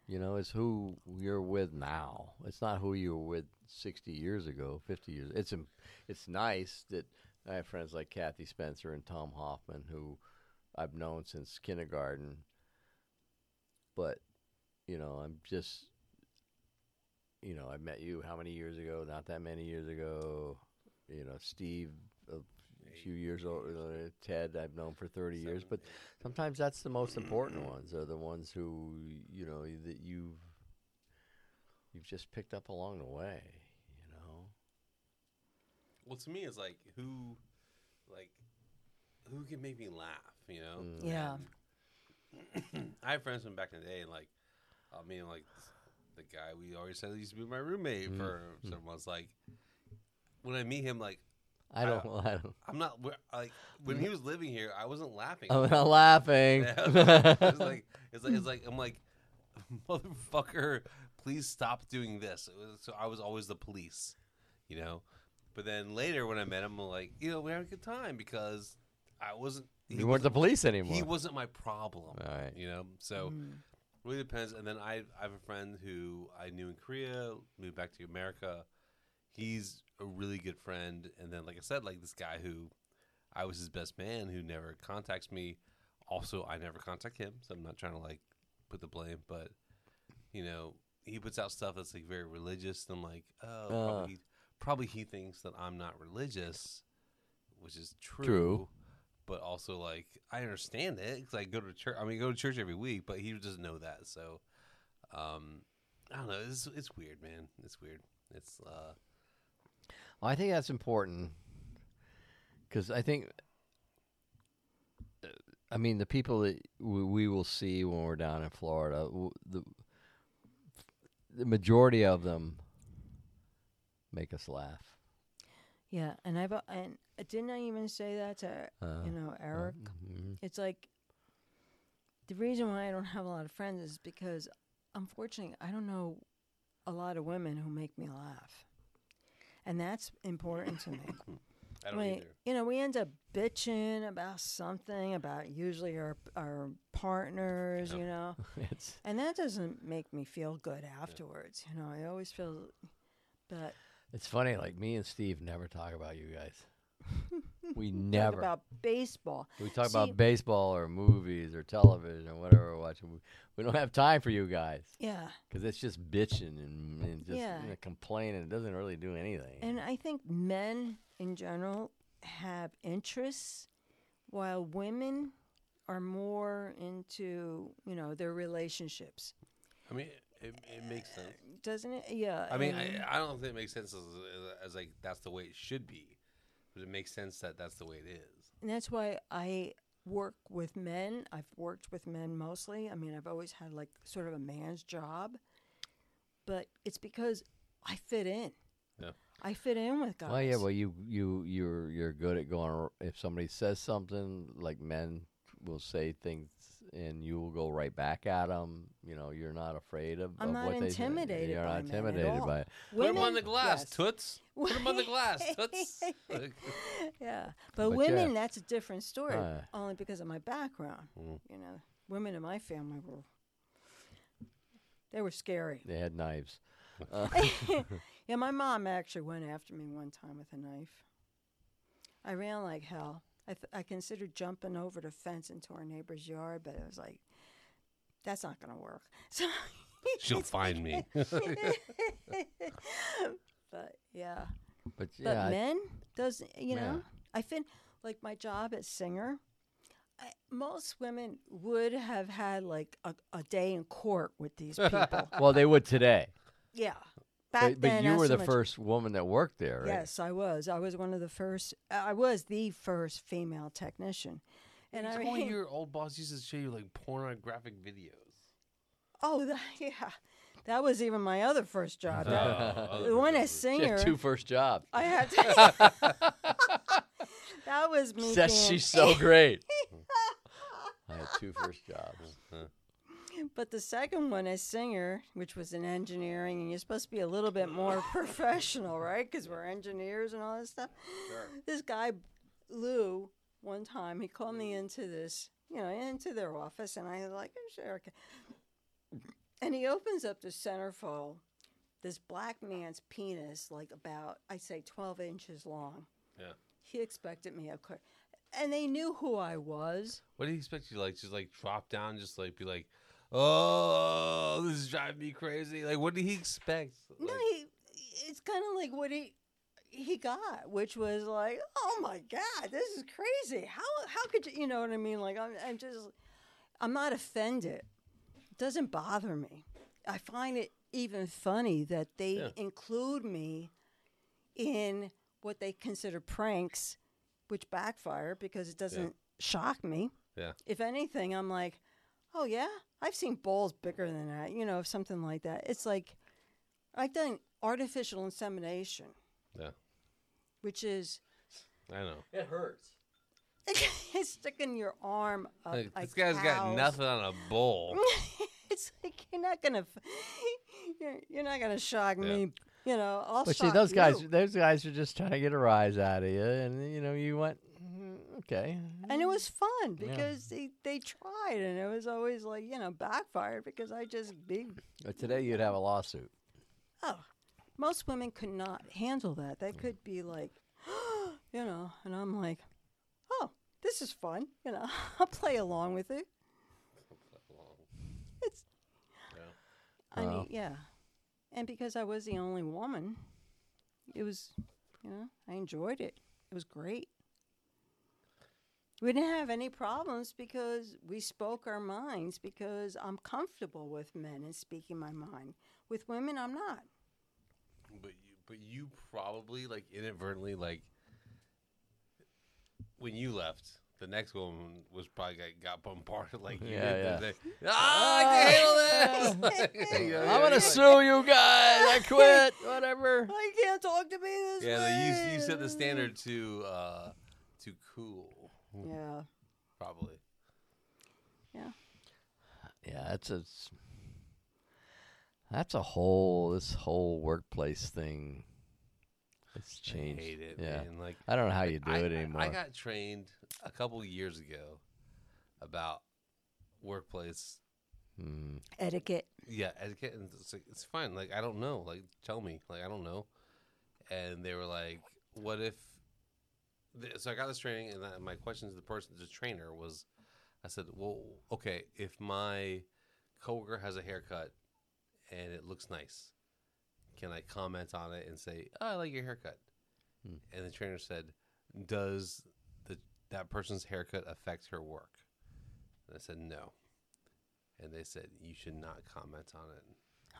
D: You know, it's who you're with now. It's not who you were with 60 years ago, 50 years. It's im- it's nice that I have friends like Kathy Spencer and Tom Hoffman who I've known since kindergarten. But you know, I'm just you know, I met you how many years ago? Not that many years ago. You know, Steve a few years older, Ted I've known for 30 years, but sometimes that's the most important ones are the ones who you know y- that you've you've just picked up along the way you know
E: Well, to me, it's like who, like, who can make me laugh? You know.
C: Yeah.
E: I had friends from back in the day, and like, I mean, like, the guy we always said used to be my roommate for several months. Like, when I meet him, like,
D: i don't i don't
E: I'm not we're- like when he was living here, I wasn't laughing.
D: i'm not laughing
E: Yeah, it's like it's like it's like I'm like, motherfucker, please stop doing this. It was, so I was always the police, you know. But then later when I met him, like you know, we had a good time because I wasn't. he
D: you weren't the police anymore
E: he wasn't my problem.
D: All right.
E: You know, so really depends. And then I, I have a friend who I knew in Korea, moved back to America. He's a really good friend. And then, like I said, like this guy who I was his best man who never contacts me. Also, I never contact him, so I'm not trying to like put the blame, but you know, he puts out stuff that's like very religious. And I'm like, oh,
D: Uh.
E: probably, he, probably he thinks that I'm not religious, which is true. But also, like, I understand it because I go to church. I mean, go to church every week, but he doesn't know that. So, um, I don't know. It's it's weird, man. It's weird. It's uh,
D: Well, I think that's important because I think, uh, I mean, the people that we, we will see when we're down in Florida, w- the the majority of them make us laugh.
C: Yeah, and I've al- and uh, didn't I even say that to
D: Uh,
C: you know Eric?
D: Mhm.
C: It's like the reason why I don't have a lot of friends is because, unfortunately, I don't know a lot of women who make me laugh, and that's important to me.
E: I don't
C: Wait,
E: either.
C: You know, we end up bitching about something about usually our our partners, you know.
D: It's
C: And that doesn't make me feel good afterwards. You know, I always feel, but
D: it's funny. Like me and Steve never talk about you guys. We never.
C: talk about baseball.
D: we talk
C: See-
D: about baseball or movies or television or whatever we're watching. We, we don't have time for you guys.
C: Yeah.
D: Because it's just bitching and, and just
C: Yeah.
D: you know, complaining. It doesn't really do anything.
C: And I think men in general have interests, while women are more into you know their relationships,
E: I mean, it, it makes sense.
C: doesn't it? Yeah.
E: I mean,
C: and-
E: I, I don't think it makes sense as, as, as like that's the way it should be, but it makes sense that that's the way it is.
C: and that's why I work with men. I've worked with men mostly. I mean, I've always had like sort of a man's job, but it's because I fit in.
E: Yeah.
C: I fit in with guys.
D: well, yeah, well, you you you're you're good at going. ar- If somebody says something, like men will say things, and you will go right back at them. You know, you're not afraid of.
C: I'm
D: of
C: not
D: what they say.
C: intimidated
D: You're
C: by
D: not
C: men at
D: intimidated
C: all.
D: by it.
E: Put him on
C: Women-
E: the glass,
C: yes.
E: toots. Put him on the glass, toots. Like,
C: Yeah,
D: But
C: but,
D: yeah.
C: women, that's a different story,
D: Uh, Mm.
C: only because of my background. You know, women in my family were. They were scary.
D: They had knives. Uh,
C: yeah, my mom actually went after me one time with a knife. I ran like hell. I, th- I considered jumping over the fence into our neighbor's yard, but I was like, that's not going to work. So
E: She'll find me.
C: but yeah.
D: But yeah,
C: But
D: I-
C: men does you
D: Yeah.
C: know? I fin like my job at Singer. I, most women would have had like a, a day in court with these people.
D: well, they would today.
C: yeah,
D: But, but
C: then,
D: you
C: not
D: were
C: so
D: the
C: much.
D: first woman that worked there, right?
C: Yes, I was. I was one of the first. I was the first female technician, and I
E: All
C: mean,
E: your old boss used to show you like pornographic videos.
C: oh th- yeah, that was even my other first job.
D: Oh,
C: That, the one at
D: She
C: Singer,
D: had two first jobs.
C: I had. To, that was me.
D: Says
C: being-
D: she's so great. I had two first jobs.
C: But the second one is singer, which was in engineering, and you're supposed to be a little bit more professional, right? Because we're engineers and all that stuff. This guy, Lou, one time he called me into this, you know, into their office, and I was like, "Oh, sure, okay. And he opens up the centerfold, this black man's penis, like about, I'd say, 12 inches long.
E: Yeah.
C: He expected me, of course. And they knew who I was.
E: What do you expect you to, like? Just like drop down, just like be like, oh, this is driving me crazy. Like, what did he expect?
C: No,
E: Like,
C: he. It's kind of like what he he got, which was like, oh my god, this is crazy. How how could you? You know what I mean? Like I'm I'm just I'm not offended. It doesn't bother me. I find it even funny that they
E: Yeah.
C: include me in what they consider pranks, which backfire because it doesn't shock me.
E: Yeah.
C: If anything, I'm like, oh yeah, I've seen balls bigger than that. You know, something like that. It's like I've done artificial insemination,
E: yeah,
C: which is
E: I know.
F: It hurts.
C: it's sticking your arm up.
E: Like,
C: like
E: this guy's got
C: cows.
E: nothing on a bowl.
C: It's like you're not gonna, f- you're, you're not gonna shock
E: Yeah.
C: me. You know, I'll
D: But see,
C: shock
D: those guys,
C: you.
D: those guys are just trying to get a rise out of you, and you know, you went, "Mm, okay.
C: And it was fun because they, they tried, and it was always like you know backfired because I just be
D: But today, you'd have a lawsuit.
C: oh, most women could not handle that. That could be like, you know, and I'm like, oh, this is fun. You know, I'll play along with it. It's, I
D: Wow.
C: mean, yeah, and because I was the only woman, it was, you know, I enjoyed it. It was great. We didn't have any problems because we spoke our minds because I'm comfortable with men and speaking my mind. With women, I'm not.
E: But you, but you probably like inadvertently like when you left, the next woman was probably got, got bombarded like you
D: Yeah,
E: did.
D: yeah.
E: They're like, Ah, I can handle this. Like, you know,
D: I'm gonna
E: yeah,
D: sue you guys. I quit. Whatever.
C: I can't talk to me this
E: Yeah,
C: way.
E: like, you you set the standard to uh to cool
C: Yeah,
E: probably.
D: Yeah, that's a s- that's a whole this whole workplace thing. It's changed.
E: I hate it.
D: yeah,
E: man. like
D: I don't know how you do
E: I,
D: it
E: I-
D: anymore.
E: I got trained a couple years ago about workplace
D: Mm.
C: etiquette.
E: Yeah, etiquette. And it's like, it's fine. Like I don't know. Like tell me. Like I don't know. And they were like, "What if?" th- So I got this training, and I- my question to the person, the trainer, was, I said, "Well, okay, if my coworker has a haircut and it looks nice, can I comment on it and say, oh, I like your haircut?'"
D: Hmm.
E: And the trainer said, "Does the that person's haircut affect her work?" And I said, "No." And they said, "You should not comment on it."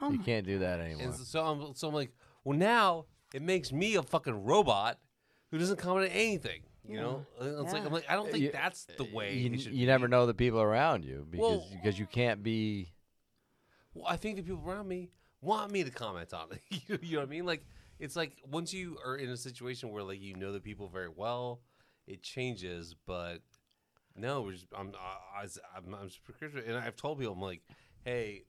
C: Oh
D: you
C: my,
D: can't do that anymore.
E: And so, so I'm so I'm like, well, now it makes me a fucking robot who doesn't comment on anything. You know, And it's like
C: Yeah.
E: I'm like I don't think
D: You-
E: that's the way
D: you,
E: it
D: n-
E: should
D: you never know the people around you because
E: Well-
D: because you can't be.
E: well, I think the people around me want me to comment on it. you, you know what I mean? Like, it's like once you are in a situation where like you know the people very well, it changes. But no, we're just, I'm I, I, was- I'm I'm just prescriptive, and I've told people I'm like, hey,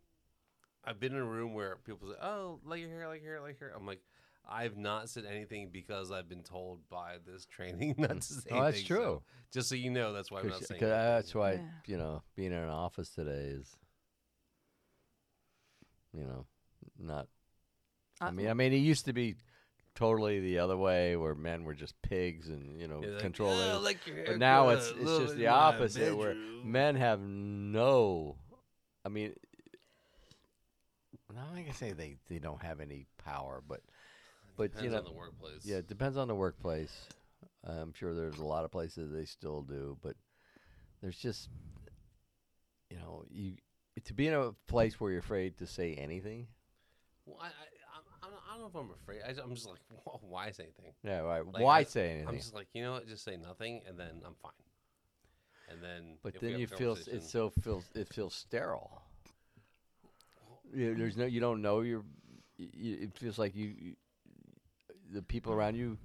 E: I've been in a room where people say, oh, like your hair, like your hair, like your hair. I'm like, I've not said anything because I've been told by this training not to say anything.
D: Oh, that's
E: so-
D: true. uh,
E: just so you know, that's why I'm not
D: Cause-
E: saying.
D: 'cause that's
E: anything.
D: why
C: Yeah.
D: you know being in an office today is, you know, not. I
C: Uh,
D: mean, I mean, it used to be totally the other way where men were just pigs and you know
E: You're like,
D: control
E: "Oh, I
D: everything.
E: like your
D: But now
E: haircut,
D: it's
E: I
D: it's
E: love
D: just
E: it
D: the
E: in my
D: opposite where
E: bedroom."
D: men have no. I mean, not like I say they they don't have any power, but but
E: Depends
D: you know
E: on the workplace.
D: yeah, it depends on the workplace. I'm sure there's a lot of places they still do, but there's just you know, you to be in a place where you're afraid to say anything.
E: Well, I, I, I'm- I'm not- I don't know if I'm afraid. I, am just like, "Wh- why say anything?
D: Yeah, right.
E: Like,
D: Why
E: I-
D: say anything?
E: I'm just like, you know what? Just say nothing, and then I'm fine. And then,
D: but
E: if we
D: then
E: have
D: you
E: a
D: feel s- it
E: conversation-
D: so feels it feels sterile. You, there's no you don't know you're you, it feels like you, you the people around you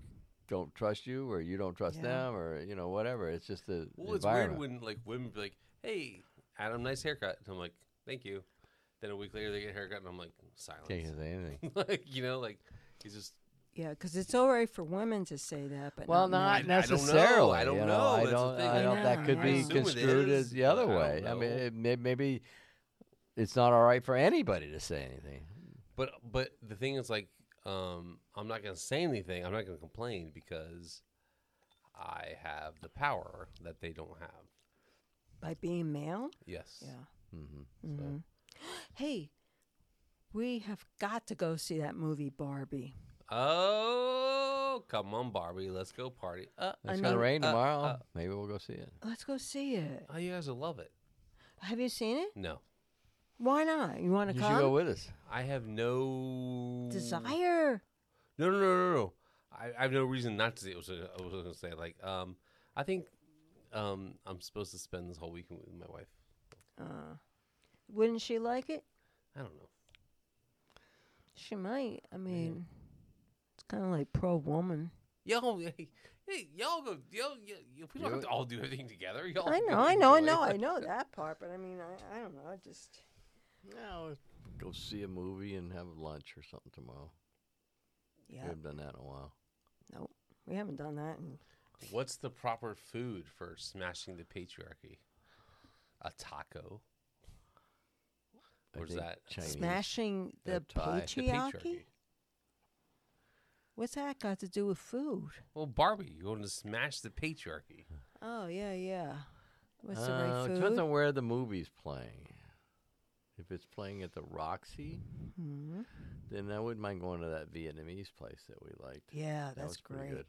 D: don't trust you or you don't trust
C: Yeah.
D: them or you know whatever. It's just the
E: Well, it's weird
D: environment.
E: when like women be like, "Hey, Adam, nice haircut," and I'm like, "Thank you." Then a week later, they get a haircut, and I'm like,
D: Can't
E: silence.
D: say anything.
E: like you know, like it's just
C: Yeah, because it's all right for women to say that, but
D: Well, not
C: not men.
E: I don't know.
D: necessarily.
E: I don't
D: you
E: know.
D: I
E: That's the
D: don't.
E: thing.
D: I
C: I
D: don't. That
C: know,
D: could
C: I
D: be
C: assume it
D: construed
E: is,
D: as the other
E: but I
D: way.
E: don't
D: I mean,
E: know.
D: it may, maybe it's not all right for anybody to say anything.
E: But but the thing is like um I'm not gonna say anything. I'm not gonna complain because I have the power that they don't have.
C: by being male.
E: Yes.
C: Yeah.
D: hmm
C: Mhm. Hey, we have got to go see that movie Barbie.
E: Oh come on, Barbie, let's go party. Uh,
D: It's
C: I
D: gonna
C: mean,
D: rain
E: uh,
D: tomorrow.
E: uh,
D: maybe we'll go see it.
C: Let's go see it.
E: oh, you guys will love it.
C: Have you seen it?
E: No,
C: Why not? You want
D: You
C: to
D: should go
C: come?
D: with us.
E: I have no
C: Desire.
E: No, no, no, no, no. I, I have no reason not to say. I was, gonna- I was gonna say like um I think um I'm supposed to spend this whole weekend with my wife.
D: Mm.
C: Uh, wouldn't she like it?
E: I don't know.
C: She might. I mean, it's kind of like pro woman.
E: Y'all, hey, hey, y'all go. Y'all, y'all, we don't have to all do everything together. Y'all
C: I
E: go
C: know, Oh, I know, I
E: enjoy.
C: know, I know that part, but I mean, I, I don't know. I just
D: No, go see a movie and have lunch or something tomorrow.
C: yeah,
D: We haven't done that in a while.
C: nope. We haven't done that. In,
E: What's the proper food for smashing the patriarchy? A taco.
D: I
E: Or is
D: think
E: that-
D: Chinese?
C: smashing the
D: They're tied.
E: The
C: patriarchy. What's that got to do with food?
E: Well, Barbie, you're going to smash the patriarchy.
C: Oh yeah, yeah. What's the
D: Uh,
C: right
D: it depends
C: food?
D: on where the movie's playing. If it's playing at the Roxy,
C: Mhm.
D: then I wouldn't mind going to that Vietnamese place that we liked.
C: Yeah,
D: That
C: that's
D: was pretty
C: great.
D: good.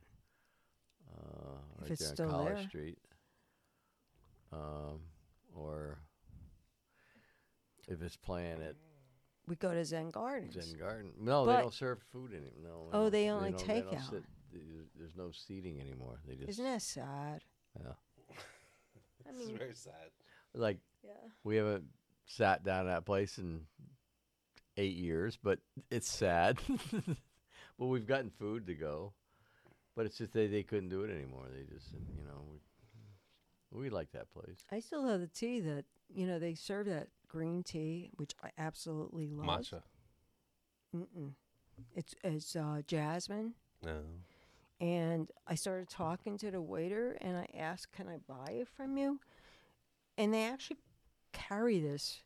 D: Uh,
C: If
D: right
C: it's
D: there
C: still
D: on College
C: there.
D: Street. Um, or if it's playing at
C: We go to Zen Gardens.
D: Zen Garden. No,
C: But-
D: they don't serve food anymore. No.
C: Oh,
D: don't-
C: they only
D: don't-
C: take
D: don't
C: out.
D: sit- there's- There's no seating anymore. They just
C: Isn't that sad?
D: yeah.
C: I
E: This is
C: mean,
E: very sad.
D: like
C: yeah.
D: we haven't sat down at that place in eight years, but it's sad. but we've gotten food to go, but it's just they they couldn't do it anymore. They just you know we we like that place.
C: I still have the tea that you know they serve that green tea, which I absolutely love.
E: Matcha.
C: Mm-mm. It's it's uh, jasmine,
E: No.
C: and I started talking to the waiter, and I asked, "Can I buy it from you?" And they actually carry this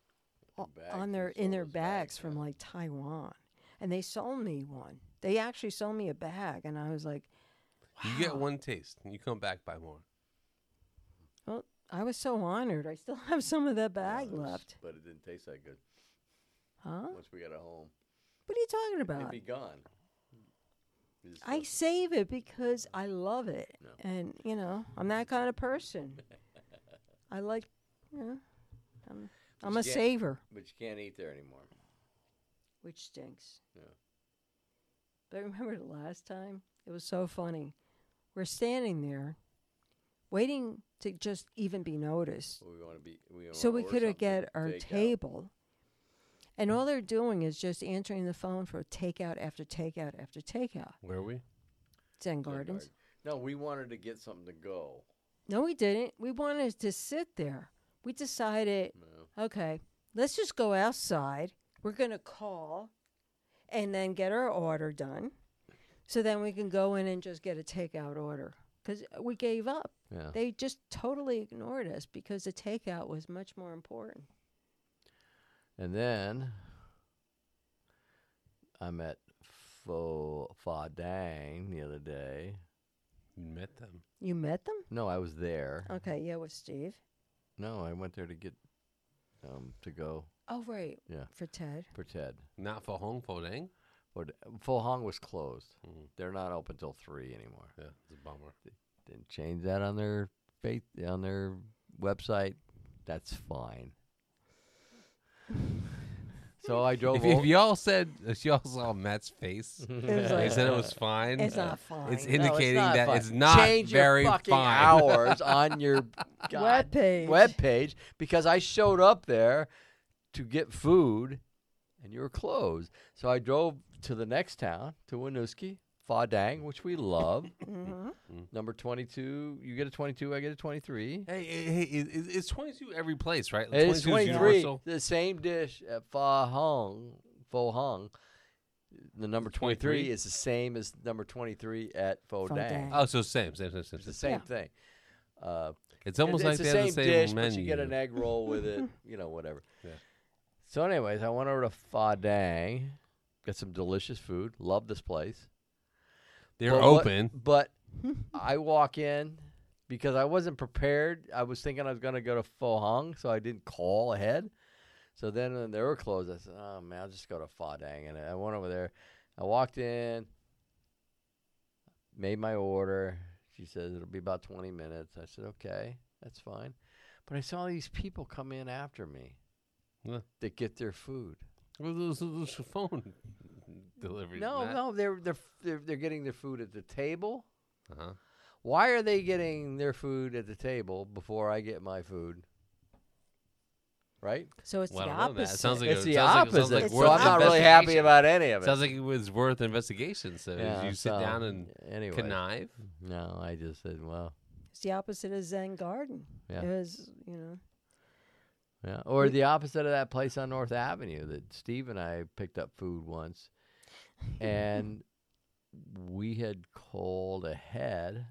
C: o-
D: bags,
C: on
D: they
C: their
D: sell
C: in their
D: those
C: bags
D: bags,
C: from
D: yeah.
C: like Taiwan, and they sold me one. They actually sold me a bag, and I was like,
E: You get one taste, and you come back by more.
C: "Well, I was so honored. I still have some of that bag left,
D: but it didn't taste that good
C: huh?"
D: once we got it home.
C: What are you talking
B: It'd
C: about?
B: be gone.
C: I save it because I love it, and you know I'm that kind of person. I like, you know, I'm I'm a
D: Just get-
C: saver,
D: But you can't eat there anymore.
C: which stinks.
D: Yeah.
C: But remember the last time? It was so funny. We're standing there, waiting to just even be noticed,
D: We want to be. We
C: so
D: wanna
C: we
D: order
C: could have
D: something
C: get our
D: takeout.
C: table. And all they're doing is just answering the phone for takeout after takeout after takeout.
E: Where are we?
C: Zen
D: Zen
C: Gardens.
D: Garden. No, we wanted to get something to go.
C: No, we didn't. We wanted to sit there. We decided, okay, let's just go outside. We're going to call and then get our order done. So then we can go in and just get a takeout order because we gave up.
E: Oh.
D: Yeah.
C: They just totally ignored us because the takeout was much more important.
D: And then I met Fo Fadang the other day.
E: You met them.
C: You met them?
D: No, I was there.
C: Okay, yeah, with Steve.
D: No, I went there to get um to go
C: Oh, right.
D: Yeah.
C: For Ted.
D: for Ted.
E: Not for Hong Fo Dang.
D: But Fo Hong was closed.
E: Mm.
D: They're not open till three anymore.
E: Yeah, it's a bummer.
D: Didn't change that on their faith on their website. That's fine. so I drove.
E: If, if
D: o-
E: y'all said, if y'all saw Matt's face,
C: It was
E: they
C: like,
E: said it was fine.
C: it's not fine.
E: uh, It's
D: No,
E: indicating
D: not
E: that
D: fine.
E: it's not
D: Change
E: very
D: your fucking
E: fine.
D: hours on your
C: Web
D: god
C: page.
D: webpage because I showed up there to get food and you were closed. So I drove to the next town, to Winooski, Fadang, which we love.
C: hmm
D: Number 22, you get a 22, I get a 23.
E: Hey, hey, hey it, it- it's 22 every place, right?
D: And it's
E: 22 is
D: 23,
E: universal.
D: the same dish at Fa Hong, Fo Hong. The number 23,
E: 23?
D: is the same as number 23 at Fo
C: Fo
D: Dang.
C: Dang.
E: Oh, so same, same, same, same.
D: It's the
E: same.
D: same
C: Yeah.
D: thing. Uh,
E: It's almost
D: it's
E: like
D: the
E: they
D: same,
E: have the same
D: dish,
E: menu.
D: but you get an egg roll with it. You know, whatever.
E: Yeah.
D: So, anyways, I went over to Fadang, got some delicious food. Love this place.
E: They're
D: But what-
E: open.
D: but I walk in because I wasn't prepared. I was thinking I was going to go to Fo Hong, so I didn't call ahead. So then when they were closed, I said, "Oh man, I'll just go to Fadang." And I went over there. I walked in, made my order. She says it'll be about 20 minutes. I said, "Okay, that's fine." But I saw these people come in after me
E: Yeah.
D: that get their food.
E: Well, those, those are phone delivery.
D: No, no, they're, they're they're they're getting their food at the table.
E: Uh-huh.
D: Why are they getting their food at the table before I get my food? Right?
C: So it's
E: Well,
C: the
E: I don't know, Matt.
C: opposite.
E: It sounds like
D: it's
E: it
D: the
E: sounds
D: opposite.
E: like- it sounds like
C: opposite,
D: so
E: worth
D: I'm not really happy
E: investigation.
D: about any of it.
E: Sounds like it was worth investigation. So
D: Yeah,
E: you sit
D: so,
E: down and
D: anyway,
E: connive.
D: No, I just said, well,
C: it's the opposite of Zen Garden.
D: Yeah.
C: It was, you know.
D: yeah. Or the opposite of that place on North Avenue that Steve and I picked up food once, and we had called ahead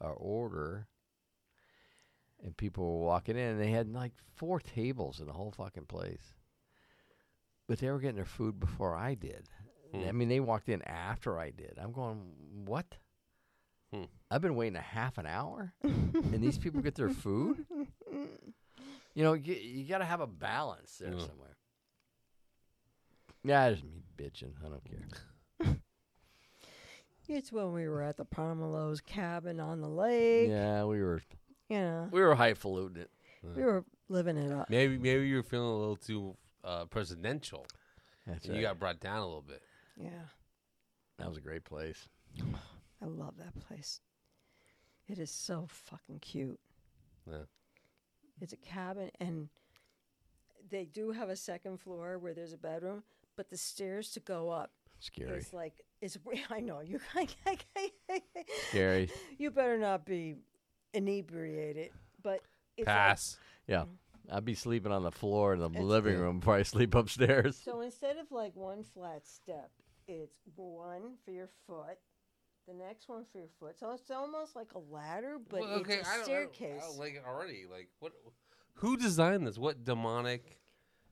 D: our order, and people were walking in, and they had like four tables in the whole fucking place. But they were getting their food before I did. I
E: Hmm.
D: mean, they walked in after I did. I'm going, what?
E: Hmm.
D: I've been waiting a half an hour, and these people get their food. You know, you, you got to have a balance there
E: Yeah.
D: somewhere. Yeah, just me bitching. I don't care.
C: It's when we were at the Pomolo's cabin on the lake.
D: Yeah, we were
C: You know,
D: we were highfalutin. It.
C: we were living it up.
E: Maybe maybe you were feeling a little too uh, presidential.
D: That's
E: and
D: right.
E: You got brought down a little bit.
C: Yeah.
D: that was a great place.
C: I love that place. It is so fucking cute.
E: Yeah.
C: It's a cabin, and they do have a second floor where there's a bedroom, but the stairs to go up
D: Scary,
C: is like is. I know you.
D: scary.
C: you better not be inebriated, but it's like-
E: Pass.
D: Yeah, I'd be sleeping on the floor in the
C: It's-
D: living room before I sleep upstairs.
C: So instead of like one flat step, it's one for your foot, the next one for your foot. So it's almost like a ladder, but
E: Well,
C: it's
E: I
C: a
E: don't- I
C: staircase.
E: don't, I don't like it already. Like what? Who designed this? What demonic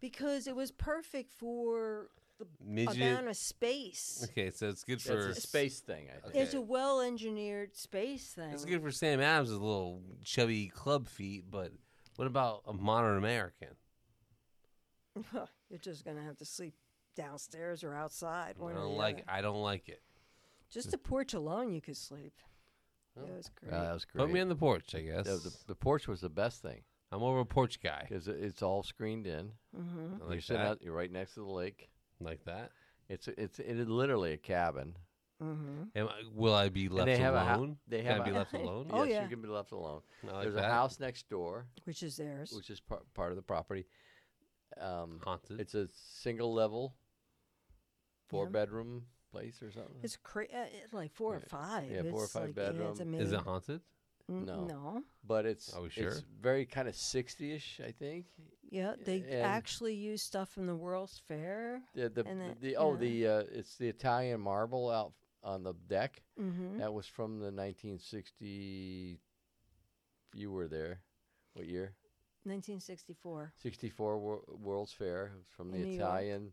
C: because it was perfect for the
E: midget?
C: amount of space.
E: Okay, so it's good for
D: That's a space thing. I think.
E: Okay.
C: It's a well engineered space thing.
E: It's good for Sam Adams' little chubby club feet, but what about a modern American?
C: You're just gonna have to sleep downstairs or outside.
E: I
C: One or
E: don't
C: the
E: like.
C: other.
E: I don't like it.
C: Just the porch alone, you could sleep.
E: Oh.
C: It was great.
D: Uh, that was great.
E: Put me on the porch, I guess.
D: the, the, the porch was the best thing
E: I'm more of a porch guy.
D: because it's all screened in.
C: mm-hmm.
E: I
D: you're
E: Like
D: sitting
E: that.
D: out. You're right next to the lake.
E: Like that.
D: It's it's it is literally a cabin.
C: Mm-hmm.
E: Am I, will I be left
D: they have a hou-
E: alone?
D: they
E: Can
D: have
E: I be
D: a-
E: left alone?
C: Oh,
D: yes,
C: yeah.
D: you can be left alone.
E: I like
D: There's
E: that.
D: a house next door,
C: Which is theirs.
D: which is par- part of the property. Um,
E: haunted.
D: it's a single level, four
C: Yeah.
D: bedroom place or something.
C: It's cra- uh, it's like four or
D: Yeah.
C: five.
D: Yeah, four or
C: It's
D: five
C: like,
D: bedroom. Is
C: It's
E: Is it
C: amazing.
E: haunted?
C: Mm,
D: No.
C: No.
D: but it's
E: Are we
D: it's
E: Oh, sure?
D: very kind of sixty-ish, I think.
C: Yeah, they
D: And-
C: actually use stuff from the World's Fair.
D: The the,
C: And
D: the,
C: the-
D: oh
C: yeah.
D: the uh, it's the Italian marble out on the deck.
C: Mm-hmm.
D: That was from the 1960. You were there. What year?
C: 1964.
D: 64 Wor- World's Fair. It was from the
C: In New York.
D: Italian.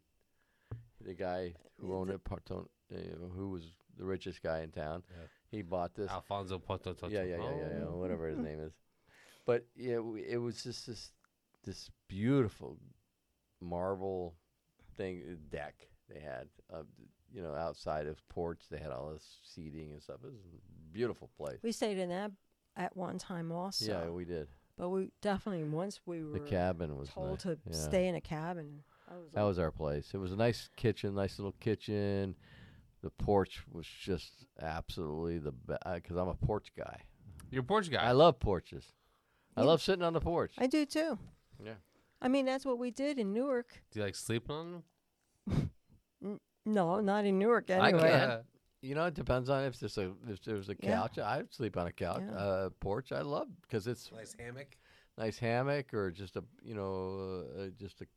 D: The guy who owned
C: the-
D: it, Parton, uh, who was the richest guy in town, he bought this.
E: Alfonso Ponto.
D: yeah, yeah, yeah, yeah, yeah, whatever his name is. But yeah, w- it was just this this beautiful marble thing uh, deck they had. Uh, d- you know, outside of porch, they had all this seating and stuff. It was a beautiful place.
C: We stayed in that at one time also.
D: yeah, we did.
C: but we definitely once we were
D: The cabin was
C: told
D: nice.
C: to
D: yeah.
C: stay in a cabin. I was
D: That
C: like,
D: was our place. It was a nice kitchen, nice little kitchen. The porch was just absolutely the best because I'm a porch guy.
E: You're a Porsche guy.
D: I love porches. I
C: Yeah.
D: love sitting on the porch.
C: I do too.
D: Yeah.
C: I mean, that's what we did in Newark.
E: Do you like sleeping on them?
C: No, not in Newark
D: I
C: anyway.
D: can. You know, it depends on if there's a if there's a
C: Yeah.
D: couch. I'd sleep on a couch,
C: Yeah.
D: uh, porch. I love because it's
E: Nice hammock.
D: nice hammock or just a you know uh, just a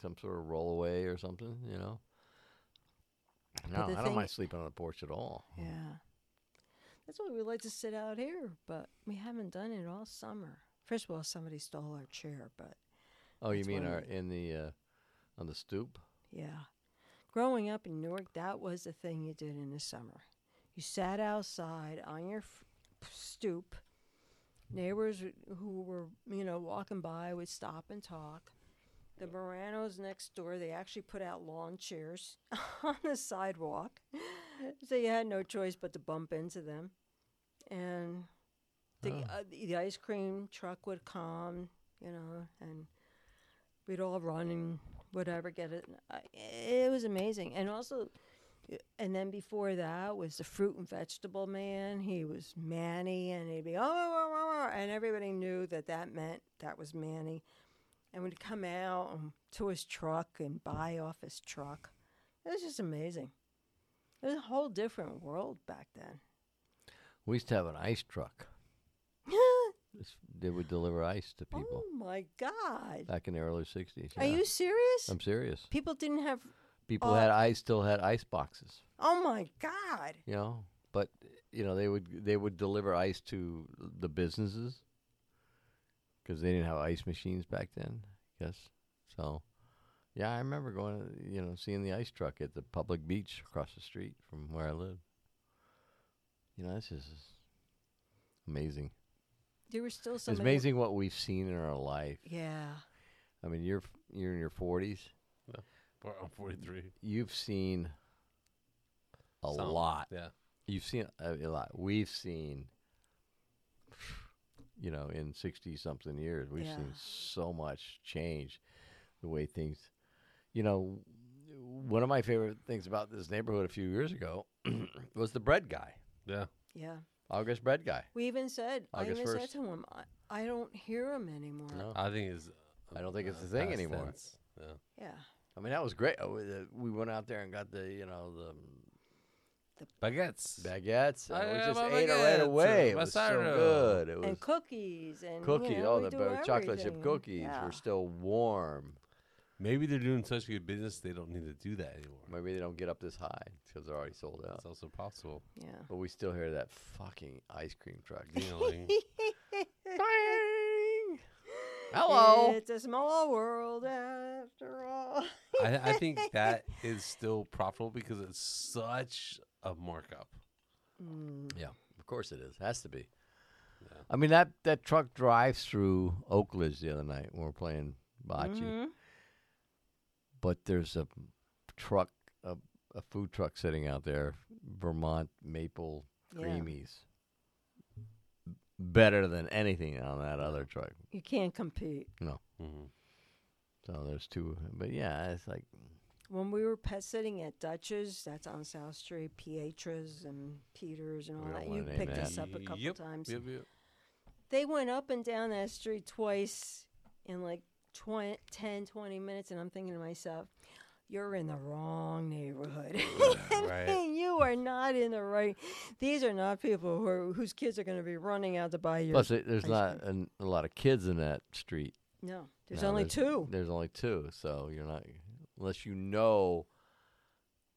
D: some sort of rollaway or something. You know. No,
C: the
D: I don't
C: thing-
D: mind sleeping on a porch at all.
C: Yeah. That's why we like to sit out here, but we haven't done it all summer. First of all, somebody stole our chair, but
D: Oh, you
C: That's
D: mean
C: one
D: our,
C: way.
D: in the uh, on the stoop?
C: yeah. Growing up in Newark, that was the thing you did in the summer. You sat outside on your f- stoop. Neighbors w- who were, you know, walking by would stop and talk. The Moranos next door, they actually put out lawn chairs on the sidewalk. So you had no choice but to bump into them. And the,
D: Oh.
C: uh, the the ice cream truck would come, you know, and we'd all run and whatever get it. I- It was amazing, and also, and then before that was the fruit and vegetable man. He was Manny, and he'd be oh, oh, oh, and everybody knew that that meant that was Manny, and would come out and- to his truck and buy off his truck. It was just amazing. It was a whole different world back then.
D: We used to have an ice truck. This- They would deliver ice to people
C: Oh my God.
D: back in the early '60s.
C: Are
D: yeah.
C: you serious?
D: I'm serious.
C: People didn't have.
D: People
C: Uh,
D: had ice, still had ice boxes.
C: Oh my God.
D: you know but you know they would they would deliver ice to the businesses because they didn't have ice machines back then i guess so yeah i remember going you know seeing the ice truck at the public beach across the street from where i live you know this is amazing
C: There was still
D: it's
C: somebody.
D: amazing what we've seen in our life
C: Yeah.
D: i mean you're you're in your 40s
E: I'm 43.
D: you've seen a
E: Some,
D: lot
E: Yeah.
D: you've seen uh, a, a lot. We've seen, you know, in sixty something years, we've
C: Yeah.
D: seen so much change, the way things, you know. One of my favorite things about this neighborhood a few years ago was the bread guy,
E: Yeah.
C: Yeah.
D: August bread guy.
C: We even said, I,
D: August
C: even
D: 1st.
C: said to him, I, I don't hear him anymore.
D: No.
E: I think it's.
D: I don't think it's
E: uh,
D: a thing
E: past
D: anymore.
E: tense. Yeah.
C: Yeah.
D: I mean, that was great. Uh, we- uh, We went out there and got the, you know, the
E: Baguettes.
D: baguettes.
E: I
D: And we
E: got
D: just
E: my
D: ate it right
E: baguettes, uh,
D: away. It was so
E: Massaro.
D: good. It was
C: And cookies and you
D: cookies.
C: know,
D: oh,
C: we
D: the
C: do
D: bo- chocolate chip
C: everything.
D: cookies
C: Yeah.
D: were still warm.
E: Maybe they're doing such good business they don't need to do that anymore.
D: Maybe they don't get up this high because they're already sold out.
E: That's also possible.
C: yeah.
D: But we still hear that fucking ice cream truck.
E: Ding-a-ling.
D: Hello.
C: It's a small world after all.
E: I, I think that is still profitable because it's such a markup.
C: Mm,
D: yeah, of course it is. Has to be. I mean that that truck drives through Oakland the other night when we are playing bocce.
C: mhm.
D: But there's a truck, a, a food truck sitting out there, Vermont Maple
C: Yeah.
D: Creamies. Better than anything on that other truck.
C: You can't compete.
E: Mm-hmm.
D: So there's two. But yeah, it's like
C: When we were pet sitting at Dutch's, that's on South Street, Pietra's and Peter's and
D: We
C: all
D: don't
C: that.
D: wanna
C: You
D: name
C: picked
D: that.
C: us up a couple
E: Yep,
C: times.
E: Yep, yep.
C: they went up and down that street twice in like 20, 10, 20 minutes. And I'm thinking to myself, you're in the wrong neighborhood.
E: right.
C: you are not in the right. These are not people who are, whose kids are going to be running out to buy your.
D: plus it, there's
C: ice
D: not an, a lot of kids in that street.
C: no, there's
D: No,
C: only two.
D: There's only two, so you're not unless you know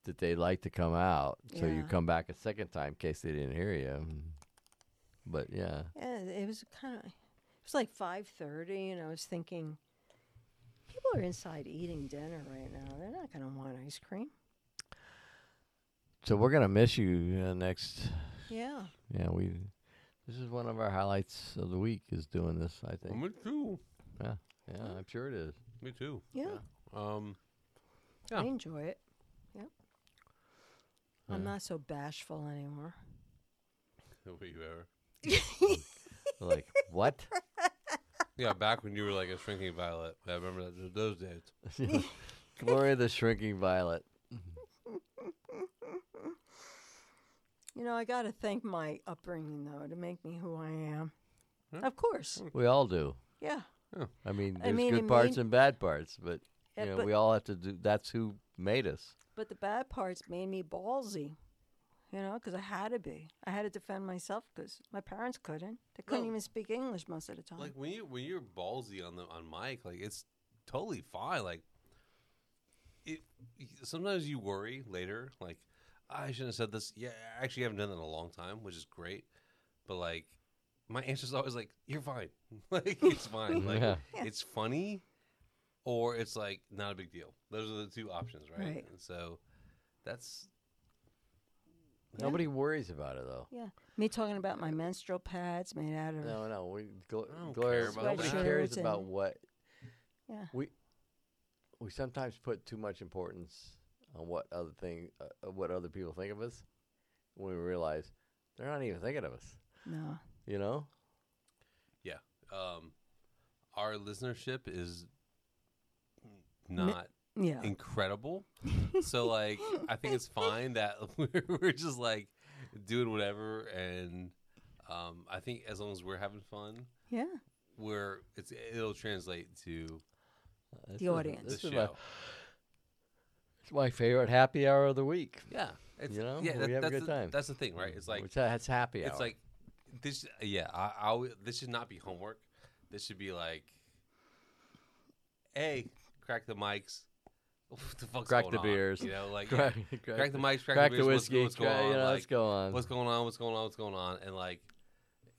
D: that they like to come out, so you
C: Yeah.
D: come back a second time in case they didn't hear you. But yeah,
C: Yeah, it was kind of. It was like five thirty, and I was thinking, people are inside eating dinner right now. They're not going to want ice cream.
D: so we're gonna miss you uh, next.
C: Yeah.
D: Yeah, we. This is one of our highlights of the week is doing this. I think.
E: Me too.
D: Yeah, I'm sure it is.
E: Me too.
C: Yeah.
E: Um,
C: I
E: Yeah.
C: enjoy it. Yep. I'm
D: Yeah.
C: not so bashful anymore.
E: were you ever?
D: Like what?
E: Yeah, back when you were like a shrinking violet. I remember that, those days.
D: Gloria the shrinking violet.
C: You know, I got to thank my upbringing though to make me who I am. Of course.
D: We all do.
C: Yeah.
D: I mean,
C: I
D: there's
C: mean,
D: good
C: it
D: parts
C: made-
D: and bad parts, but
C: Yeah,
D: you know,
C: but-
D: we all have to do. That's who made us.
C: But the bad parts made me ballsy. You know, because I had to be. I had to defend myself because my parents couldn't. They couldn't
E: No.
C: even speak English most of the time.
E: Like when you when you're ballsy on the on mic, like it's totally fine. Like it. Sometimes you worry later, like I shouldn't have said this. Yeah, I actually haven't done that in a long time, which is great. But like my answer is always like, "You're fine. like it's fine. Like
D: Yeah.
E: it's funny, or it's like not a big deal. Those are the two options, right?
C: Right.
E: And so that's
C: Yeah.
D: Nobody worries about it though.
C: yeah. Me talking about my menstrual pads made out of.
D: No, no. We Glo-
E: I don't
D: Gloria,
E: care about
D: nobody
E: that.
D: cares
C: Sweatshirts
D: about
C: and-
D: what.
C: Yeah.
D: We we sometimes put too much importance on what other thing, uh, what other people think of us, when we realize they're not even thinking of us.
C: No.
D: You know.
E: um, our listenership is not
C: Yeah.
E: incredible. so like I think it's fine that we're, we're just like doing whatever and um, I think as long as we're having fun,
C: yeah.
E: we're it's it'll translate to
D: This
C: The
D: is-
C: audience.
E: the
D: This
E: show.
D: is my, it's my favorite happy hour of the week.
E: yeah. It's,
D: You know,
E: yeah,
D: we have a
E: that's
D: good
E: the,
D: time.
E: That's the thing, right? It's like
D: Which, that's happy hour.
E: it's like this yeah, I, I w- this should not be homework. This should be like Hey, crack the mics. What the fuck's
D: Crack
E: going
D: the
E: on?
D: beers.
E: You know, like
D: crack,
E: crack the mics, crack,
D: crack
E: the,
D: the
E: beers, what's-
D: whiskey.
E: What's, going
D: crack-
E: on?
D: you know,
E: like,
D: let's go on.
E: what's going on, what's going on, what's going on, and like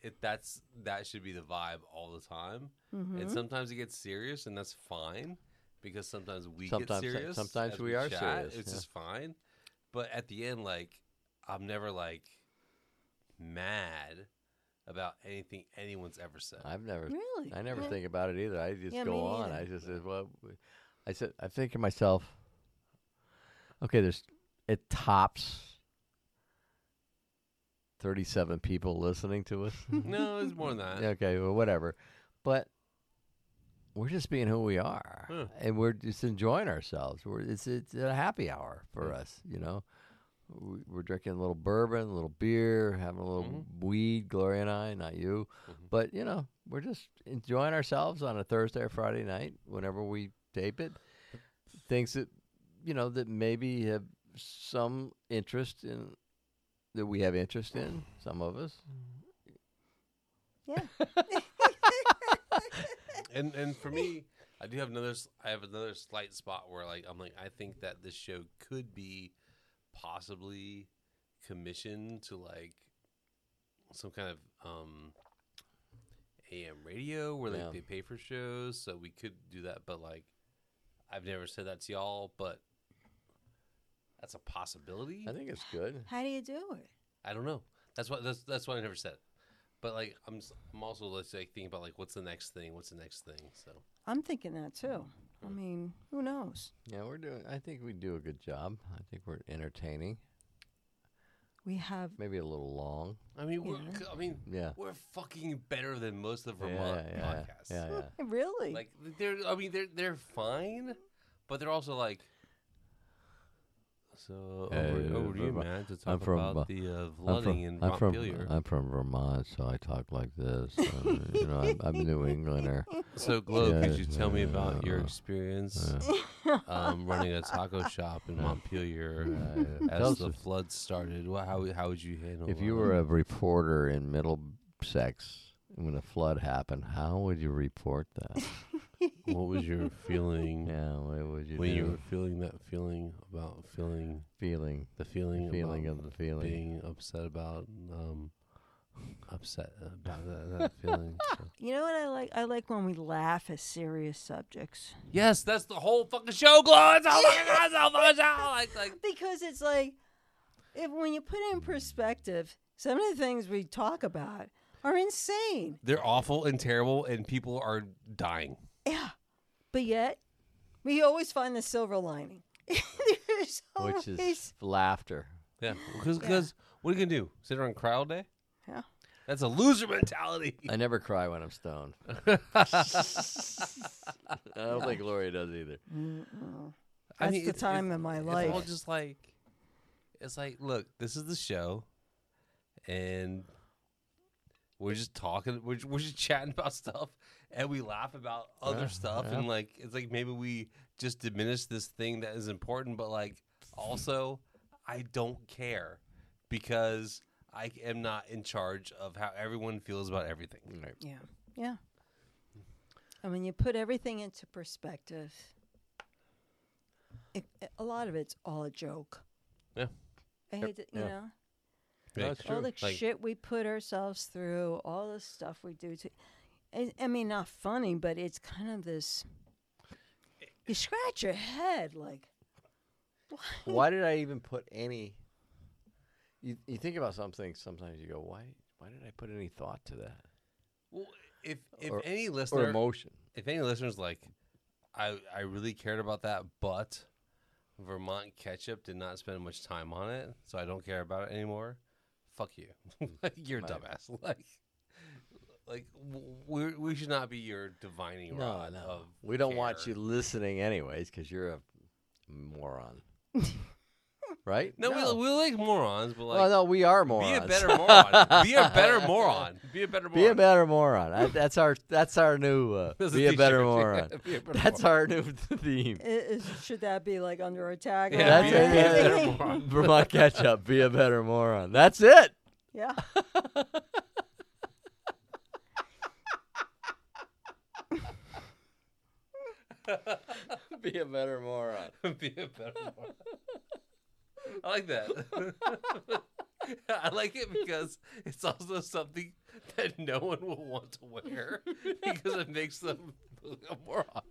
E: it that's that should be the vibe all the time.
C: Mm-hmm.
E: And sometimes it gets serious, and that's fine because sometimes we
D: Sometimes-
E: get serious.
D: sometimes
E: as
D: we are
E: chat,
D: serious,
E: It's
D: yeah.
E: just fine. But at the end, like I'm never like mad about anything anyone's ever said.
D: I've never,
C: really.
D: I never
C: Yeah.
D: think about it either. I just
C: Yeah, me
D: go on.
C: neither.
D: I just said, well, I said, I think to myself, okay, there's it tops thirty-seven people listening to us.
E: no, it's more than that.
D: okay, well, whatever, but we're just being who we are,
E: Yeah.
D: and we're just enjoying ourselves. We're it's it's a happy hour for us, you know. We- We're drinking a little bourbon, a little beer, having a little weed. Gloria and I, not you, but you know, we're just enjoying ourselves on a Thursday or Friday night whenever we tape it. Things that you know that maybe have some interest in that we have interest in. Some of us,
C: Yeah.
E: and and for me, I do have another. s- I have another slight spot where like I'm like I think that this show could be possibly commissioned to like some kind of um AM radio where like
D: Yeah.
E: they pay for shows, so we could do that. But like, I've never said that to y'all, but that's a possibility.
D: I think it's good.
C: How do you do it?
E: I don't know. That's why that's that's why I never said it. But like I'm s- I'm also let's like thinking about like what's the next thing? What's the next thing? So
C: I'm thinking that
E: Mm,
C: too. I mean, who knows?
D: Yeah, we're doing. I think we do a good job. I think we're entertaining.
C: We have
D: Maybe a little long.
E: I mean, we're,
C: Yeah.
E: c- I mean,
D: Yeah.
E: we're fucking better than most of the
D: Yeah,
E: Vermont
D: yeah, yeah,
E: podcasts.
D: Yeah, yeah.
C: really.
E: Like they're, I mean, they're they're fine, but they're also like. So
D: Hey,
E: over, over to you,
D: Vermont.
E: man, to talk
D: I'm from, uh,
E: about the uh, flooding in
D: I'm from, uh,
E: Montpelier.
D: I'm from Vermont, so I talk like this. and, you know, I'm, I'm a New Englander.
E: so, Glow, could
D: Yeah,
E: you tell me about your
D: uh,
E: experience um, running a taco shop in Montpelier
D: Uh, tell
E: as
D: us
E: the
D: if,
E: flood started? Wha- How how would you handle?
D: if you
E: uh,
D: were a reporter in Middlesex when the flood happened, how would you report that?
E: what was your feeling
D: Yeah, what would you
E: when
D: do?
E: you were feeling that feeling about feeling
D: feeling
E: the feeling
D: the feeling
E: about
D: of the feeling.
E: being upset about um upset about that, that feeling? So-
C: You know what I like? I like when we laugh at serious subjects
E: Yes, that's the whole fucking show, Glowins. Oh my god, oh my god, like like
C: because it's like if when you put it in perspective, some of the things we talk about are insane.
E: they're awful and terrible, and people are dying.
C: Yeah, but yet we always find the silver lining. There's always
D: Which is laughter.
E: Yeah, because because what are you gonna do? Sit around and cry all day?
C: Yeah.
E: that's a loser mentality.
D: I never cry when I'm stoned. I don't think Gloria does either.
E: I
C: That's
E: mean,
C: the
E: it's-
C: time
E: it's-
C: in my
E: It's all
C: life.
E: just like, it's like, look, this is the show, and we're just talking, we're, ju- we're just chatting about stuff, and we laugh about other stuff, and like, it's like maybe we just diminish this thing that is important, but like, also, I don't care because I am not in charge of how everyone feels about everything.
C: yeah, yeah. And when you put everything into perspective, it, a lot of it's all a joke.
E: Yeah.
C: I hate to, you
D: yeah.
C: know.
E: Like,
D: that's
C: all the
E: like-
C: shit we put ourselves through, all the stuff we do to. I, I mean, not funny, but it's kind of this. You scratch your head, like,
D: why did I even put any? You, you think about something sometimes you go, why why did I put any thought to that
E: Well, if if
D: Or-
E: any
D: or
E: listener,
D: emotion?
E: if any listeners like, I I really cared about that, but Vermont ketchup did not spend much time on it, so I don't care about it anymore. Fuck you, Like, you're a
D: Right.
E: dumbass. Like, like we we should not be your divining rod. Of
D: we don't want
E: care.
D: you listening anyways because you're a moron, right?
E: No, We, we like morons, but like
D: well, no, we are
E: be
D: morons.
E: a better moron. be a better moron. Be a better moron.
D: Be a better moron. I, that's our that's our new uh,
E: That's
D: be a better
E: t-shirt.
D: moron.
E: Be a better
D: That's
E: moron.
D: our new theme.
C: i- is, should that be like under attack?
E: Yeah,
D: that's
E: be a- be a better
D: it.
E: moron.
D: Vermont ketchup. Be a better moron. That's it.
C: yeah.
D: Be a better moron.
E: be a better moron. I like that. I like it because it's also something that no one will want to wear because it makes them look a moron.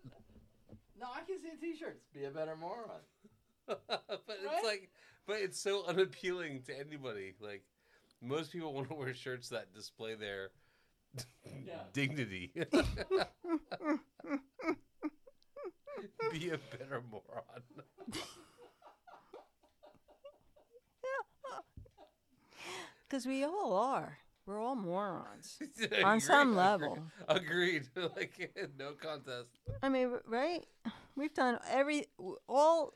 F: No, I can see T-shirts. Be a better moron.
E: but it's like, but it's so unappealing to anybody. Like, most people want to wear shirts that display their
F: Yeah.
E: dignity. be a better moron.
C: Because we all are. We're all morons.
E: Yeah,
C: On
E: agree-
C: some
E: agree-
C: level.
E: Agreed. like no contest.
C: I mean, r- right? We've done every w- all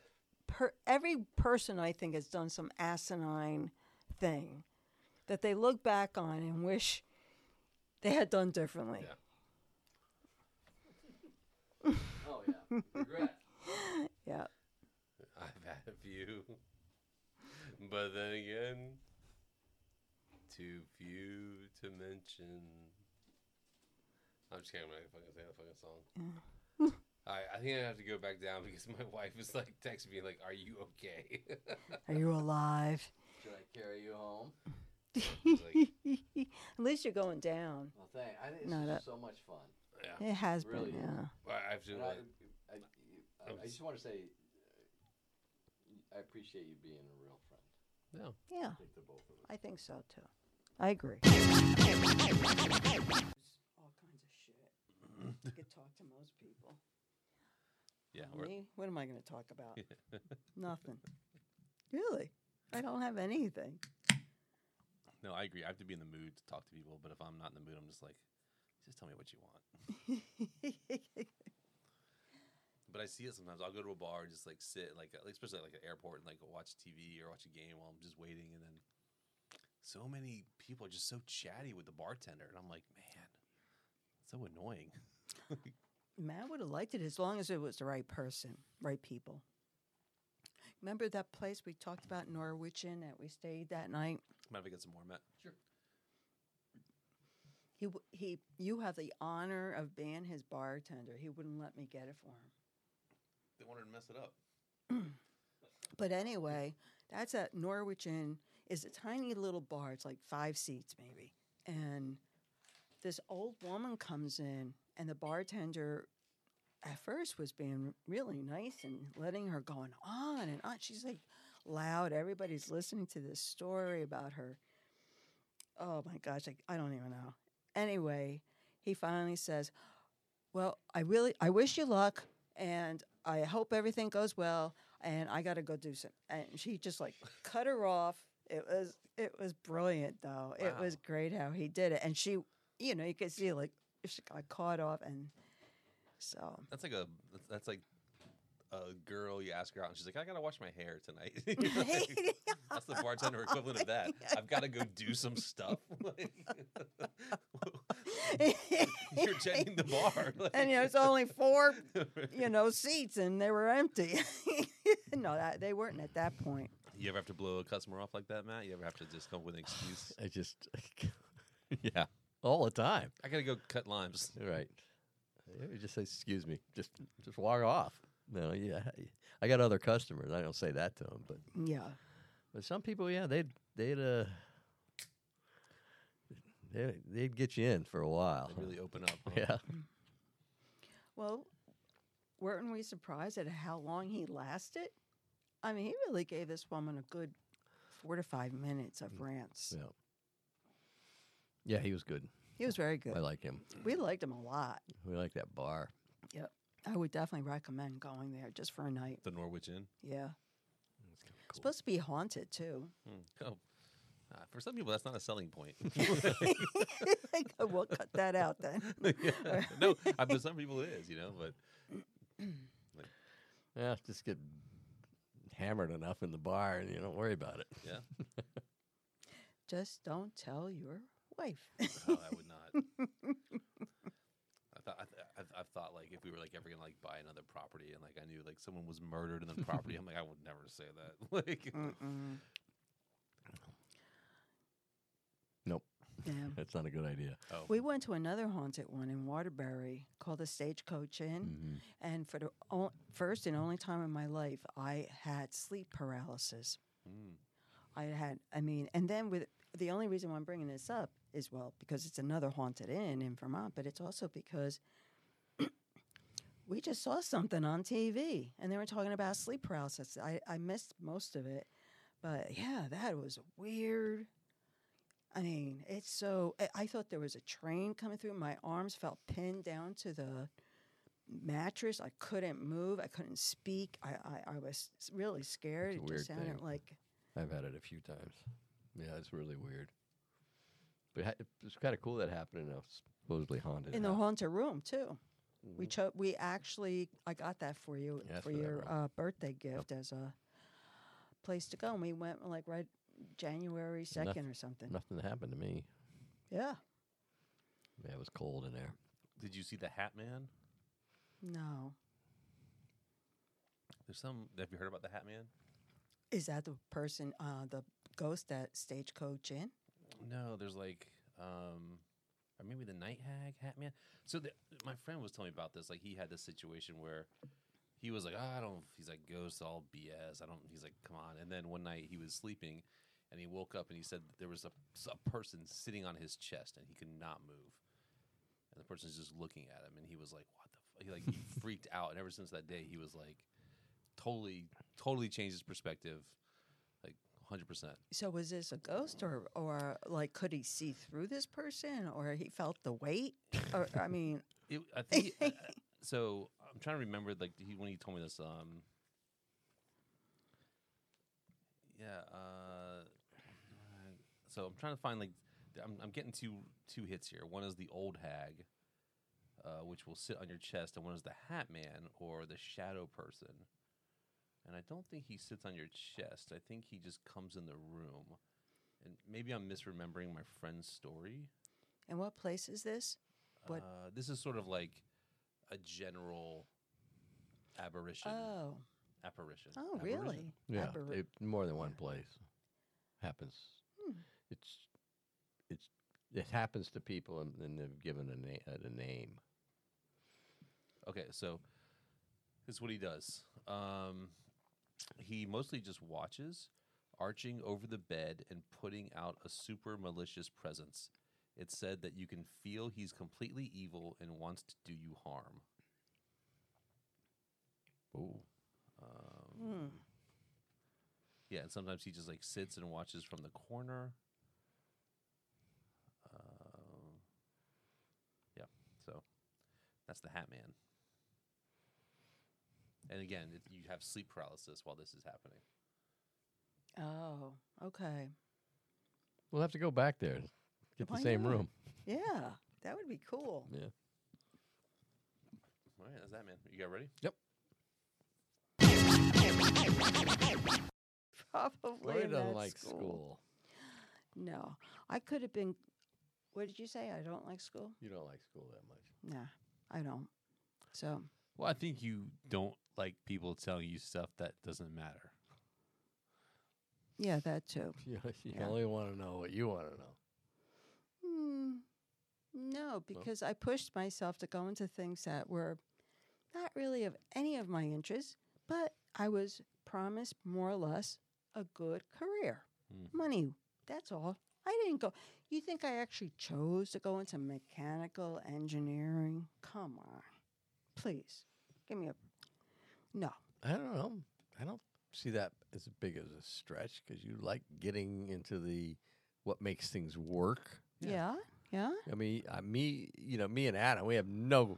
C: per, every person I think has done some asinine thing that they look back on and wish they had done differently.
E: Yeah.
F: Oh yeah. Regret.
C: Yeah.
E: I've had a few. But then again, too few to mention. I'm just kidding. I'm not gonna fucking say the fucking song.
C: Mm.
E: All right, I think I have to go back down because my wife is like texting me like, "Are you okay?"
C: Are you alive?
F: Should I carry you home?
C: At least you're going down.
F: Well, thank. I think
C: No,
F: this
C: that-
F: is so much fun.
E: yeah,
C: It has
F: Really?
C: been, yeah.
E: I I have to.
F: And
E: Like,
F: I, I, I, I just want to say, uh, I appreciate you being a real friend.
C: Yeah,
F: I think the both of us.
C: I think so too. I agree. All kinds of shit. I could talk to most people.
E: yeah,
C: Well,
E: we're,
C: Me? What am I going to talk about? Nothing. Really? I don't have anything.
E: no, I agree. I have to be in the mood to talk to people. But if I'm not in the mood, I'm just like, just tell me what you want. But I see it sometimes. I'll go to a bar and just like sit, like like, especially at, like an airport, and like watch TV or watch a game while I'm just waiting. And then so many people are just so chatty with the bartender, and I'm like, man, so annoying.
C: Matt would have liked it as long as it was the right person, right people. Remember that place we talked about, Norwich Inn, that we stayed that night?
E: Might have to get some more, Matt. Sure.
C: He w- he. You have the honor of being his bartender. He wouldn't let me get it for him.
E: They wanted to mess it up.
C: But anyway, that's at Norwich Inn. Is a tiny little bar. It's like five seats maybe. And this old woman comes in, and the bartender at first was being really nice and letting her going on and on. She's like loud. Everybody's listening to this story about her. Oh my gosh, I, I don't even know. Anyway, he finally says, "Well, I really I wish you luck, and I hope everything goes well. And I got to go do some." And she just like cut her off. It was it was brilliant though. It was great how he did it, and she, you know, you could see like she got caught off, and so
E: That's like a that's- that's like a girl you ask her out and she's like, I gotta wash my hair tonight. Like, that's the bartender equivalent of that. I've gotta go do some stuff. Like, you're checking the bar. Like,
C: and you know, it's only four, you know, seats, and they were empty. no, that, they weren't at that point.
E: you ever have to blow a customer off like that, Matt? You ever have to just come up with an excuse?
D: I just, yeah, all the time.
E: I gotta go cut limes.
D: All right. Yeah, you Just say, excuse me. Just, just walk off. No, yeah, I got other customers. I don't say that to them, but
C: Yeah,
D: But some people, yeah, they'd they'd uh they they'd get you in for a while.
E: They really open up. huh?
D: yeah.
C: Well, weren't we surprised at how long he lasted? I mean, he really gave this woman a good four to five minutes of rants.
D: Yeah. Yeah, he was good.
C: He was very good.
D: I like him.
C: we liked him a lot.
D: We like that bar.
C: Yep. I would definitely recommend going there just for a night.
E: The Norwich Inn.
C: Yeah. Supposed to be haunted too.
E: Hmm. Oh. Uh, for some people, that's not a selling point.
C: we'll cut that out then.
E: Yeah. No, I, for some people it is, you know. But
D: Yeah, just get hammered enough in the bar and you don't worry about it.
E: yeah,
C: Just don't tell your wife.
E: no, uh, I would not. I thought I th- I've, I've thought like if we were like ever gonna like buy another property and like I knew like someone was murdered in the property, I'm like I would never say that. Like
C: Mm-mm.
D: Nope.
C: Yeah.
D: That's not a good idea.
E: oh,
C: We went to another haunted one in Waterbury called the Stagecoach
D: Mm.
C: Inn, and for the o- first and only time in my life, I had sleep paralysis.
E: mm,
C: I had, I mean, and then with the only reason why I'm bringing this up is well because it's another haunted inn in Vermont, but it's also because we just saw something on TV and they were talking about sleep paralysis. I, I missed most of it, but yeah, that was weird. I mean, it's so. I- I thought there was a train coming through. My arms felt pinned down to the mattress. I couldn't move. I couldn't speak. I, I, I was s- really scared.
D: a
C: It
D: weird
C: just sounded
D: thing.
C: like
D: I've had it a few times. Yeah, it's really weird. But ha- it's kind of cool that happened in a supposedly haunted
C: in the
D: house.
C: haunted room too. We chose. We actually, I got that for you
D: Mm-hmm. Yeah, that's
C: for
D: what I
C: your
D: wrote.
C: uh, birthday gift as a place to go, and we went like right January second or something.
D: Nothing happened to me.
C: Yeah,
D: Yeah, it was cold in there.
E: did you see the Hat Man?
C: no,
E: There's some. Have you heard about the Hat Man?
C: is that the person, uh, the ghost that stagecoach in?
E: No, there's like, um, or maybe the Night Hag Hat Man. So the, my friend was telling me about this. Like he had this situation where he was like, "Ah, I don't. He's like, ghosts all BS. I don't. He's like, come on. And then one night he was sleeping, and he woke up and he said that there was a, s- a person sitting on his chest and he could not move, and the person's just looking at him, and he was like, what the. F-? He like he freaked out, and ever since that day he was like, totally, totally changed his perspective, like hundred percent.
C: So was this a ghost, or or like could he see through this person, or he felt the weight? or I mean,
E: It, I think. he- I- I- so I'm trying to remember, like he, when he told me this. Um, yeah. Uh, so I'm trying to find like th- I'm, I'm getting two two hits here. One is the old hag, uh, which will sit on your chest, and one is the hat man or the shadow person. And I don't think he sits on your chest. I think he just comes in the room. And maybe I'm misremembering my friend's story.
C: and what place is this? What-
E: Uh, this is sort of like a general aberration.
C: Oh,
E: apparition.
C: oh,
E: Aberration?
C: really?
D: Yeah,
C: Aberra-
D: it, more than one place happens.
C: Hmm.
D: It's it's it happens to people and then they've given a, na- a name.
E: Okay, so this is what he does. Um, he mostly just watches, arching over the bed and putting out a super malicious presence. It's said that you can feel he's completely evil and wants to do you harm.
D: Oh,
E: Um,
C: Hmm.
E: Yeah, and sometimes he just like sits and watches from the corner. Um yeah, so that's the Hat Man. And again, it, you have sleep paralysis while this is happening.
C: Oh, okay.
D: we'll have to go back there. Get the
C: Why
D: same
C: not?
D: room.
C: Yeah, that would be cool.
D: Yeah.
E: All right, that's that man. You got ready?
C: Probably
D: Lori
C: in
D: doesn't
C: that
D: like
C: school.
D: school.
C: No, I could have been. What did you say? I don't like school.
D: You don't like school that much.
C: Nah, I don't. So
E: Well, I think you don't like people telling you stuff that doesn't matter.
C: yeah, that too.
D: You, you
C: Yeah.
D: only want to know what you want to know.
C: Hmm. No, because I pushed myself to go into things that were not really of any of my interests, but I was promised more or less a good career,
E: Mm.
C: money. That's all. I didn't go. You think I actually chose to go into mechanical engineering? Come on, please, give me a. No,
D: I don't know. I don't see that as big as a stretch because you like getting into the what makes things work.
C: yeah, yeah.
D: I mean, uh, me, you know, me and Adam, we have no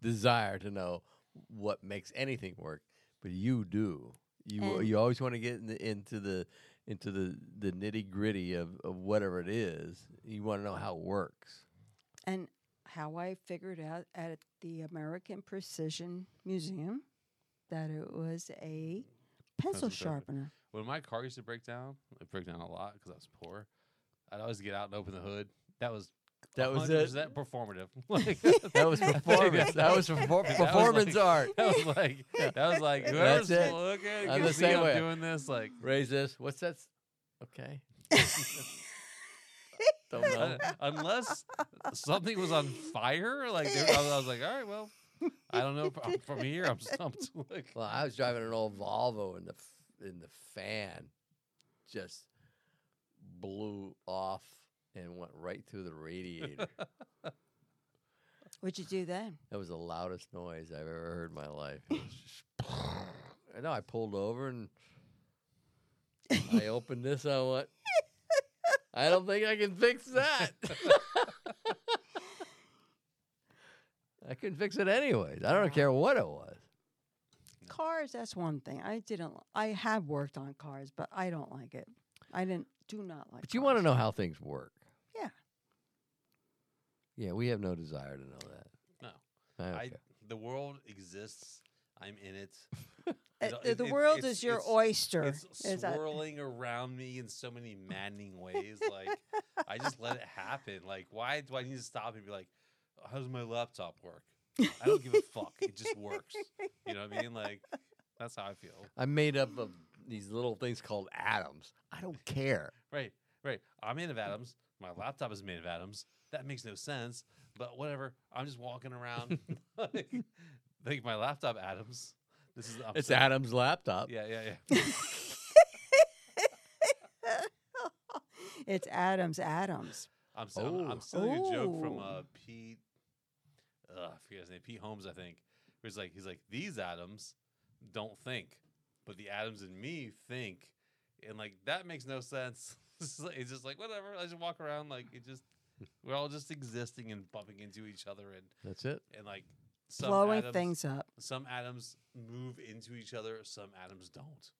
D: desire to know what makes anything work, but you do. You
C: And-
D: you always want to get in the, into the into the the nitty gritty of, of whatever it is. You want to know how it works.
C: and how I figured out at the American Precision Museum that it was a pencil
E: Pencil sharpener.
C: sharpener.
E: When my car used to break down, it broke down a lot because I was poor. I'd always get out and open the hood. That was
D: That was it.
E: That performative. Like,
D: That was performance. that was perfor-
E: was
D: performance
E: like-
D: art.
E: That was like that was like
D: That's
E: whoever's
D: it.
E: looking
D: I'm
E: can
D: the
E: see
D: same
E: I'm
D: way.
E: doing this like
D: Raise this. What's that? s- Okay. Don't
E: un-
D: know.
E: unless something was on fire like there- I was, I was like all right well I don't know if I'm from here I'm stumped like
D: Well, I was driving an old Volvo, and the f- and the fan just blew off and went right through the radiator.
C: What'd you do then?
D: that was the loudest noise I've ever heard in my life. It was just I know. I pulled over and I opened this. I went. I don't think I can fix that. I couldn't fix it anyways. I don't care what it was.
C: Cars, that's one thing. I didn't li- I have worked on cars, but I don't like it. I didn't do not like
D: But you want to
C: cars.
D: know how things work.
C: Yeah.
D: Yeah, we have no desire to know that. Ah,
E: No.
D: I don't
E: I
D: care.
E: the world exists I'm in it
C: Uh,
E: It-
C: the-
E: it-
C: the
E: it-
C: world
E: it's-
C: is your
E: it's-
C: oyster.
E: it's
C: is that-
E: swirling around me in so many maddening ways like I just let it happen like why do I need to stop and be like how does my laptop work I don't give a fuck it just works you know what I mean like that's how I feel
D: I'm made up of these little things called atoms. I don't care.
E: Right, right. I'm
D: Hmm.
E: made of atoms. My laptop is made of atoms. That makes no sense, but whatever. I'm just walking around. like, like my laptop atoms. This is
D: It's
E: upside-
D: Adam's laptop.
E: Yeah, yeah, yeah.
C: it's Adams Adams.
E: I'm still, I'm
D: Oh.
E: stealing a joke from
C: Oh.
E: uh, Pete. Uh, I forget his name. Pete Holmes, I think. Where he's like, he's like, these atoms don't think, but the atoms in me think, and like that makes no sense. it's just like- it's just like whatever. I just walk around like it just. We're all just existing and bumping into each other and
D: That's it.
E: and like some
C: Blowing
E: atoms,
C: things up.
E: Some atoms move into each other. Some atoms don't.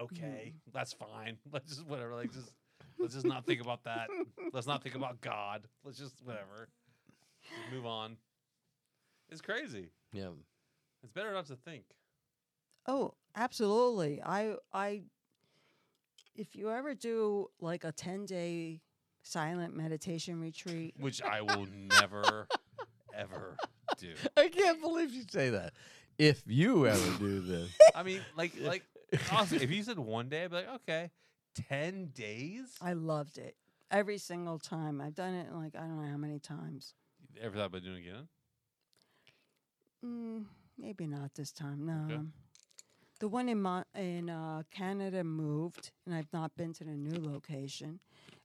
E: Okay,
C: Hmm.
E: that's fine. Let's just whatever. Like just let's just not think about that. Let's not think about God. Let's just whatever. Just move on. It's crazy.
D: Yeah.
E: It's better not to think.
C: Oh, absolutely. I I if you ever do like a 10-day silent meditation retreat,
E: Which I will never, ever do.
D: I can't believe you say that. If you ever do this,
E: I mean, like, like, honestly, if you said one day, I'd be like, okay, ten days.
C: I loved it. every single time. I've done it like I don't know how many times.
G: Ever thought about doing it again?
C: Mm, maybe not this time. No.
G: Okay.
C: The one in Mon- in uh, Canada moved, and I've not been to the new location.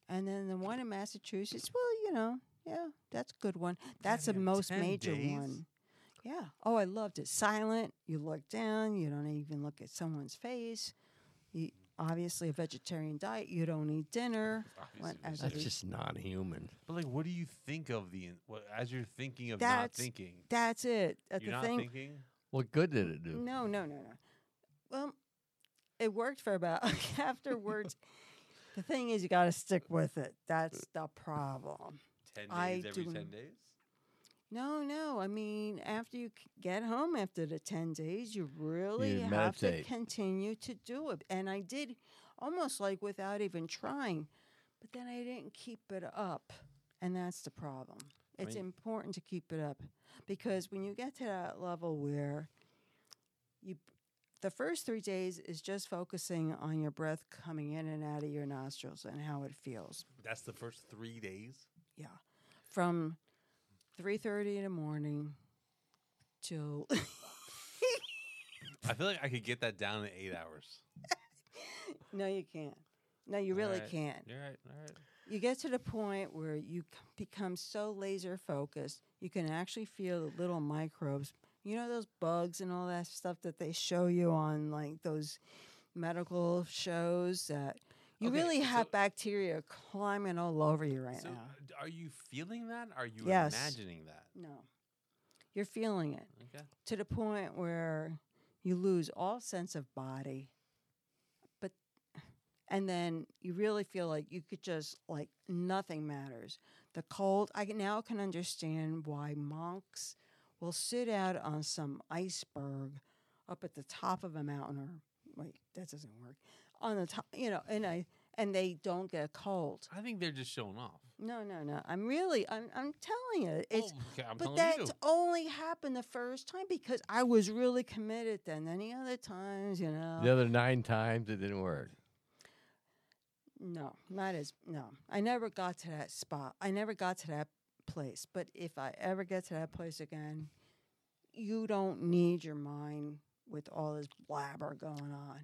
C: And then the one in Massachusetts. Well, you know, yeah, that's a good one. That's the
E: Goddamn
C: most
E: 10
C: major
E: days?
C: one. Yeah. Oh, I loved it. Silent. You look down. You don't even look at someone's face. You, obviously, a vegetarian diet. You don't eat dinner. What- as
D: That's
C: a-
D: just not human.
G: But like, what do you think of the in- what, as you're thinking of not
C: That's-
G: thinking?
C: That's it. At
G: You're
C: the
G: not
C: thing,
G: thinking.
D: What good did it do?
C: No, no, no, no. Well, it worked for about afterwards. the thing is, you got to stick with it. That's the problem.
E: Ten
C: I
E: days every
C: do-
E: ten days.
C: No, no. I mean, after you c- get home after the 10 days, you really have
D: meditate.
C: to continue to do it. And I did almost like without even trying, but then I didn't keep it up. And that's the problem. It's
E: mean-
C: important to keep it up because when you get to that level where you the first 3 days is just focusing on your breath coming in and out of your nostrils and how it feels.
E: That's the first three days.
C: Yeah. From 3:30 in the morning till
E: I feel like I could get that down in eight hours.
C: No, you can't. No, you really
E: Alright.
C: can't.
E: All right, all right.
C: You get to the point where you c- become so laser focused, you can actually feel the little microbes. You know those bugs and all that stuff that they show you on like those medical shows that you
E: Okay,
C: really have
E: so-
C: bacteria climbing all over you right
E: So,
C: now.
E: d- are you feeling that? Are you
C: Yes.
E: imagining that?
C: No. You're feeling it.
E: Okay.
C: to the point where you lose all sense of body but and then you really feel like you could just like nothing matters the cold i can- now can understand why monks will sit out on some iceberg up at the top of a mountain or wait that doesn't work on the top you know and i and they don't get cold
G: I think they're just showing off.
C: no no no i'm really i'm, I'm telling you it's
G: oh, okay, I'm
C: but
G: telling
C: that
G: you.
C: only happened the first time because I was really committed then. Any other times, you know?
D: The other nine times it didn't work.
C: No, not as no. I never got to that spot. I never got to that place. But if I ever get to that place again, you don't need your mind with all this blabber going on.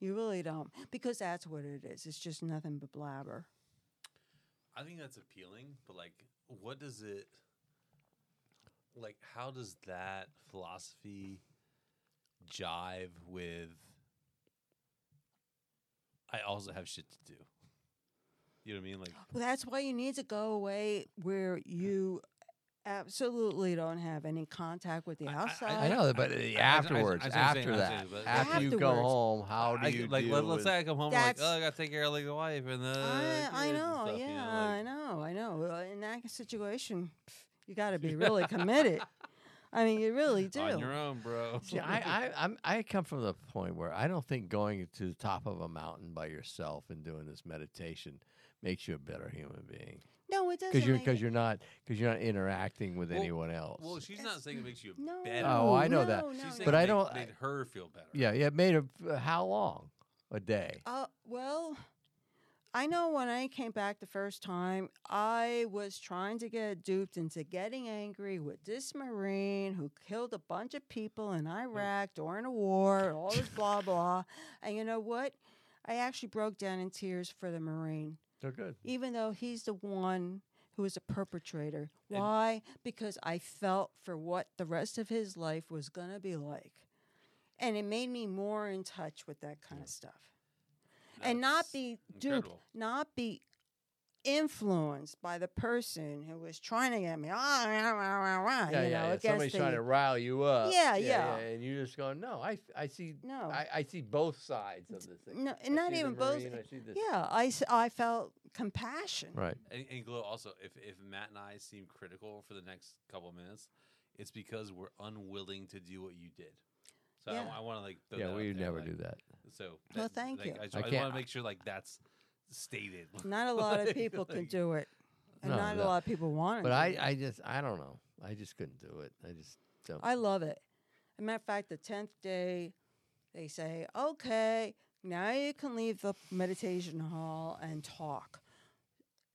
C: You really don't. Because that's what it is. It's just nothing but blabber.
E: I think that's appealing, but like, what does it? Like, how does that philosophy jive with? I also have shit to do. You know what I mean? Like,
C: Well, that's why you need to go away where you absolutely don't have any contact with the
E: I- I- I-
C: outside.
D: I know, but
E: I- I-
D: the
E: I- I-
D: afterwards,
E: I see what you're saying,
D: after
E: I see what
D: that,
E: you're saying, but-
D: after you go
C: Afterwards.
D: home, how
E: I-
D: do you
E: like?
D: deal
E: Let, let's
D: with-
E: say I come home, I'm like,
C: That's-
E: oh, I gotta take care of like a wife and the.
C: Uh, I, I
E: Uh, kids and
C: know,
E: stuff," you
C: yeah,
E: know,
C: I
E: like-
C: know, I know. Uh, In that situation, pff, you got to be really committed. I mean, you really do.
G: On your own, bro.
D: See, I, I, I'm, I come from the point where I don't think going to the top of a mountain by yourself and doing this meditation makes you a better human being
C: No, it doesn't.
D: because you're
C: make
D: because
C: it-
D: you're not because you're not interacting with
E: Well-
D: anyone else.
E: Well, she's not saying it makes you
C: no.
E: better.
D: Oh, I know
C: no,
D: that.
C: No,
E: she's
C: no.
E: saying
D: But
E: it
D: I
E: made-
D: don't-
E: made her feel better.
D: yeah, yeah. It made a uh, how long? A day.
C: Uh, well, I know when I came back the first time, I was trying to get duped into getting angry with this Marine who killed a bunch of people
E: Hmm.
C: in Iraq during a war, and all this blah, blah. And you know what? I actually broke down in tears for the Marine.
D: They're good.
C: even though he's the one who is a perpetrator. Why? Because I felt for what the rest of his life was going to be like. And it made me more in touch with that kind of stuff. and not
E: That's
C: be duped,
E: incredible.
C: not be influenced by the person who was trying to get me. Ah, rah, rah, rah, rah,
D: Yeah,
C: you
D: yeah.
C: know,
D: yeah.
C: it gets
D: Somebody's
C: to
D: trying
C: you.
D: to rile you up.
C: Yeah, yeah.
D: And you just going, no, I, I see,
C: No.
D: I, I see both sides of this thing.
C: No,
D: I
C: and not
D: see the
C: even both-
D: Marine, I see this.
C: Yeah, I, s- I felt compassion.
D: Right.
E: And, and Glow, also, if, if Matt and I seem critical for the next couple of minutes, it's because we're unwilling to do what you did. So I-
C: Yeah.
E: I, want to like. Throw
D: Yeah,
E: that out
D: we
E: there,
D: never
E: like,
D: do that.
E: So.
C: Well,
E: that-
C: thank
E: like,
C: you.
E: I, just-
D: I
E: I,
D: can't-
E: want to make sure like that's stated.
C: Not a lot of
E: Like-
C: people can
E: like-
C: do it. And
D: No,
C: not
D: no.
C: a lot of people want to
D: But
C: do
D: I,
C: it.
D: I just, I don't know. I just couldn't do it. I just don't.
C: I love it. As a matter of fact, the tenth day, they say, "Okay, now you can leave the meditation hall and talk."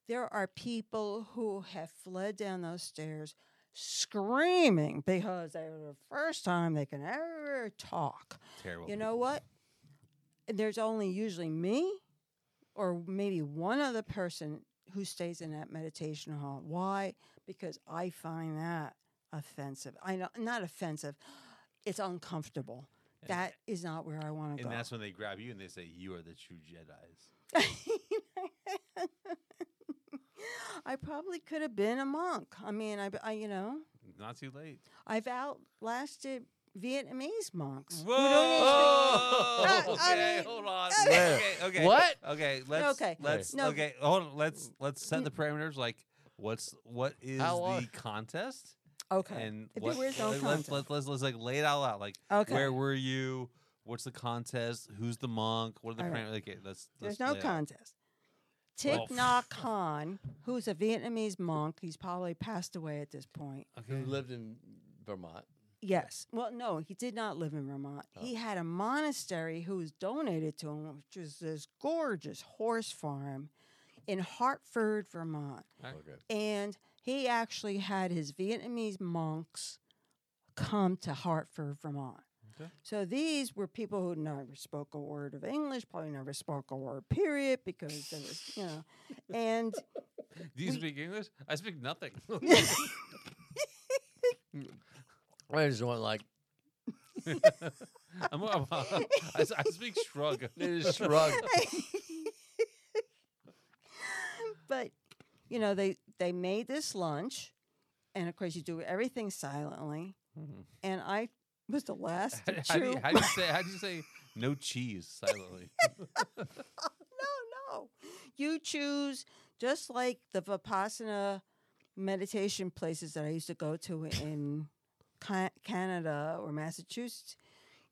C: There are people who have fled down those stairs screaming because they were the first time they can ever talk.
E: Terrible.
C: You know
E: people.
C: what? There's only usually me or maybe one other person who stays in that meditation hall. Why? Because I find that offensive. I know not offensive. It's uncomfortable. that is not where I want to go.
G: And that's when they grab you and they say, "You are the true Jedi's."
C: I probably could have been a monk. I mean, I, I you know,
G: Not too late.
C: I've outlasted Vietnamese monks. who
E: Whoa!
C: don't even speak- No, I
E: okay,
C: mean-
E: hold on.
C: Where?
E: Okay, okay.
D: What?
E: Okay, let's
C: Okay.
E: let's
C: No.
E: okay. Hold on. Let's let's set the parameters. Like, what's what is
D: How long-
E: the contest?
C: Okay.
E: And
C: If
E: what,
C: there is no
E: let-
C: contest.
E: let's, let's let's let's like lay it all out. Like,
C: Okay.
E: where were you? What's the contest? Who's the monk? What are the
C: All right.
E: parameters? Okay, let's, let's
C: There's no
E: lay it out.
C: contest.
E: Well,
C: Thich Nhat Hanh, who's a Vietnamese monk, he's probably passed away at this point.
E: Okay.
B: Who lived in Vermont?
C: Yes. Well, no, he did not live in Vermont.
E: Oh.
C: He had a monastery who was donated to him, which was this gorgeous horse farm in Hartford, Vermont.
B: Okay.
C: And he actually had his Vietnamese monks come to Hartford, Vermont. So these were people who never spoke a word of English, probably never spoke a word, period, because there was, you know, and
E: Do you speak English? I speak nothing.
D: I just want like
E: I'm, I'm, I, s- I speak shrug.
D: shrug.
C: but you know they they made this lunch and of course you do everything silently and i was the last to
E: How do,
C: chew
E: you, how do you say? How do you say no cheese silently?
C: no no you choose just like the vipassana meditation places that i used to go to in Ca- canada or massachusetts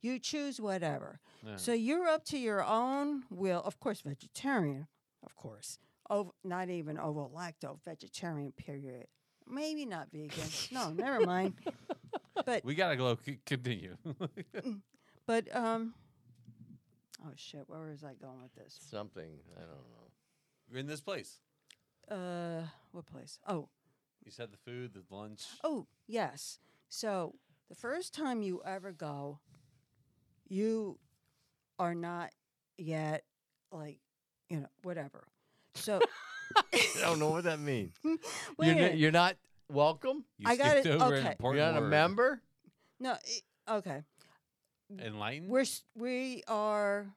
C: you choose whatever so you're up to your own will of course vegetarian of course Ov not even ovo lacto vegetarian period maybe not vegan no never mind but
E: we gotta go. C- continue.
C: But um, oh shit, where was I going with this?
D: something. I don't know.
E: You're in this place.
C: Uh, what place? Oh,
E: You said the food, the lunch.
C: oh yes. So the first time you ever go, you are not yet like you know whatever. So
D: I don't know what that means.
C: wait, a
D: you're, n-
C: minute.
D: you're not welcome.
E: You
C: I got
E: skipped
C: it,
E: over an
C: okay.
E: important
D: you're not a
E: word.
D: member.
C: no, i- okay.
E: Enlightened.
C: We're s- we are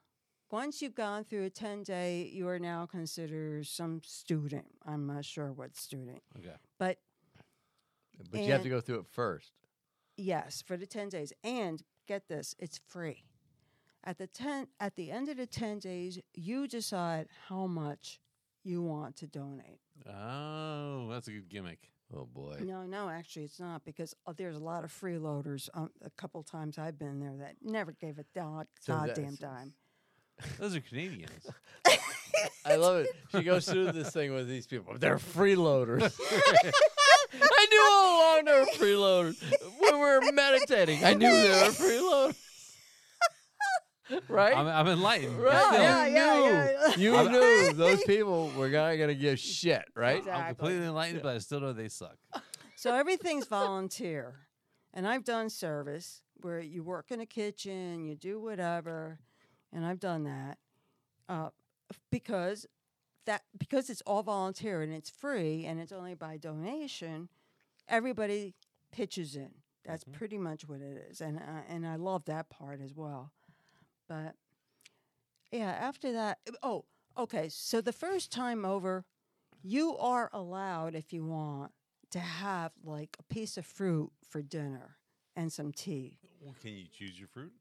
C: once you've gone through a ten day, you are now considered some student. I'm not sure what student,
E: okay.
C: but
D: But you have to
C: And-
D: go through it first.
C: Yes, for the 10 days. And get this, it's free. At the 10 at the end of the 10 days, you decide how much you want to donate.
E: Oh, that's a good gimmick.
D: Oh boy.
C: No, no, actually it's not because uh, there's a lot of freeloaders um, a couple times I've been there that never gave a dog,
D: So that-
C: goddamn dime.
E: Those are Canadians.
D: I love it. She goes through this thing with these people. They're freeloaders. I knew all along they were freeloaders. When we were meditating, I knew they were freeloaders. Right?
E: I'm, I'm enlightened.
D: right.
C: Yeah, yeah,
D: you
C: yeah,
D: knew.
C: yeah, yeah.
D: You knew those people were not going to give shit, right?
E: I'm
C: Exactly.
E: completely enlightened, but I still know they suck.
C: So everything's volunteer. And I've done service where you work in a kitchen, you do whatever, and I've done that uh, f- because that because it's all volunteer and it's free and it's only by donation. Everybody pitches in. That's pretty much what it is, and I and I love that part as well. But yeah, after that, oh, okay. So the first time over, you are allowed if you want to have like a piece of fruit for dinner and some tea.
E: Well, can you choose your fruit?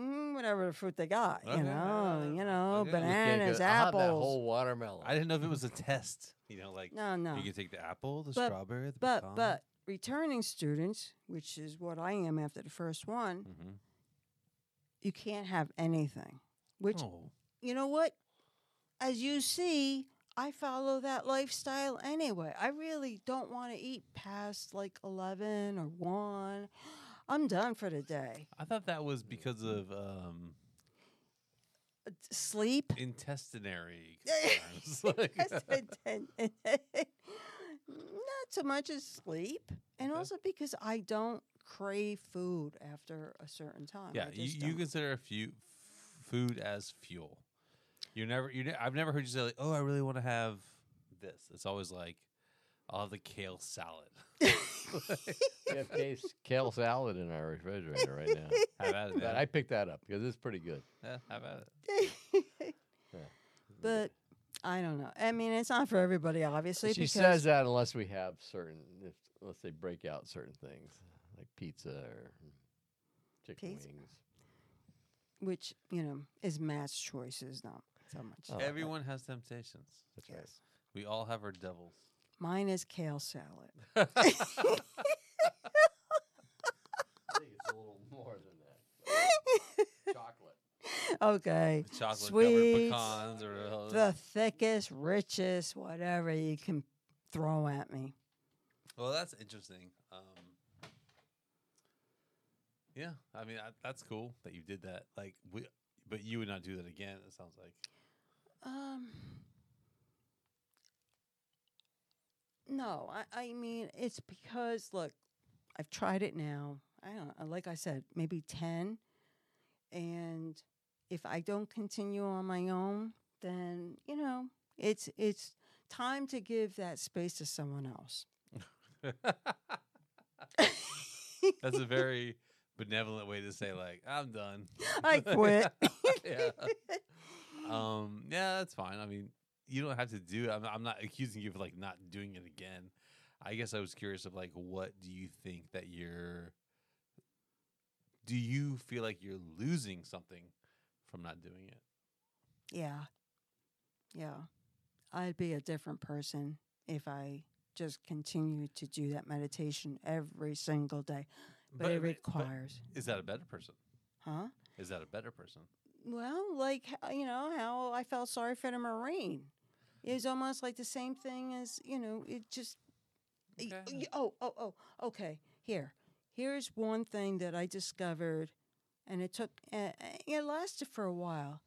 C: Mm, whatever the fruit they got,
E: Okay,
C: you know,
E: yeah,
C: you know,
E: okay. You can't
D: You can't
C: bananas,
D: go, I'll have
C: apples.
D: that whole watermelon.
E: I didn't know if it was a test. You know, like
C: no, no.
E: you can take the apple, the
C: But-
E: strawberry, the
C: but
E: pecan.
C: but returning students, which is what I am after the first one,
E: Mhm.
C: you can't have anything. Which
E: Oh.
C: you know what? As you see, I follow that lifestyle anyway. I really don't want to eat past like 11 or 1. I'm done for the day.
E: I thought that was because of um,
C: sleep.
E: intestinary.
C: Yes,
E: concerns. Like,
C: and- and- and- Not so much as sleep, and
E: Okay.
C: also because I don't crave food after a certain time.
E: yeah,
C: I
E: you,
C: just
E: you
C: don't.
E: consider a few food as fuel. You never, you ne- I've never heard you say like, "Oh, I really want to have this." It's always like, "I'll have the kale salad."
D: We have case kale salad in our refrigerator right now.
E: Have at it,
D: But
E: man.
D: I picked that up because it's pretty good.
E: Yeah, have at it.
C: but I don't know. I mean, it's not for everybody, obviously.
D: she
C: because
D: says that unless we have certain, if, unless they break out certain things like pizza or chicken
C: Pizza?
D: wings.
C: which you know is Matt's choices, not so much.
D: Oh,
E: Everyone has temptations.
D: That's right.
C: Yes.
E: We all have our devils.
C: Mine is kale salad.
H: I think it's a little more than that. but Chocolate.
C: Okay.
E: Chocolate covered
C: Sweets.
E: pecans or all
C: The thickest, richest, whatever you can throw at me.
E: Well, that's interesting. Um, yeah, I mean I, that's cool that you did that. Like, we, but you would not do that again. It sounds like
C: Um. No, I, I mean it's because look, I've tried it now. I don't know, like I said, maybe ten, and if I don't continue on my own, then you know it's it's time to give that space to someone else.
E: that's a very benevolent way to say like I'm done.
C: I quit.
E: yeah. Um. Yeah, that's fine. I mean, you don't have to do. it. I'm, I'm not accusing you of like not doing it again. I guess I was curious of like, what do you think that you're? Do you feel like you're losing something from not doing it?
C: Yeah. Yeah. I'd be a different person if I just continued to do that meditation every single day. But, it
E: but- but
C: requires,
E: Is that a better person?
C: huh?
E: Is that a better person?
C: Well, like, h- you know, how I felt sorry for the Marine. It was almost like the same thing as, you know, it just. y-
E: Okay.
C: y- Oh, oh, oh, okay. Here. Here's one thing that I discovered, and it took, uh, uh, it lasted for a while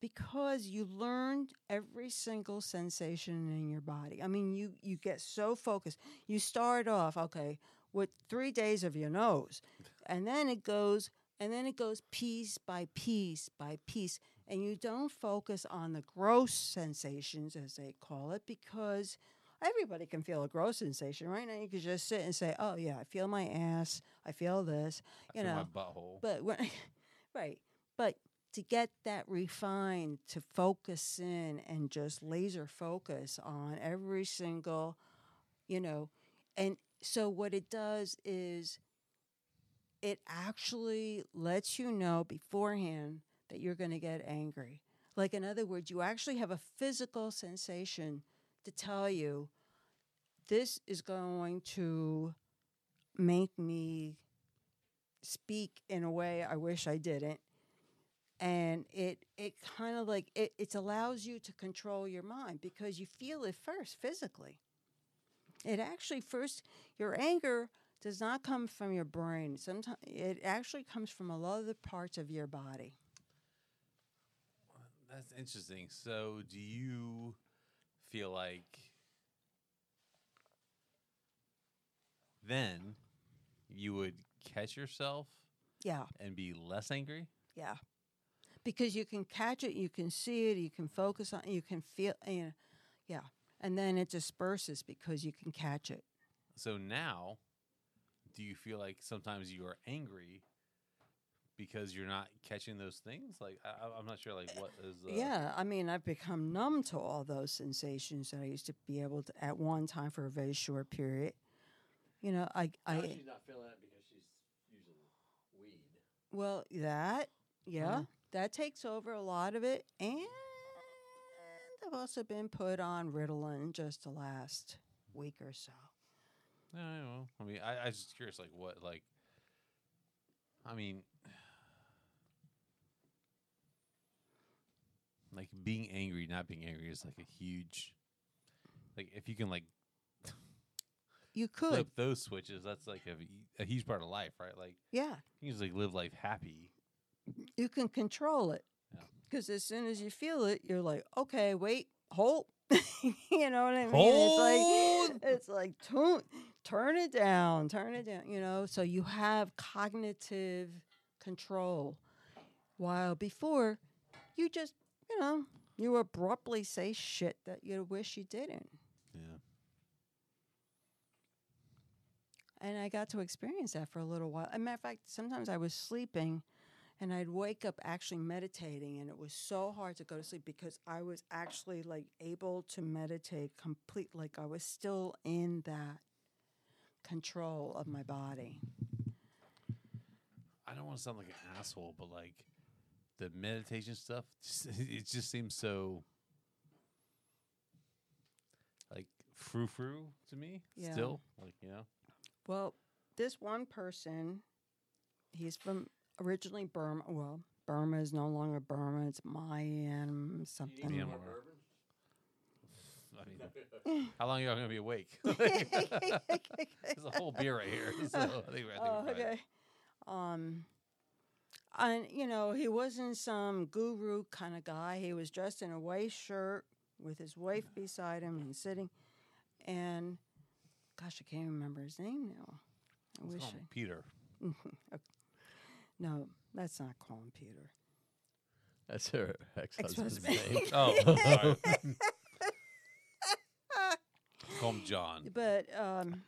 C: because you learned every single sensation in your body. I mean, you you get so focused. You start off okay with 3 days of your nose. And then it goes and then it goes piece by piece by piece and you don't focus on the gross sensations as they call it because everybody can feel a gross sensation right now you could just sit and say oh yeah i feel my ass i feel this you
E: For
C: know
E: my butthole.
C: but when, right, but to get that refined, to focus in and just laser focus on every single, you know, and so what it does is it actually lets you know beforehand that you're going to get angry. Like in other words, you actually have a physical sensation to tell you this is going to make me speak in a way I wish I didn't. And it it kind of like it, it allows you to control your mind because you feel it first physically. It actually first your anger does not come from your brain. Sometimes it actually comes from a lot of the parts of your body.
E: That's interesting. So, do you feel like then you would catch yourself
C: Yeah,
E: and be less angry?
C: yeah. Because you can catch it, you can see it, you can focus on, you can feel, you know, yeah. And then it disperses because you can catch it.
E: So now, do you feel like sometimes you are angry because you're not catching those things? Like I, I- I'm not sure. Like what is? Uh,
C: Yeah, I mean, I've become numb to all those sensations that I used to be able to at one time for a very short period. You know, I,
H: Now
C: I
H: she's not feeling it because she's using weed.
C: well that yeah that takes over a lot of it, and I've also been put on Ritalin just the last week or so.
E: I don't know. I mean, I, I was just curious, like what, like, I mean, like being angry, not being angry is like a huge, like if you can like
C: You could,
E: flip those switches, that's like a, a huge part of life, right? Like
C: yeah,
E: you can just like live life happy.
C: you can control it.
E: Yeah.
C: Because as soon as you feel it, you're like, okay, wait, hold. you know what I mean?
E: Hold.
C: It's like it's like tune, turn it down, turn it down. You know, so you have cognitive control. While before, you just you know you abruptly say shit that you wish you didn't.
E: Yeah.
C: And I got to experience that for a little while. As a matter of fact, sometimes I was sleeping and I'd wake up actually meditating, and it was so hard to go to sleep because I was actually like able to meditate complete, like I was still in that control of my body.
E: I don't want to sound like an asshole, but like the meditation stuff, just, it just seems so like frou frou to me.
C: Yeah.
E: Still, like you know,
C: Well, this one person, he's from originally Burma. Well, Burma is no longer Burma, it's Mayan
I: You need
C: something.
I: some
E: Myanmar.
I: more bourbon?
E: I mean, how long are y'all gonna be awake? There's a whole beer right here. So I think, we're- I think we're
C: Oh,
E: fine.
C: okay. Um, and you know, he wasn't some guru kind of guy. He was dressed in a white shirt with his wife beside him and sitting. And gosh, I can't remember his name now. I
E: Let's
C: wish.
E: call him Peter.
C: I, no, that's not calling Peter.
D: That's her ex-husband's
C: Ex-husband.
D: name.
E: Oh, sorry. call him John.
C: But um,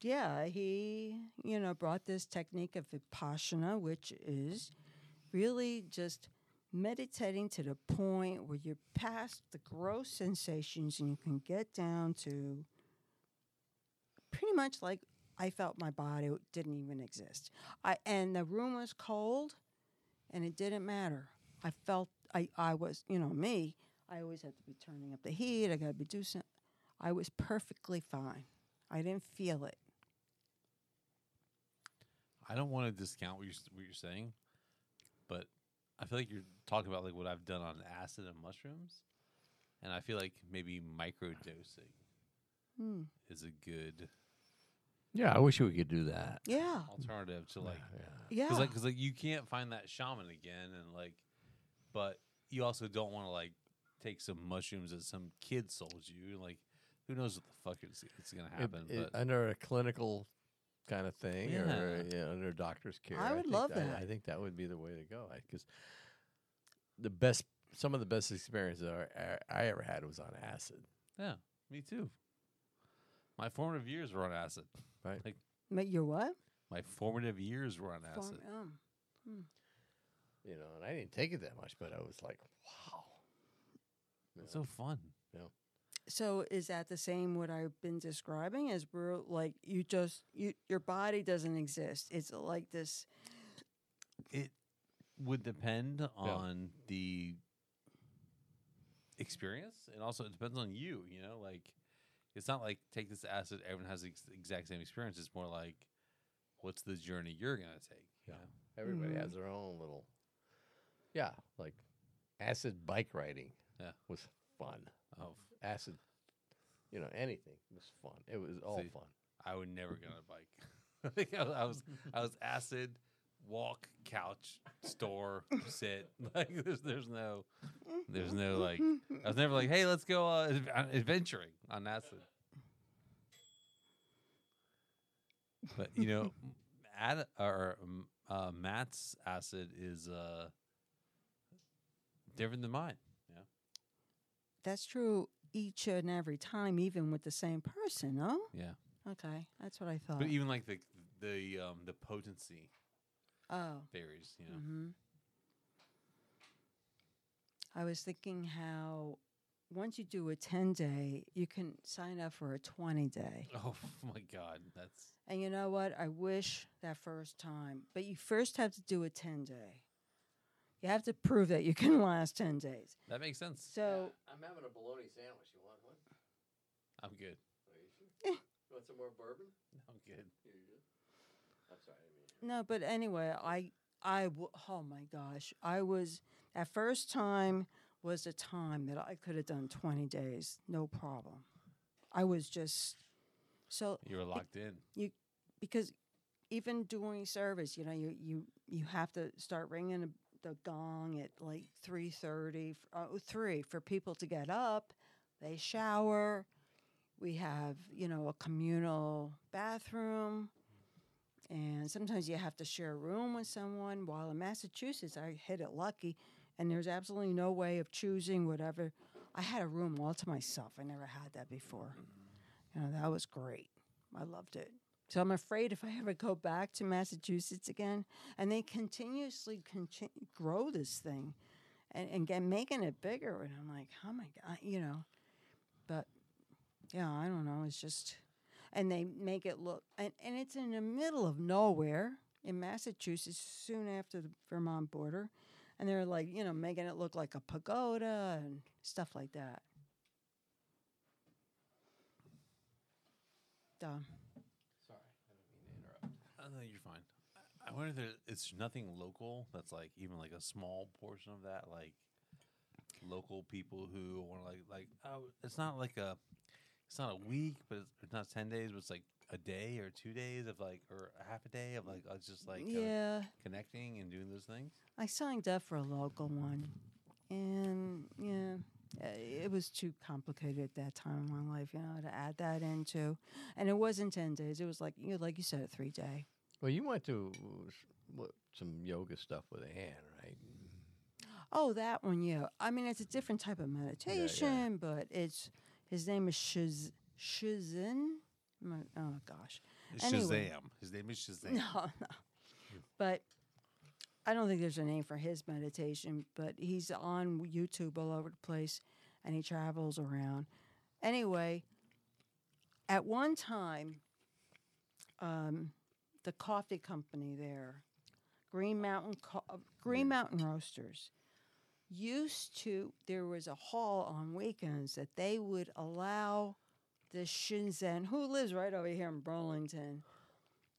C: yeah, he you know brought this technique of vipassana, which is really just meditating to the point where you're past the gross sensations and you can get down to pretty much like I felt my body w- didn't even exist. I and the room was cold, and it didn't matter. I felt I I was you know me. I always had to be turning up the heat. I got to be doing. some- I was perfectly fine. I didn't feel it.
E: I don't want to discount what you're, s- what you're saying, but I feel like you're talking about like what I've done on acid and mushrooms, and I feel like maybe microdosing
C: Hmm.
E: is a good
D: Yeah, I wish we could do that.
C: Yeah,
E: alternative to like
C: yeah.
E: because like, 'cause, like you can't find that shaman again, and like, but you also don't want to like take some mushrooms that some kid sold you, like. Who knows what the fuck is, it's gonna
D: It-
E: happen?
D: it-
E: but
D: under a clinical kind of thing or uh,
E: Yeah.
D: yeah, under doctor's care.
C: I would
D: think
C: love
D: I,
C: that.
D: think that would be the way to go because the best, some of the best experiences I, I I ever had was on acid.
E: yeah, me too. My formative years were on acid.
D: Right.
C: Ma- Your what?
E: My formative years were on acid.
C: Form- um,
D: You know, and I didn't take it that much, but I was like, wow. You
E: It's
D: know,
E: so fun.
C: So is that the same what I've been describing? As we're like you just you your body doesn't exist. It's like this.
E: It would depend on the experience, and also it depends on you. You know, like it's not like take this acid. Everyone has the ex- exact same experience. It's more like what's the journey you're gonna take.
D: Yeah.
E: you know?
D: everybody
E: mm.
C: Mhm.
D: has their own little, yeah, like acid bike riding.
E: Yeah.
D: was fun.
E: Oh, f-
D: Acid, you know, anything was fun. It was all
E: See,
D: fun.
E: I would never get on a bike. I think I was, I was I was acid. Walk, couch, store, sit. Like there's there's no
C: mm-hmm.
E: there's no like I was never like hey let's go uh, adv- uh, adventuring on acid. But you know, ad, or um, uh, Matt's acid is uh different than mine.
C: That's true each and every time, even with the same person. No.
E: Yeah.
C: Okay, that's what I thought.
E: But even like the the um the potency
C: oh.
E: varies. You know.
C: hmm I was thinking how once you do a 10 day, you can sign up for a 20 day.
E: Oh my god, that's
C: And you know what? I wish that first time, but you first have to do a 10 day. You have to prove that you can last 10 days.
E: that makes sense.
C: So,
I: I'm having a bologna sandwich. You want one?
E: I'm good.
I: Are you sure? You want some more bourbon?
E: I'm good.
I: Here you go. I'm sorry. I mean,
C: no, but anyway, I, I, w- oh my gosh, I was, that first time was a time that I could have done 20 days, no problem. I was just, so
E: You were locked in.
C: because even doing service, you know, you you you have to start ringing a the gong at like 3.30, uh, 3 for people to get up. They shower. We have, you know, a communal bathroom. And sometimes you have to share a room with someone. While in Massachusetts, I hit it lucky, and there's absolutely no way of choosing whatever. I had a room all to myself. I never had that before. You know, that was great. I loved it. So I'm afraid if I ever go back to Massachusetts again, and they continuously conti- grow this thing, and and get making it bigger, and I'm like, oh my god, you know, but yeah, I don't know. It's just, and they make it look, and and it's in the middle of nowhere in Massachusetts, soon after the Vermont border, and they're like, you know, making it look like a pagoda and stuff like that. Dumb.
F: Sorry, I don't mean to interrupt.
G: I think Oh, you're fine. I- I wonder if there, it's nothing local that's like even like a small portion of that, like local people who want to like like oh, it's not like a it's not a week, but it's, it's not ten days, but it's like a day or two days of like or a half a day of like uh, just like kinda
C: yeah.
G: connecting and doing those things.
C: I signed up for a local one, and yeah, uh, it was too complicated at that time in my life, you know, to add that into. And it wasn't ten days; it was like you know, like you said, a three day.
D: Well, you went to uh, s- what, some yoga stuff with Anne, right?
C: Oh, that one, yeah. I mean, it's a different type of meditation, but it's his name is Shiz Shizen. My- Oh gosh, Anyway.
G: Shazam. His name is Shazam.
C: no, no. But I don't think there's a name for his meditation, but he's on YouTube all over the place and he travels around. Anyway, at one time, um, the coffee company there, Green Mountain Co- uh, Green Mountain Roasters, used to there was a hall on weekends that they would allow the Shinzen, who lives right over here in Burlington,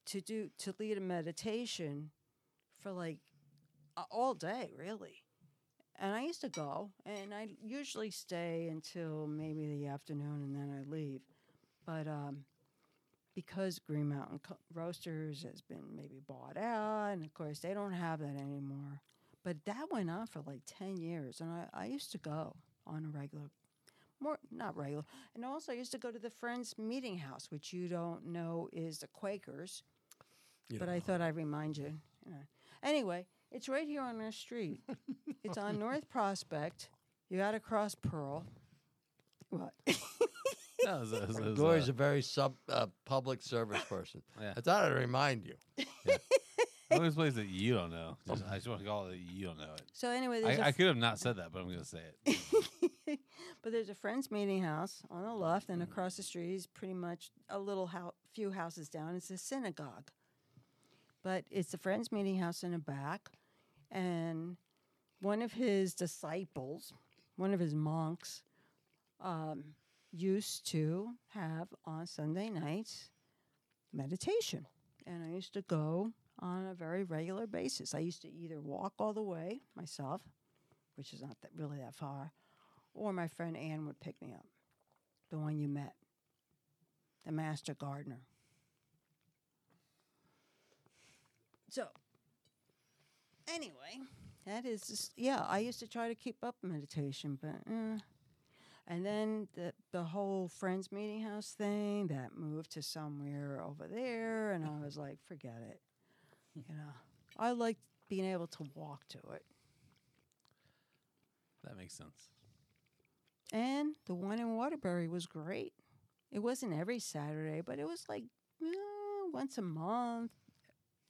C: to do to lead a meditation for like a- all day really and i used to go and i usually stay until maybe the afternoon and then i leave but um because green mountain Co- roasters has been maybe bought out and of course they don't have that anymore but that went on for like 10 years and i, I used to go on a regular more not regular and also i used to go to the friends meeting house which you don't know is the quakers but I thought I'd remind you. Yeah. Anyway, it's right here on our street. it's on North Prospect. You got to cross Pearl. What?
G: No, it was- it was- it was,
D: Dory's
G: uh,
D: a very sub uh, public service person.
G: Yeah.
D: I thought I'd remind you.
G: one of those places that you don't know. Just- I just want to call it that you don't know it.
C: so anyway, there's a
G: I, I could have not said that, but I'm gonna say it.
C: but there's a friends meeting house on the left, and across the street is pretty much a little hou- few houses down. It's a synagogue, but it's a friends meeting house in the back, and one of his disciples, one of his monks, um, used to have on Sunday nights meditation, and I used to go on a very regular basis. I used to either walk all the way myself, which is not that really that far, or my friend Ann would pick me up. The one you met, the master gardener. So, anyway, that is just, yeah. I used to try to keep up meditation, but eh. and then the the whole friends meeting house thing that moved to somewhere over there, and I was like, forget it. You know, I liked being able to walk to it.
G: That makes sense.
C: And the one in Waterbury was great. It wasn't every Saturday, but it was like eh, once a month.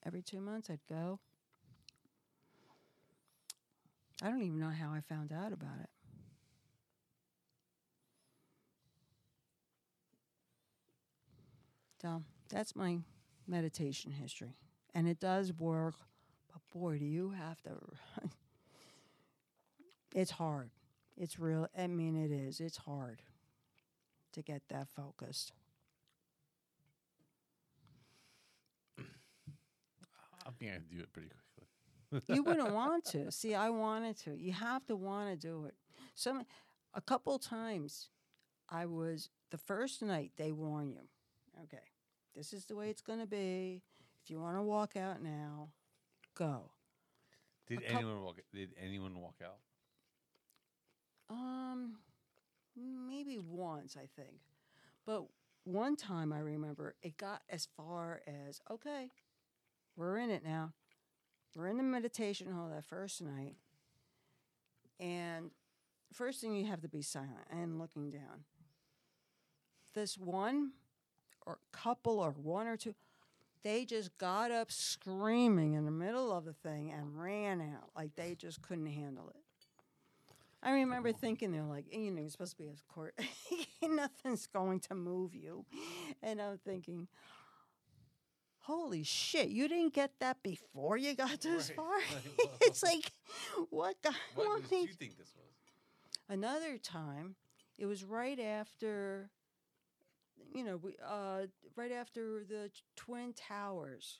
C: Every two months, I'd go. I don't even know how I found out about it. So that's my meditation history. And it does work, but boy, do you have to. it's hard. It's real. I mean, it is. It's hard to get that focused.
G: I think I can do it pretty quickly.
C: You wouldn't want to. See, I wanted to. You have to want to do it. Some, a couple times, I was the first night they warn you. Okay, this is the way it's going to be. If you want to walk out now, go.
E: Did
C: A coup-
E: anyone walk? Did anyone walk out?
C: Um, maybe once I think, but one time I remember it got as far as okay, we're in it now. We're in the meditation hall that first night, and first thing you have to be silent and looking down. This one, or couple, or one or two, they just got up screaming in the middle of the thing and ran out like they just couldn't handle it. I remember thinking they're like, you know, you're supposed to be a court. Nothing's going to move you. And I'm thinking, holy shit, you didn't get that before you got this
E: Right,
C: far.
E: right, well.
C: it's like, what God
E: What
C: wanted
E: did you think this was?
C: another time it was right after you know we uh right after the t- twin towers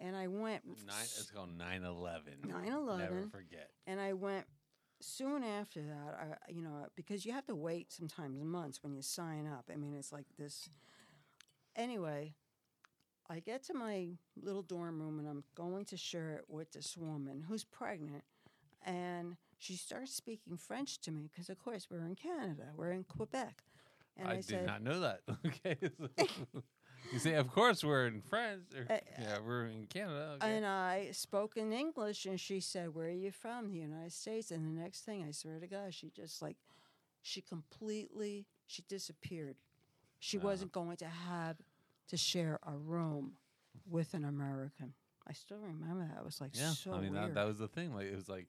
C: and i went
E: Nine. It's
C: s-
E: called 9-11. Never
C: 9/11.
E: forget.
C: and i went soon after that i you know because you have to wait sometimes months when you sign up i mean it's like this anyway i get to my little dorm room and i'm going to share it with this woman who's pregnant and she starts speaking French to me because, of course, we're in Canada, we're in Quebec. And
E: I,
C: I,
E: did
C: said,
E: not know that. okay. so- you say, of course, we're in France. Or,
C: Uh,
E: yeah, we're in Canada. Okay.
C: and I spoke in English, and she said, Where are you from? The United States. And the next thing, I swear to God, she just like, she completely, she disappeared. She wasn't going to have to share a room with an American. I still remember that. It was like
E: yeah.
C: so
E: I mean, that,
C: weird.
E: that was the thing. Like, it was like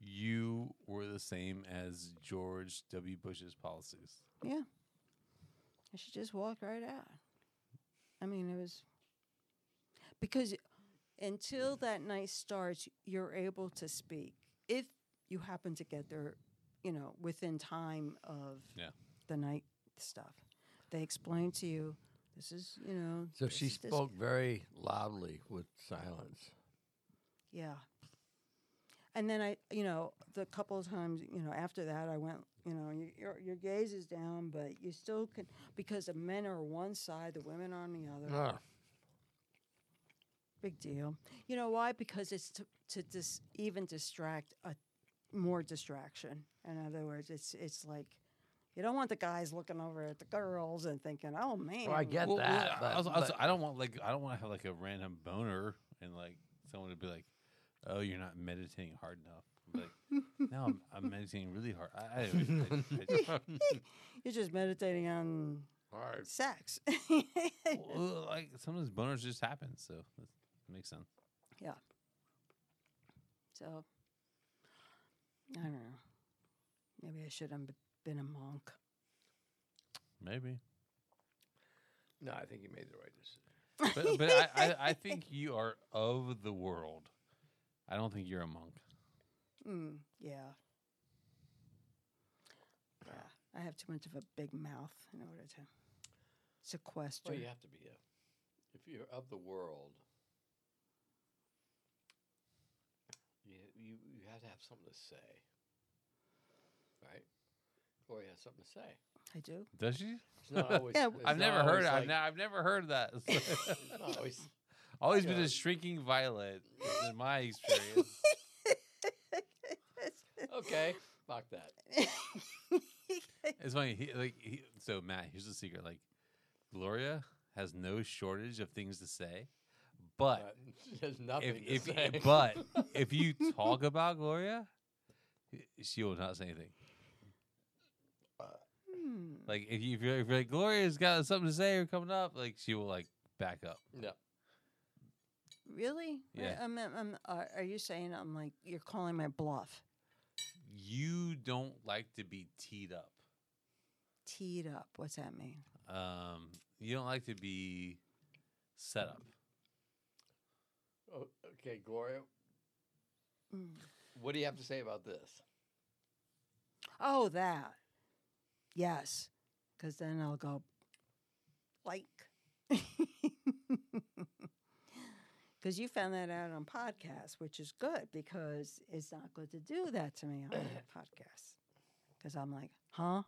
E: you were the same as George W. Bush's policies.
C: Yeah. And she just walked right out. I mean, it was because until that night starts, you're able to speak. If you happen to get there, you know, within time of
E: Yeah.
C: the night stuff, they explain to you this is, you know.
J: So
C: this
J: she
C: is this-
J: spoke very loudly with silence.
C: Yeah. And then I, you know, the couple of times, you know, after that, I went, you know, your your, your gaze is down, but you still can because the men are one side, the women are on the other.
J: Ah,
C: Big deal. You know why? Because it's to, to dis, even distract a more distraction. In other words, it's it's like you don't want the guys looking over at the girls and thinking, "Oh man."
J: well, I get
E: Well, well,
J: that.
E: I-
J: but-
E: also- also,
J: but-
E: I don't want like I don't want to have like a random boner and like someone to be like, "Oh, you're not meditating hard enough." I'm Like, no, I'm, I'm meditating really hard. I, I, I, I-
C: You're just meditating on
J: Alright.
C: sex.
E: well, like sometimes boners just happen, so that makes sense.
C: So I don't know. Maybe I should have been a monk.
E: Maybe,
J: No, I think you made the right decision.
E: but but I, I, I think you are of the world. I don't think you're a monk.
C: Mm, yeah. Yeah. I have too much of a big mouth in order to sequester.
D: Well, you have to be a. If you're of the world, you, you you have to have something to say, right? Or you have something to say.
C: I do.
E: Does she?
D: It's not always.
C: Yeah,
D: it's
E: I've
D: not
E: never heard.
D: always
E: I've,
D: like-
E: ne- I've never heard that.
D: it's not always.
E: Always
D: Yeah.
E: been a shrinking violet in my experience.
D: Okay, fuck that.
E: It's funny. He, like he, so, Matt. Here's the secret. Like, Gloria has no shortage of things to say, but
D: But there's
E: if,
D: nothing
E: if
D: to say.
E: but if you talk about Gloria, she will not say anything.
C: Hmm.
E: Like if you if you're, if you're like Gloria's got something to say or coming up, like she will like back up.
D: no,
C: Really? I-
E: Yeah.
C: I'm, I'm, I'm- um, are- are you saying I'm like, you're calling my bluff?
E: You don't like to be teed up.
C: Teed up. What's that mean?
E: Um, you don't like to be set up.
D: Oh, okay, Gloria.
C: Mm.
D: What do you have to say about this?
C: Oh, that. Yes. Because then I'll go, like. Because you found that out on podcast, which is good because it's not good to do that to me on a podcast. Because I'm like, huh?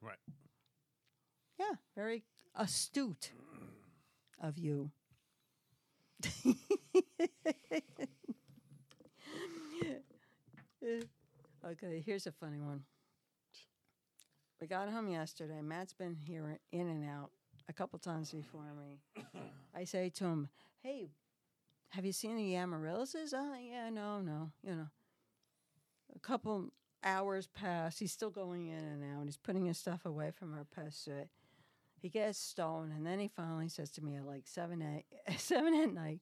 E: Right.
C: Yeah, very astute of you. okay, here's a funny one. We got home yesterday. Matt's been here in and out a couple times before me. I say to him, "Hey, have you seen the amaryllises?" Oh, yeah, no, no, you know. A couple hours pass. He's still going in and out. He's putting his stuff away from our pest suit. He gets stoned, and then he finally says to me at like seven at seven at night,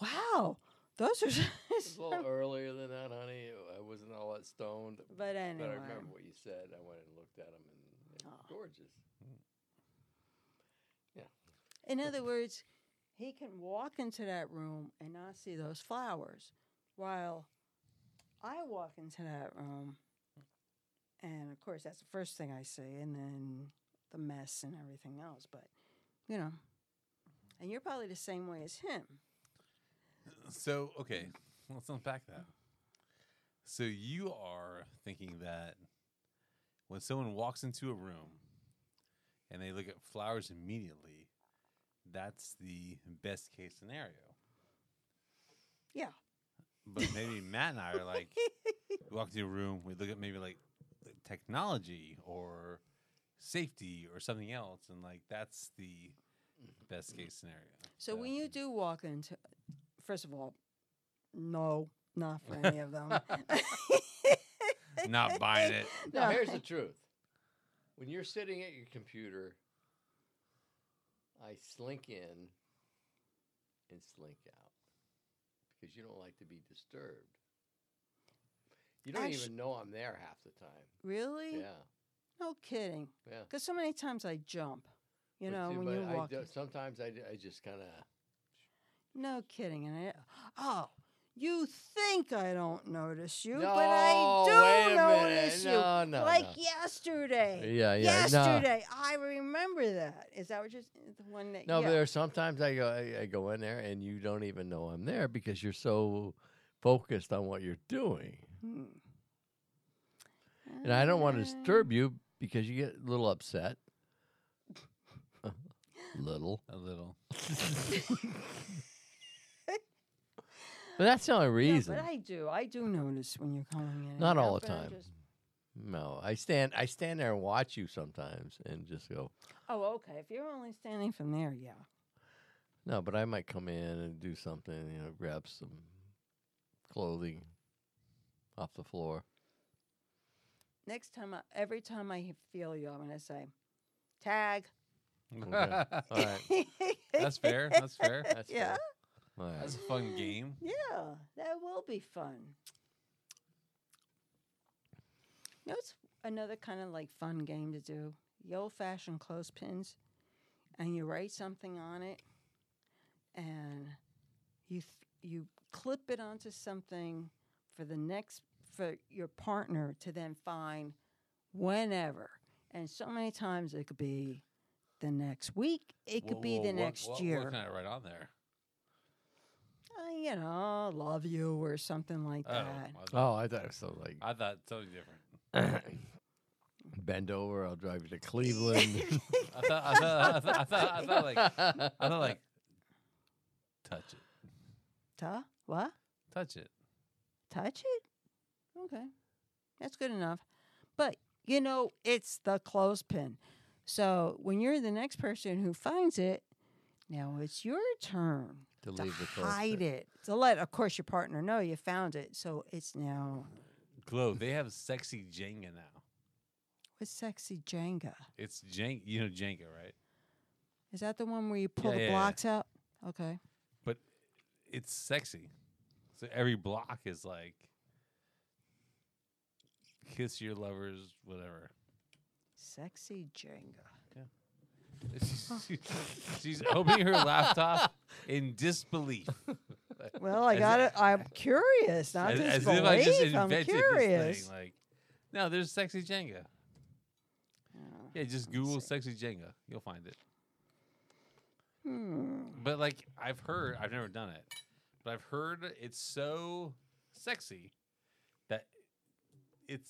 C: "Wow, those are."
K: It was a little earlier than that, honey. I wasn't all that stoned.
C: But anyway,
K: But I remember what you said. I went and looked at them, and they were
C: Oh.
K: gorgeous.
C: in other words, he can walk into that room and not see those flowers, while I walk into that room, and of course that's the first thing I see, and then the mess and everything else. But you know, and you're probably the same way as him.
E: So okay, let's unpack that. So you are thinking that when someone walks into a room and they look at flowers immediately, that's the best case scenario.
C: Yeah.
E: But maybe Matt and I are like, we walk into a room, we look at maybe like technology or safety or something else, and like that's the best case scenario.
C: So when you do walk into, first of all, no, not for any of them.
E: not buying it.
K: Now,
C: No.
K: here's the truth. When you're sitting at your computer, I slink in and slink out because you don't like to be disturbed. You don't
C: Actu-
K: even know I'm there half the time.
C: Really?
K: Yeah,
C: No kidding.
K: yeah.
C: Because so many times I jump. You
K: But
C: know,
K: see,
C: when
K: but
C: you
K: I
C: walk.
K: do- sometimes I, d- I just kind of
C: No kidding. And I, oh, you think I don't notice you, but I do notice you.
K: No, no,
C: like
K: no.
C: yesterday.
D: Yeah, yeah. nah.
C: yesterday, I remember that. Is that what you're the one that?
D: No,
C: yeah.
D: but there are sometimes I go I, I go in there and you don't even know I'm there because you're so focused on what you're doing.
C: Hmm. Uh,
D: And I don't want to
C: Okay.
D: disturb you because you get a little upset. little.
E: A little.
D: But that's the only
C: No,
D: reason.
C: but I do. I do notice when you're coming in. and
D: Not
C: out,
D: all the
C: but I
D: time.
C: just-
D: no, I stand I stand there and watch you sometimes and just go,
C: oh, okay. If you're only standing from there, yeah.
D: No, but I might come in and do something, you know, grab some clothing off the floor.
C: Next time, I, every time I feel you, I'm gonna say, tag.
D: Okay. All right.
E: That's fair. That's fair.
D: That's
C: yeah,
D: fair. All right.
E: That's a fun game.
C: yeah, that will be fun. You know, it's another kind of like fun game to do. The old-fashioned clothespins, and you write something on it, and you th- you clip it onto something for the next for your partner to then find whenever. And so many times it could be the next week, it could
E: Whoa,
C: be
E: whoa,
C: the
E: what-
C: next
E: what-
C: year.
E: What can I write on there?
C: uh, you know, love you or something like
E: Oh,
C: that.
E: I thought-
D: Oh, I thought it was something like
E: I thought something different.
D: bend over, I'll drive you to Cleveland.
E: I thought, I thought, I thought, I thought, I thought like, I thought like, touch it,
C: Ta? What?
E: touch it.
C: Touch it? Okay. That's good enough. But, you know, it's the clothespin. So when you're the next person who finds it, now it's your turn
D: to
C: to
D: leave the clothes.
C: hide it. To let, of course, your partner know you found it. So it's now
E: Glow. They have sexy Jenga now.
C: with sexy Jenga.
E: It's Jenga. You know Jenga, right?
C: Is that the one where you pull
E: Yeah,
C: the
E: yeah, yeah.
C: blocks out? Okay.
E: But it's sexy. So every block is like, kiss your lovers, whatever.
C: Sexy Jenga.
E: She's, she's opening her laptop in disbelief.
C: Well, I
E: As
C: got
E: if-
C: it. I'm curious, not
E: as, as
C: disbelief.
E: if I just
C: I'm
E: invented
C: curious.
E: this thing. Like, no, there's sexy Jenga.
C: Oh,
E: Yeah, just Google
C: see.
E: sexy Jenga. You'll find it.
C: hmm.
E: But like, I've heard, I've never done it, but I've heard it's so sexy that it's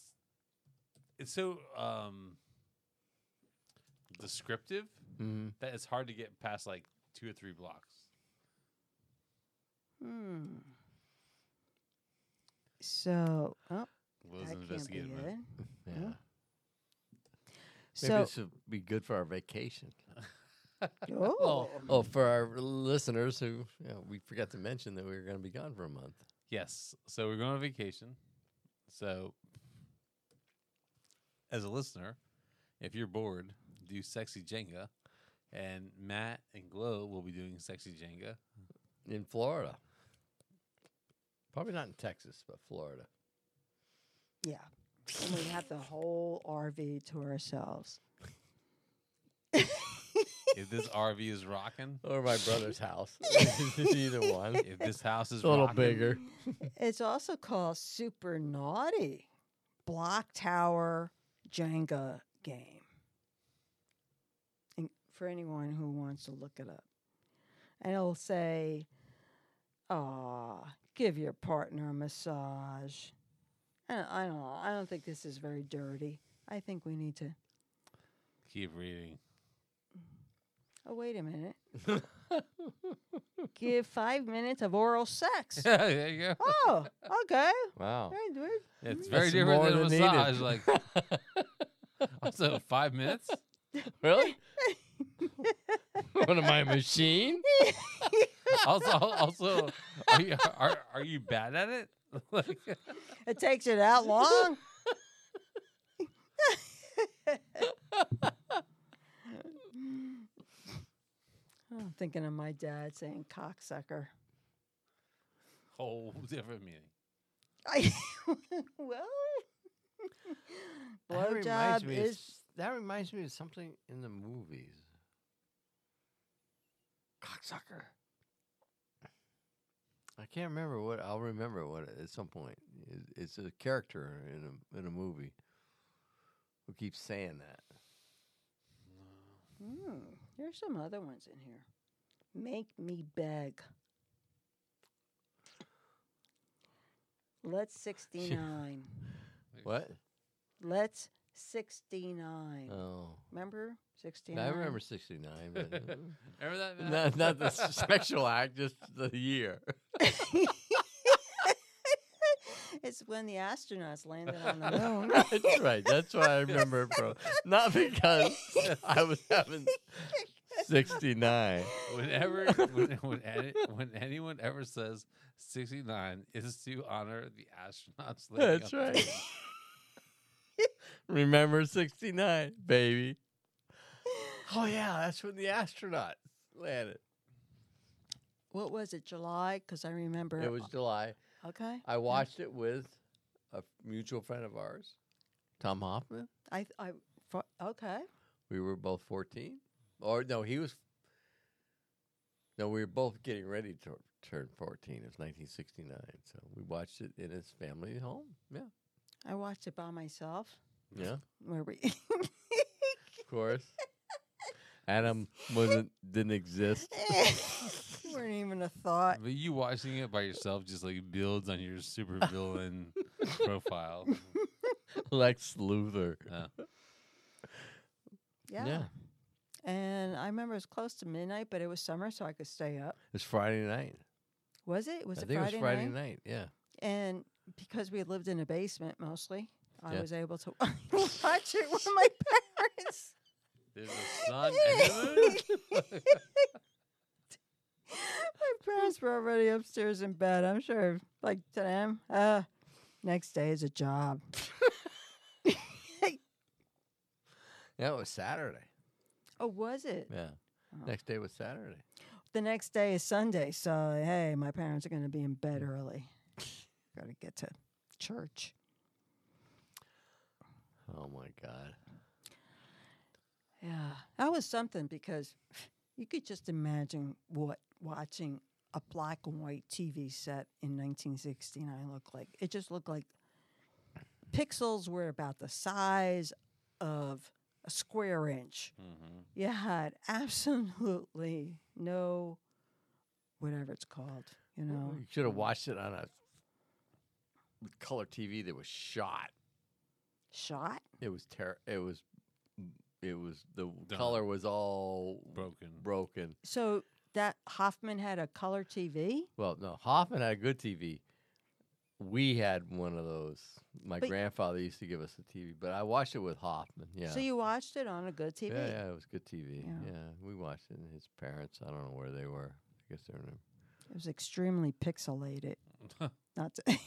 E: it's so um descriptive
D: Mhm. Mm-hmm.
E: that it's hard to get past like two or three blocks.
C: Hmm. So, oh,
E: Will's
C: that can't be
E: investigating that.
C: good.
D: Yeah.
C: Yeah.
D: Maybe
C: So,
D: this would be good for our vacation.
C: oh,
D: Oh, for our listeners who you know, we forgot to mention that we were going to be gone for a month.
E: Yes. So we're going on vacation. So, as a listener, if you're bored, do sexy Jenga, and Matt and Glow will be doing sexy Jenga.
D: in Florida. Probably not in Texas, but Florida.
C: yeah. And we have the whole RV to ourselves.
E: If this RV is rocking,
D: Or my brother's house. Either one.
E: if this house is
D: a little
E: rocking,
D: bigger.
C: It's also called Super Naughty Block Tower Jenga game. And for anyone who wants to look it up, and it'll say, "Ah, give your partner a massage." I don't, I don't know. I don't think this is very dirty. I think we need to.
E: keep reading.
C: Oh, wait a minute. give five minutes of oral sex.
E: there you go.
C: oh, okay.
D: Wow.
C: Very, very
D: That's
E: It's very different
D: more
E: than a
D: than
E: massage.
D: needed.
E: Like, also five minutes.
D: Really? what am I, a machine?
E: Also, also, are you are, are you bad at it? Like,
C: It takes you that long? I'm thinking of my dad saying cocksucker.
E: whole different meaning.
C: I, well,
D: That reminds
C: blowjob
D: me of
C: is.
D: s- that reminds me of something in the movies. Cocksucker. I can't remember what I'll remember what it- at some point. It- It's a character in a in a movie who keeps saying that.
C: Hmm, there's some other ones in here. Make me beg. Let's 69.
D: What?
C: Let's 69.
D: Oh,
C: Uh. Remember? 69.
D: I remember '69, but uh,
E: Remember that?
D: not,
E: Matt?
D: not the s- sexual act, just the year.
C: it's when the astronauts landed on the moon.
D: that's right. That's why I remember it from. Not because I was having 69.
E: Whenever, when, when, any- when anyone ever says 69 is to honor the astronauts. landing
D: That's
E: on the
D: right.
E: moon.
D: Remember 69, baby. Oh, yeah. That's when the astronauts landed.
C: what was it, July? Because I remember. uh,
D: It was July.
C: Okay.
D: I watched it with a mutual friend of ours, Tom Hoffman.
C: I, th- I, fo- okay.
D: We were both 14. Or, no, he was. No, we were both getting ready to turn 14. It was 1969. So we watched it in his family home. Yeah.
C: I watched it by myself.
D: Yeah.
C: Where we.
D: Of course. Adam wasn't didn't exist.
C: weren't even a thought.
E: But you watching it by yourself just like builds on your super villain profile.
D: Lex Luthor.
E: Yeah.
C: Yeah. And I remember it was close to midnight, but it was summer, so I could stay up.
D: It's Friday night.
C: Was it? Was
D: I
C: it
D: think
C: Friday,
D: it was Friday
C: night?
D: night. Yeah.
C: And because we lived in a basement mostly, I
D: Yeah.
C: was able to watch it with my parents.
E: There's a sun and a moon.
C: My parents were already upstairs in bed. I'm sure, like to them, uh, next day is a job.
D: Yeah, it was Saturday.
C: oh, was it?
D: Yeah.
C: Oh.
D: Next day was Saturday.
C: The next day is Sunday, so hey, my parents are going to be in bed early. Got to get to church.
D: Oh my God.
C: Yeah, that was something because you could just imagine what watching a black and white TV set in 1969 looked like. It just looked like pixels were about the size of a square inch.
E: Mm-hmm.
C: You had absolutely no, whatever it's called, you know.
D: You should have watched it on a color TV that was shot.
C: Shot?
D: It was ter- it was it was the
E: Done.
D: color was all
E: Broken.
D: broken.
C: So that Hoffman had a color TV.
D: Well, no, Hoffman had a good TV. We had one of those. My
C: But-
D: grandfather used to give us a TV, but I watched it with Hoffman. Yeah.
C: So you watched it on a good TV.
D: Yeah, yeah, it was good TV.
C: Yeah.
D: Yeah. we watched it. And his parents, I don't know where they were. I guess they're in. a-
C: It was extremely pixelated. Not to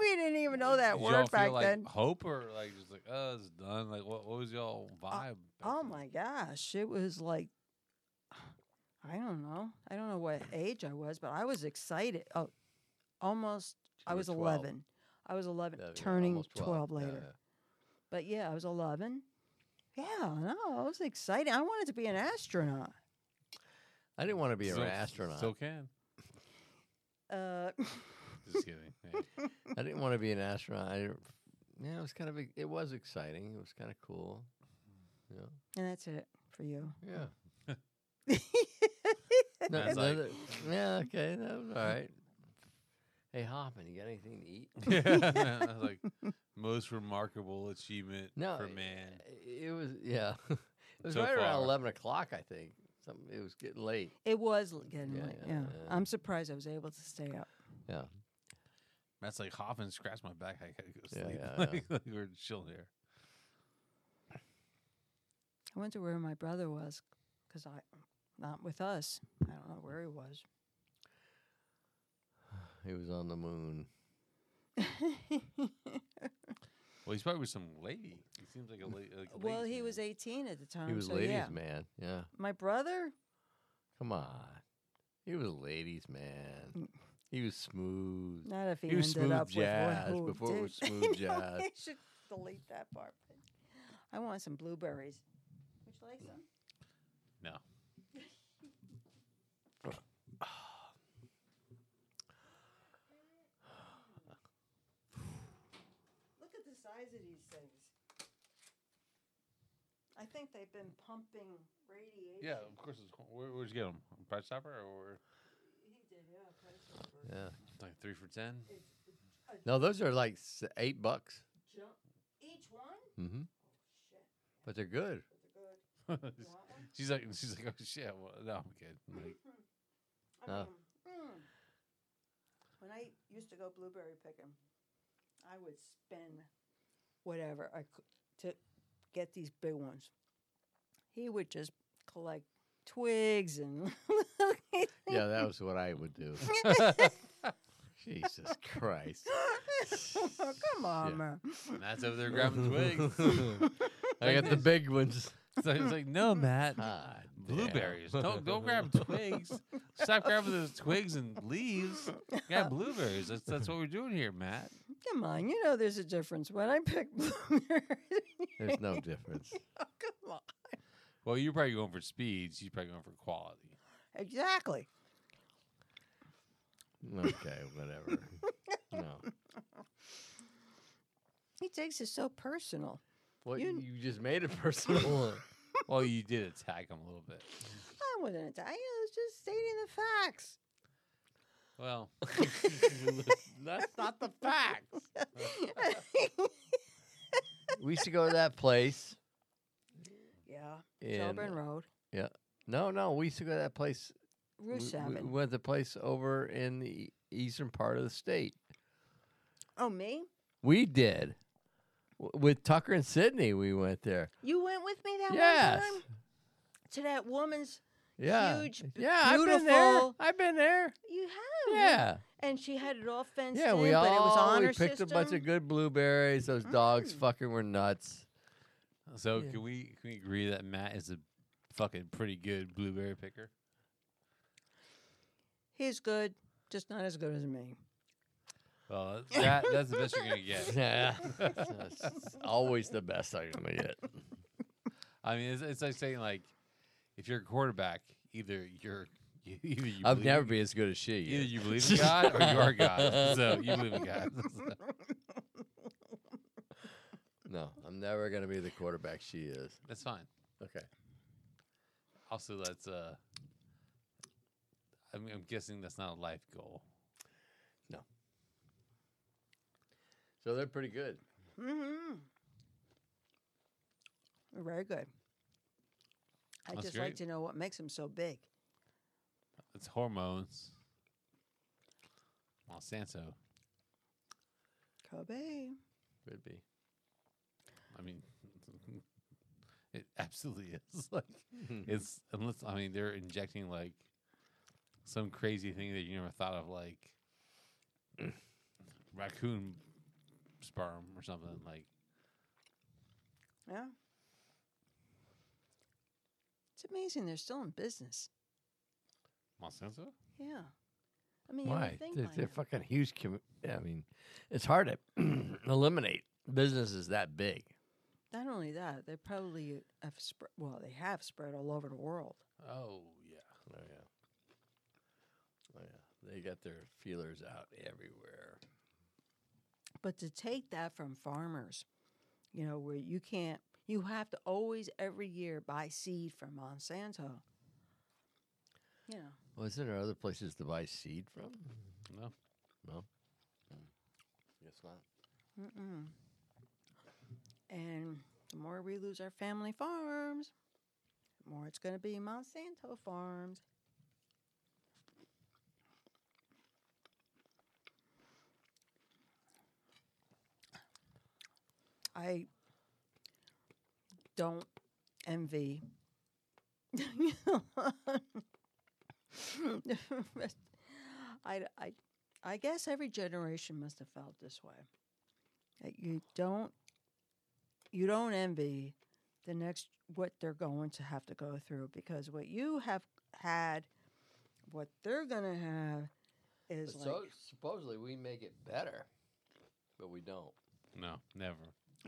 C: we didn't even know that
E: Did y'all
C: word back
E: feel, like,
C: then.
E: Hope or like just like oh it's done. Like what what was y'all vibe? back
C: Oh
E: then?
C: my gosh, it was like I don't know. I don't know what age I was, but I was excited. Oh, almost
D: You
C: I
D: were
C: was
D: 12.
C: 11. I was 11
D: Yeah, yeah,
C: turning
D: almost
C: 12,
D: Yeah,
C: later. But yeah, I was 11. Yeah, no, I was excited. I wanted to be an astronaut.
D: I didn't want to be an
E: Still-
D: astronaut.
E: Still can.
C: Uh,
E: Just kidding. Hey.
D: I didn't want to be an astronaut. I didn't, yeah, it was kind of ex- it was exciting. It was kind of cool. Yeah,
C: and that's it for you.
D: yeah. No,
E: Man's
D: no,
E: like-
D: no, yeah, okay, that was all right. Hey Hoffman, you got anything to eat?
E: Yeah, I was like most remarkable achievement
D: No,
E: for
C: eh,
D: it-
E: man.
D: It was yeah. it was
E: So
D: right around
E: far.
D: eleven o'clock, I think. Something it was getting late.
C: It was l- getting
D: Yeah,
C: late.
D: yeah,
C: Yeah,
D: yeah.
C: I'm surprised I was able to stay up.
D: Yeah.
E: Matt's like Hoffman scratched my back. I gotta go
D: Yeah,
E: sleep.
D: yeah, yeah.
E: like, like, we're chilling here.
C: I wonder where my brother was because I, not with us. I don't know where he was.
D: It was on the moon.
E: Well, he's probably with some lady. He seems like a lady. Like a
C: well,
E: ladies'
C: he
E: man.
C: was 18 at the time.
D: He
E: Um,
D: was
C: so
D: ladies
C: yeah.
D: man. Yeah.
C: My brother?
D: Come on. He was ladies
E: Mm.
D: man. He was smooth.
C: Not if he,
D: He was
C: ended
D: smooth
C: up
D: jazz
C: with what who
D: before it
C: did.
D: was smooth
C: I know,
D: jazz.
C: I should delete that part. I want some blueberries. Would you like some?
E: No.
C: Look at the size of these things. I think they've been pumping radiation.
E: Yeah, of course. It's, where, where'd you get him? Price Chopper or
C: He did, yeah. price of-
D: Yeah.
E: it's like three for ten?
D: No, those are like s- eight bucks.
C: Jump- Each one? Oh,
D: Mm-hmm.
C: Shit,
D: But they're good.
C: they're good. You want one?
E: she's like, she's like, oh shit. Well, no, I'm good. I'm like,
C: I
D: Uh.
C: mean, mm. When I used to go blueberry picking, I would spend whatever I could to get these big ones. He would just collect twigs and
D: Yeah, that was what I would do. Jesus Christ.
C: come on,
D: Yeah.
C: man.
E: Matt's over there grabbing twigs.
D: I got the big ones.
E: So he's like, no, Matt.
D: Ah,
E: Blueberries. Don't don't grab twigs. Stop grabbing those twigs and leaves. Grab blueberries. That's that's what we're doing here, Matt.
C: Come on, you know there's a difference when I pick blueberries.
D: There's no difference.
C: Oh, come on.
E: Well, you're probably going for speed. She's probably going for quality.
C: Exactly.
D: Okay, whatever. No.
C: He takes it so personal.
D: Well, you,
C: You-
D: just made it personal.
E: Well, you did attack him a little bit.
C: I wasn't Italian. I was just stating the facts.
E: Well,
D: That's not the facts. We used to go to that place.
C: yeah.
D: In,
C: Shelburne Road.
D: no, no, we used to go to that place. We,
C: Roost
D: we- we
C: Avenue.
D: went to the place over in the e- eastern part of the state.
C: Oh, me?
D: We did. W- With Tucker and Sydney, we went there.
C: You went with me that
D: yes.
C: one time? To that woman's.
D: Yeah.
C: Huge, b-
D: yeah, I've been there.
C: beautiful-
D: I've been there.
C: You have.
D: Yeah.
C: And she had it all fenced
D: Yeah,
C: in,
D: we
C: but
D: all
C: it was on
D: we
C: her
D: picked
C: system. Mm.
D: a bunch of good blueberries. Those dogs fucking were nuts.
E: so
D: Yeah.
E: can we can we agree that Matt is a fucking pretty good blueberry picker?
C: He's good, just not as good as me.
E: Well, that's- that that's the best you're gonna get.
D: Yeah, That's always the best I'm gonna get.
E: I mean, it's, it's like saying like, if you're a quarterback, either you're you- either you
D: I've
E: believe-
D: never been as good as she.
E: either
D: is.
E: you believe in God or you are God. So you believe in God.
D: No, I'm never gonna be the quarterback she is.
E: that's fine.
D: Okay.
E: Also, that's uh, I'm, I'm guessing that's not a life goal.
D: So they're pretty good.
C: Mm-hmm. Very good. I
E: That's
C: just
E: great.
C: like to know what makes them so big.
E: It's hormones. Monsanto.
C: Kobe.
L: Could be.
E: I mean, it absolutely is. Like, it's unless I mean they're injecting like some crazy thing that you never thought of, like raccoon sperm or something. Like,
C: Yeah. It's amazing they're still in business.
E: Monsanto.
C: Yeah. I mean, you
L: Why?
C: would think
L: They're,
C: by
L: they're
C: now.
L: fucking huge. commu- I mean, it's hard to eliminate businesses that big.
C: Not only that, they probably have spread. Well, they have spread all over the world.
E: Oh yeah.
L: Oh yeah. Oh yeah. They got their feelers out everywhere.
C: But to take that from farmers, you know, where you can't, you have to always every year buy seed from Monsanto. You know,
L: Well, isn't there other places to buy seed from?
E: No.
L: No.
D: Guess not.
C: Mm-mm. And the more we lose our family farms, the more it's going to be Monsanto farms. I don't envy I, I, I guess every generation must have felt this way that you don't you don't envy the next what they're going to have to go through because what you have had what they're going to have is
D: But
C: like
D: so supposedly we make it better, but we don't.
E: No. Never.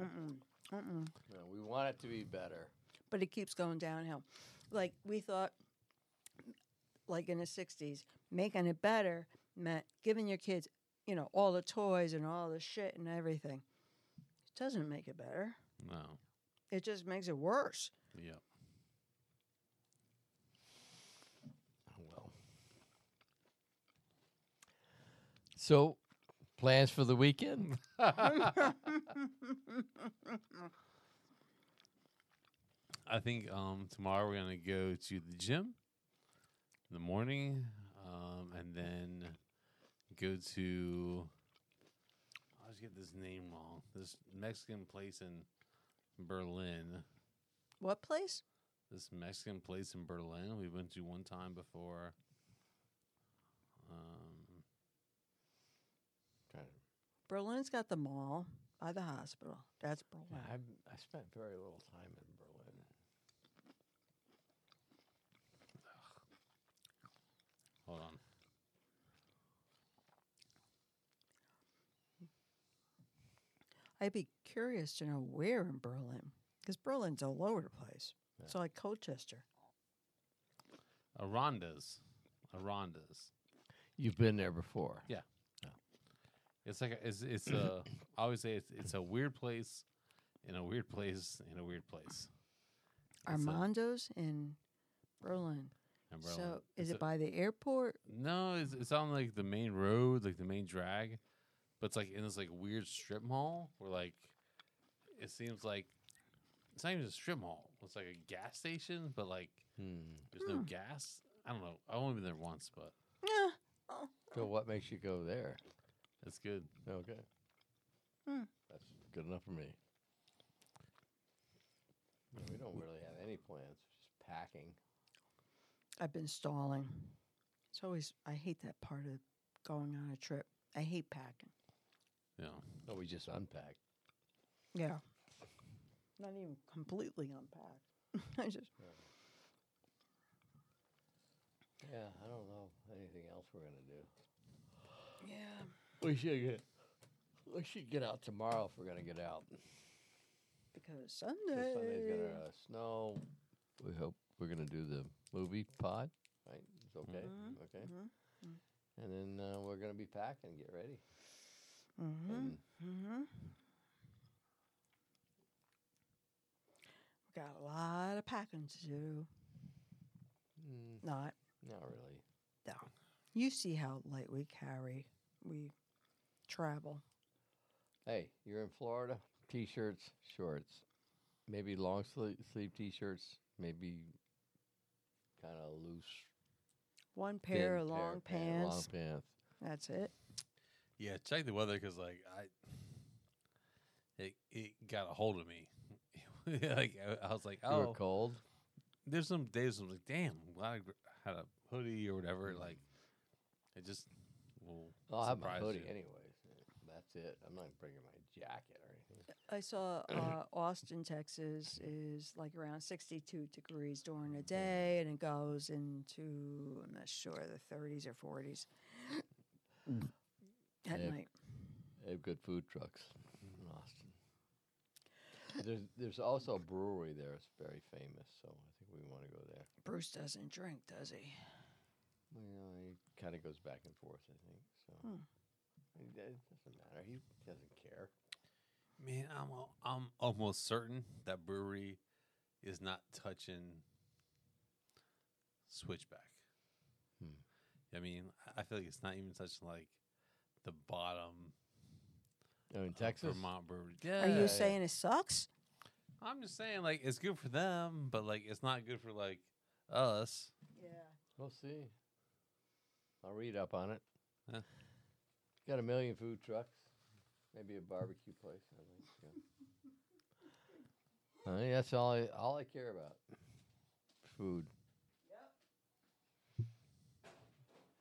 C: mm-mm, mm-mm.
D: You know, we want it to be better.
C: but it keeps going downhill like we thought like in the 60s making it better meant giving your kids you know all the toys and all the shit and everything it doesn't make it better
E: No.
C: it just makes it worse
E: Yeah.
L: Oh, Well. So, plans for the weekend?
E: I think um, tomorrow we're gonna go to the gym in the morning, um, and then go to. I always get this name wrong. This Mexican place in Berlin.
C: what place
E: This Mexican place in Berlin we went to one time before. Um,
C: Berlin's got the mall by the hospital. That's Berlin.
L: I I spent very little time in Berlin.
E: hold on.
C: I'd be curious to know where in Berlin, because Berlin's all over the place. So like Colchester.
E: Arondas. Arondas.
L: You've been there before.
E: Yeah. It's like a, it's it's a I always say it's it's a weird place, in a weird place in a weird place. It's a-
C: Armando's in Berlin.
E: in
C: So
E: Berlin.
C: is
E: It's
C: it
E: a-
C: by the airport?
E: No, it's it's on like the main road, like the main drag, but it's like in this like weird strip mall where like it seems like it's not even a strip mall. It's like a gas station, but like
L: Hmm.
E: there's no gas. I don't know. I've only been there once, but
C: Yeah.
L: So, what makes you go there?
E: it's good.
L: Okay.
C: Hmm.
L: That's good enough for me.
D: You know, we don't really have any plans. Just packing.
C: I've been stalling. It's always I hate that part of going on a trip. I hate packing.
E: You know,
L: No, we just unpacked.
C: Yeah. Not even completely unpacked. I just
D: Yeah, I don't know anything else we're gonna do.
C: Yeah.
D: We should get. We should get out tomorrow if we're gonna get out.
C: Because
D: 'Cause
C: Sunday
D: Sunday's gonna uh, snow.
L: We hope we're gonna do the movie pod.
D: Right? It's okay.
C: Mhm.
D: Okay.
C: Mhm.
D: Mm-hmm. And then uh, we're gonna be packing. Get ready.
C: Mm-hmm.
D: And
C: Mm-hmm. We got a lot of packing to do.
D: mm,
C: Not
D: not really.
C: no. You see how light we carry. We travel.
D: Hey, you're in Florida. T-shirts, shorts, maybe long sleeve, sleeve T-shirts, maybe kind of loose
C: one pair
D: Thin
C: of long
D: pant-
C: pants.
D: Long pants.
C: That's it.
E: Yeah, check the weather because like I, it it got a hold of me. like I, I was like,
D: You were
E: oh,
D: cold.
E: there's some days I'm like, damn, I'm glad I gr- had a hoodie or whatever. Like, it just will
D: Oh, I Mm-hmm. have my
E: surprise
D: hoodie
E: you.
D: anyways. That's it. I'm not bringing my jacket or anything.
C: I saw uh, Austin, Texas is like around 62 degrees during the day and it goes into, I'm not sure, the 30s or 40s at
D: Yeah.
C: night.
D: They have good food trucks in Austin. There's there's also a brewery there. It's very famous, so I think we want to go there.
C: Bruce doesn't drink, does he?
D: Well, you know, he kind of goes back and forth. I think so.
C: Hmm.
D: It do- it doesn't matter. He doesn't care.
E: Man, I'm al- I'm almost certain that brewery is not touching Switchback.
D: Hmm.
E: I mean, I- I feel like it's not even touching like the bottom
D: Oh, in
E: of
D: Texas,
E: Uh, Vermont brewery.
C: Are
E: Yeah.
C: you saying it sucks?
E: I'm just saying, like, it's good for them, but like, it's not good for like us.
C: Yeah.
D: we'll see. I'll read up on it.
E: Huh.
D: Got a million food trucks. Maybe a barbecue place. I think. Yeah. I think that's all. I, all I care about. Food.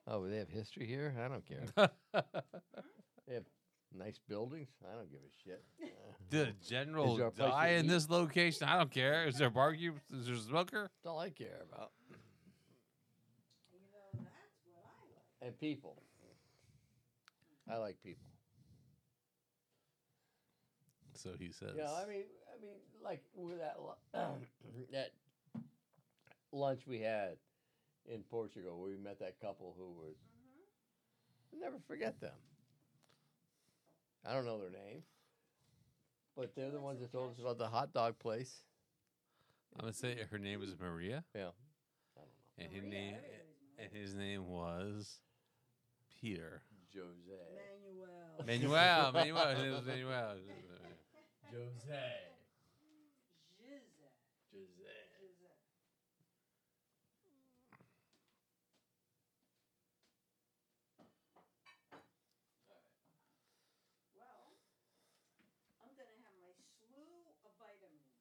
D: Oh, they have history here. I don't care. they have nice buildings. I don't give a shit.
E: Did a
D: Is there
E: general
D: a place
E: die
D: to
E: in
D: eat?
E: this location? I don't care. Is there a barbecue? Is there a smoker?
D: That's all I care about. And people. I like people.
E: So he says.
D: Yeah, I mean, I mean, like with that lu- that lunch we had in Portugal, where we met that couple who was. I'll never forget them. I don't know their name, but they're the ones that told us about the hot dog place.
E: I'm gonna say her name is Maria,
D: Yeah,
E: and his name and his name was Peter
C: Uh,
D: Jose.
C: Manuel.
E: Manuel. Manuel. His name was Manuel.
D: Jose. Jose.
C: Well, I'm going to have my slew of vitamins.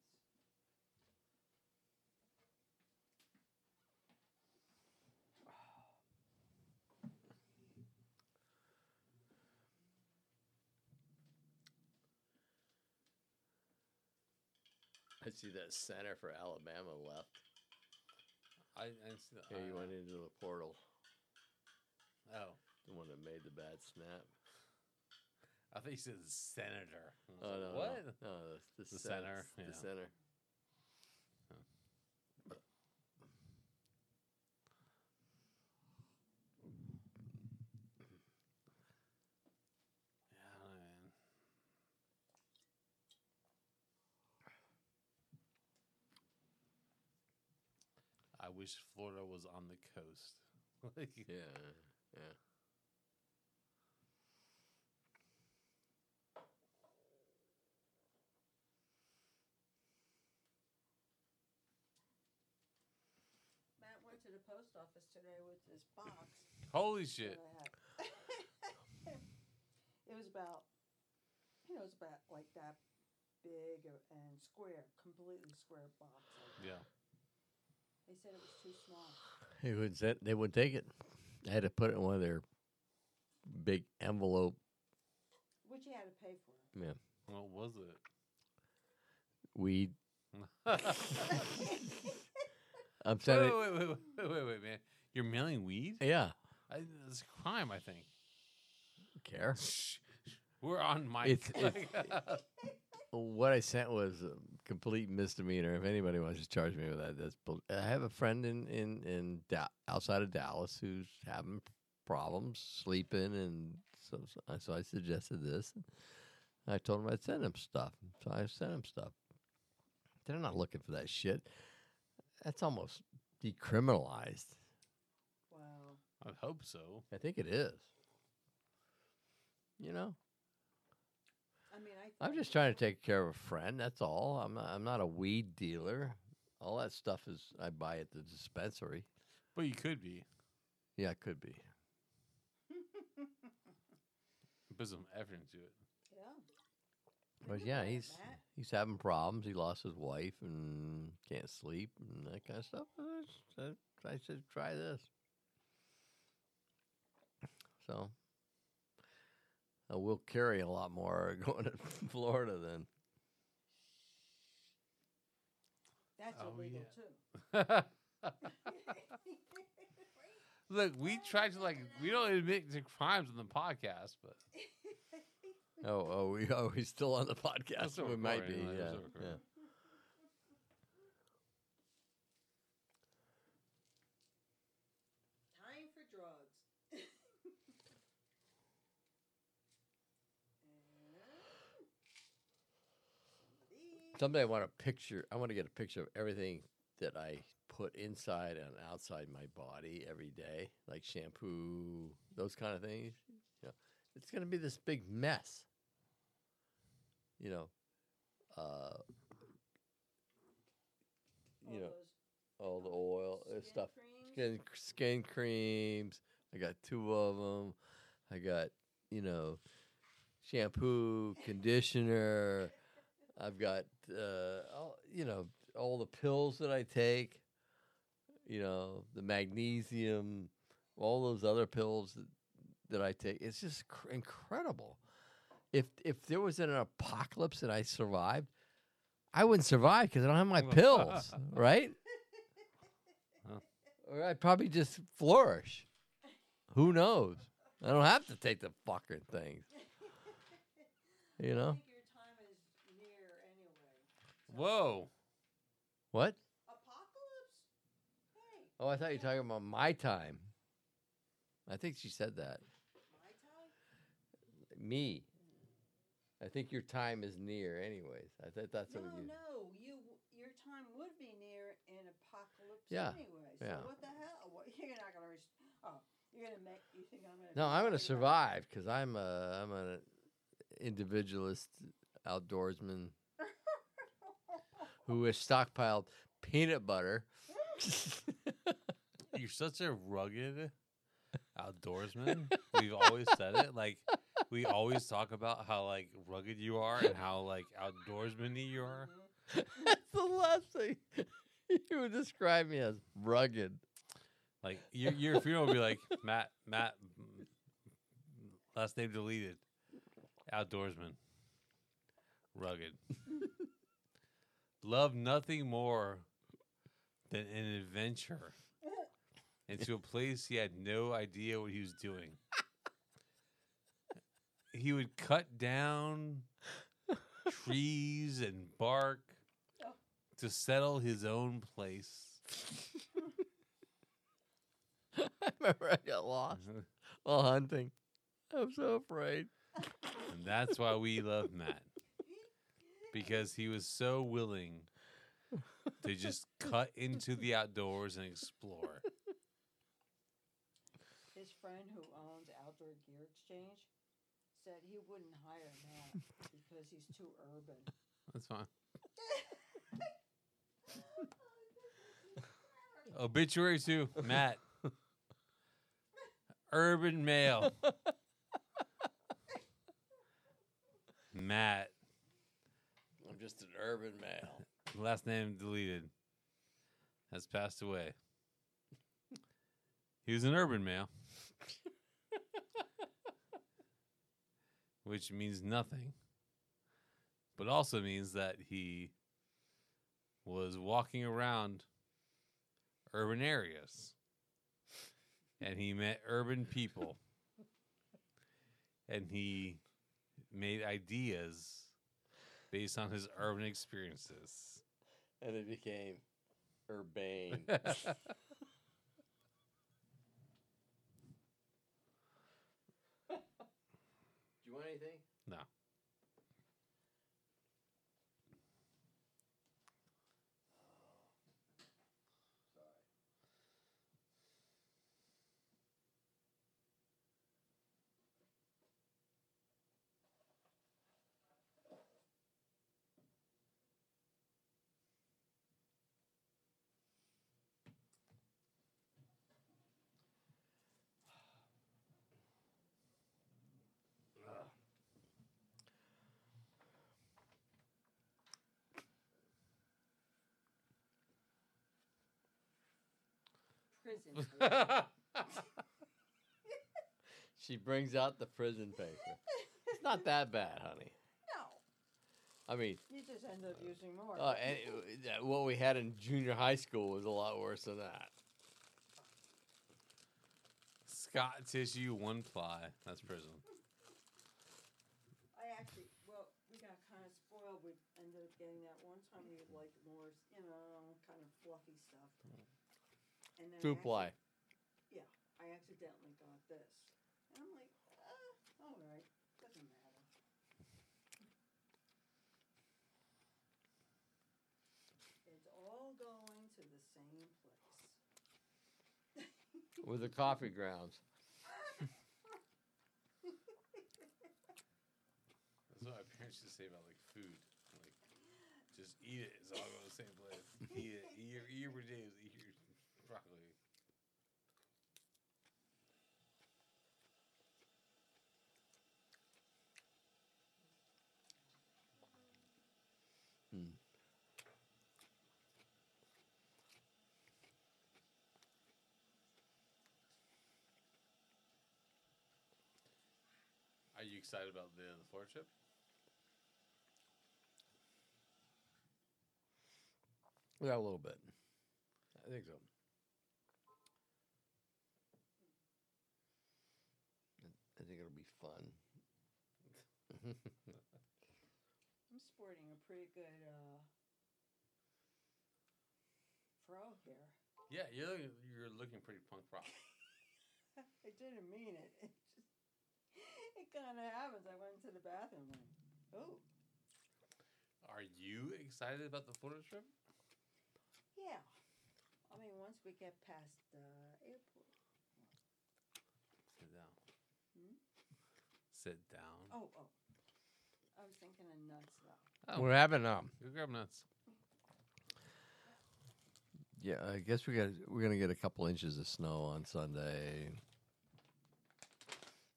D: I see that center for Alabama left.
E: I, uh, I didn't see that.
D: Yeah, you went into the portal.
E: Oh,
D: The one that made the bad snap.
E: I think he said senator. I was
D: Oh, no.
E: like,
D: no,
E: what?
D: No, the, the,
E: The
D: cen-
E: center,
D: s- The
E: yeah.
D: center.
E: Yeah, I don't know, man. I wish Florida was on the coast. like,
D: Yeah. Yeah.
C: Matt went to the post office today with this box.
E: holy shit!
C: that I have. it was about, you know, it was about like that big a- and square, completely square box. like that.
E: Yeah,
C: They said it was too small.
D: They wouldn't, set, they wouldn't take it. I had to put it in one of their big envelope.
C: Which you had to pay for.
D: Yeah.
E: what was it?
D: Weed. I'm
E: wait,
D: sending.
E: wait, wait, wait, wait, wait, wait, man! You're mailing weed?
D: Yeah.
E: I, it's a crime, I think.
D: Care.
E: We're on my.
D: It's- What I sent was a complete misdemeanor. If anybody wants to charge me with that, that's. bull- I have a friend in in in da- outside of Dallas who's having problems sleeping, and so, so I- so I suggested this. I told him I'd send him stuff, so I sent him stuff. They're not looking for that shit. That's almost decriminalized.
C: Wow.
E: I hope so.
D: I think it is. You know,
C: I mean, I.
D: I'm just trying to take care of a friend. That's all. I'm not, I'm not a weed dealer. All that stuff is I buy at the dispensary.
E: But you could be.
D: Yeah, it could be.
E: Put some effort into it.
D: But yeah, he's he's having problems. He lost his wife and can't sleep and that kind of stuff. I said- I said, try this. So I will carry a lot more going to Florida then.
C: That's
E: Oh,
C: illegal
E: yeah.
C: too.
E: Look, we try to like we don't admit to crimes on the podcast, but
D: Oh, oh, we, oh, he's still on the podcast.
E: That's
D: We might be.
E: recording, like,
D: Yeah,
E: that's recording.
D: yeah.
C: Time for drugs.
D: Someday I want a picture. I want to get a picture of everything that I put inside and outside my body every day, like shampoo, those kind of things. You know, it's going to be this big mess. You know, uh, you know, all the oil uh, stuff, skin skin creams. I got two of them. I got you know, shampoo, conditioner. I've got uh, all, you know all the pills that I take, you know the magnesium, all those other pills that, that I take. It's just cr- incredible. If if there was an apocalypse and I survived, I wouldn't survive because I don't have my pills, right?
E: Huh.
D: Or I'd probably just flourish. Who knows? I don't have to take the fucking things. You know
C: your time is near anyway.
E: Whoa.
D: what?
C: Apocalypse? Hey,
D: Oh, I thought you were talking about my time. I think she said that.
C: my time?
D: Me. I think your time is near, anyways. I thought that's
C: No,
D: what you.
C: no, you your time would be near an apocalypse
D: Yeah,
C: anyway. So
D: yeah.
C: what the hell? What, you're not gonna. Res- oh, you're gonna make. You think I'm gonna?
D: No, I'm gonna
C: make you-
D: survive because I'm a I'm an individualist outdoorsman who has stockpiled peanut butter.
E: You're such a rugged outdoorsman. We've always said it. Like we always talk about how like rugged you are and how like outdoorsman you are.
D: that's the last thing you would describe me as rugged.
E: Like your your funeral will be like Matt Matt mm, last name deleted. Outdoorsman. Rugged. Love nothing more than an adventure into a place he had no idea what he was doing. He would cut down trees and bark to settle his own place.
D: I remember I got lost while hunting. I was so afraid.
E: And that's why we love Matt. Because he was so willing to just cut into the outdoors and explore.
C: His friend who owns Outdoor Gear Exchange said he wouldn't hire Matt because he's too urban.
E: That's fine. Obituary too, Matt. Urban male. Matt.
D: I'm just an urban male.
E: last name deleted, has passed away. He was an urban male, which means nothing, but also means that he was walking around urban areas and he met urban people and he made ideas based on his urban experiences.
D: and it became urbane.
M: Do you want anything?
E: No.
C: prison.
D: She brings out the prison paper. it's not that bad, honey.
C: no,
D: I mean,
C: you just end up using more.
D: uh, and it- that- what we had in junior high school was a lot worse than that.
E: Scott tissue one ply. That's prison.
C: I actually, well, we got kind of spoiled. We ended up getting that one time we liked more, you know, kind of fluffy stuff. And then I
D: Two
C: actually-
D: ply.
C: I accidentally got this. And I'm like, uh, all right, doesn't matter. It's all going to the same place.
D: with the coffee grounds.
E: That's what my parents used to say about like food. Like, just eat it. It's all going the same place. Eat it. Eat your, eat your potatoes. Eat your broccoli. Are you excited about the, the Florida trip?
D: Yeah, a little bit. I think so. I- I think it'll be fun.
C: I'm sporting a pretty good uh, fro here.
E: Yeah, you're looking, you're looking pretty punk rock.
C: I didn't mean it. It just, it kind of happens. I went to the bathroom. Like, oh,
E: Are you excited about the Florida trip?
C: yeah. I mean, once we get past the airport.
E: Sit down.
C: Hmm?
E: Sit down.
C: Oh, oh. I was thinking of nuts though.
E: Oh.
D: We're having um.
E: Go grab nuts.
D: Yeah, I guess we got we're gonna get a couple inches of snow on Sunday.
C: A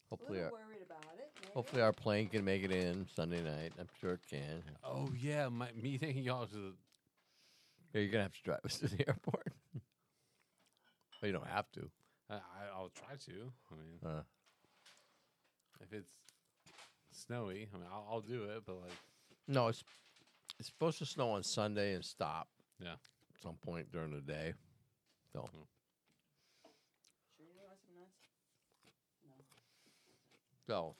D: Hopefully,
C: little
D: our,
C: worried about it. Maybe.
D: hopefully our plane can make it in Sunday night. I'm sure it can.
E: Oh yeah, my, me taking y'all to the
D: Or you're gonna have to drive us to the airport. well, you don't have to.
E: I, I- I'll try to. I mean,
D: Uh,
E: if it's snowy, I mean, I'll, I'll do it. But like,
D: no, it's it's supposed to snow on Sunday and stop.
E: Yeah.
D: at some point during the day. So
C: Sure you want some nuts? No.
D: so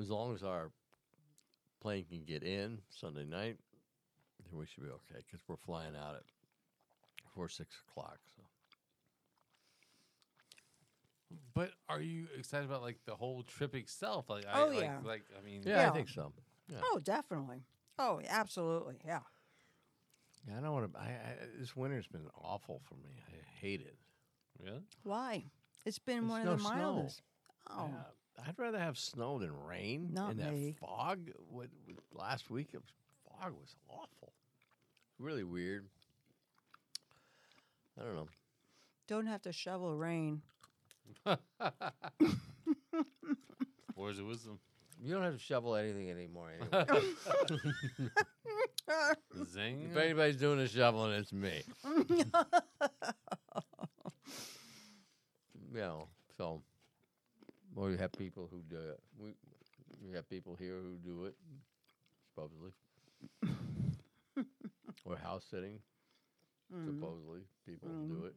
D: as long as our plane can get in Sunday night, then we should be okay because we're flying out at four six o'clock. So
E: but are you excited about like the whole trip itself? Like, I,
C: Oh,
E: like,
C: yeah.
E: like I mean,
D: yeah,
C: Yeah.
D: I think so.
C: Oh, definitely. Oh, absolutely. Yeah.
D: Yeah, I don't want to. I, I, this winter's been awful for me. I hate it.
E: really?
C: Why? It's been
D: There's
C: one of
D: no
C: the
D: snow.
C: mildest. Oh,
D: Yeah, Uh, I'd rather have snow than rain.
C: Not
D: and that
C: me.
D: fog. What, what last week? It was, fog was awful. Really weird. I don't know.
C: don't have to shovel rain.
E: Words of wisdom.
D: You don't have to shovel anything anymore. eh? Anyway.
E: Zing.
D: if anybody's doing the shoveling, it's me. you know, so well, you have people who do it. We we have people here who do it, supposedly, or house sitting.
C: Mm. Mm-hmm.
D: Supposedly, people who do it.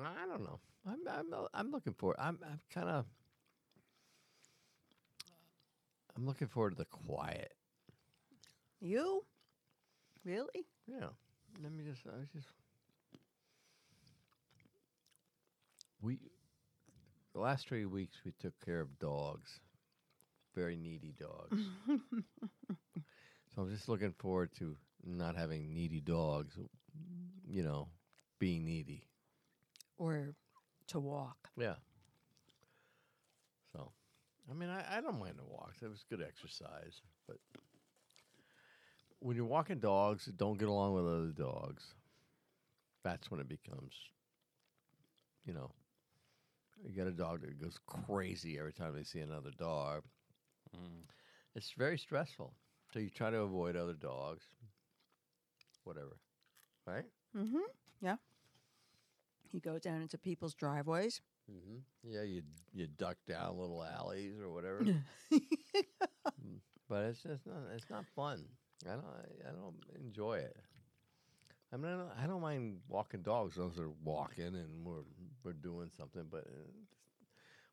D: I don't know. I'm I'm I'm looking for. I'm I'm kind of. I'm looking forward to the quiet.
C: You? Really?
D: Yeah. Let me just. I was just. We. The last three weeks, we took care of dogs, very needy dogs. so I'm just looking forward to not having needy dogs, you know, being needy.
C: Or to walk?
D: Yeah. So, I mean, I, I don't mind the walks. It was good exercise. But when you're walking dogs that don't get along with other dogs, that's when it becomes, you know, you got a dog that goes crazy every time they see another dog. It's very stressful. So you try to avoid other dogs. whatever, right?
C: Mm-hmm. Yeah. You go down into people's driveways.
D: Mm-hmm. Yeah, you you duck down little alleys or whatever. but it's just not it's not fun. I don't I don't enjoy it. I mean, I don't, I don't mind walking dogs. Those are walking and we're we're doing something. But uh,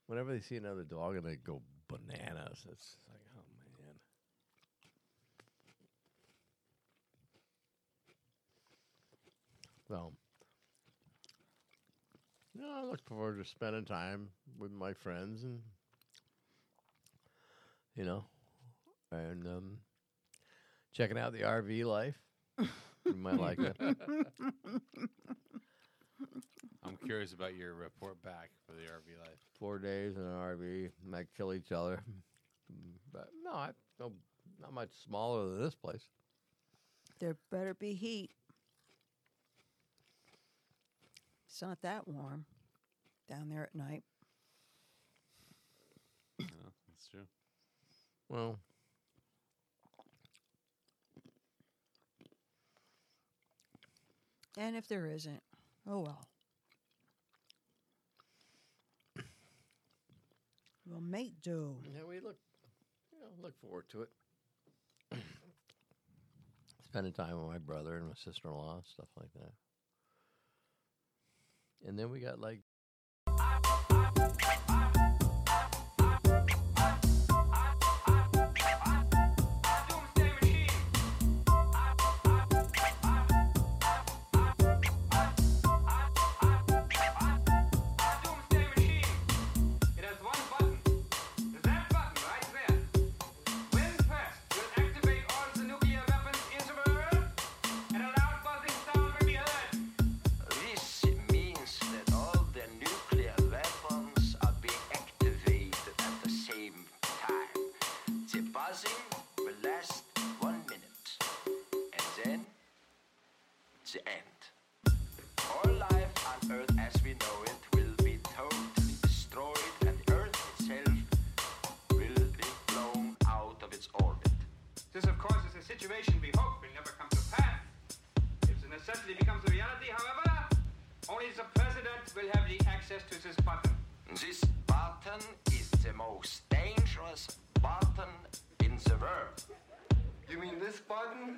D: whenever they see another dog and they go bananas, it's like, oh man. So, no, I look forward to spending time with my friends and you know, and um, checking out the RV life. you might like it.
E: I'm curious about your report back for the RV life.
D: Four days in an RV, might kill each other. Mm, But no, I, no, not much smaller than this place.
C: There better be heat. It's not that warm down there at night.
E: No, that's true.
D: Well,
C: And if there isn't, oh well. We'll make do.
D: yeah, we look, you know, look forward to it. Spending time with my brother and my sister-in-law, stuff like that. And then we got like
N: It has one button. That button right there. When pressed, will activate all the nuclear weapons in the world, and a loud buzzing sound will be heard.
O: This means that all the nuclear weapons are being activated at the same time. The buzzing will last one minute, and then the end. All life on Earth as we know it will be totally destroyed, and Earth itself will be blown out of its orbit.
N: This, of course, is a situation we hope will never come to pass. If the necessity becomes a reality, however, only the president will have the access to this button.
O: This button is the most dangerous button in the world.
N: You mean this button?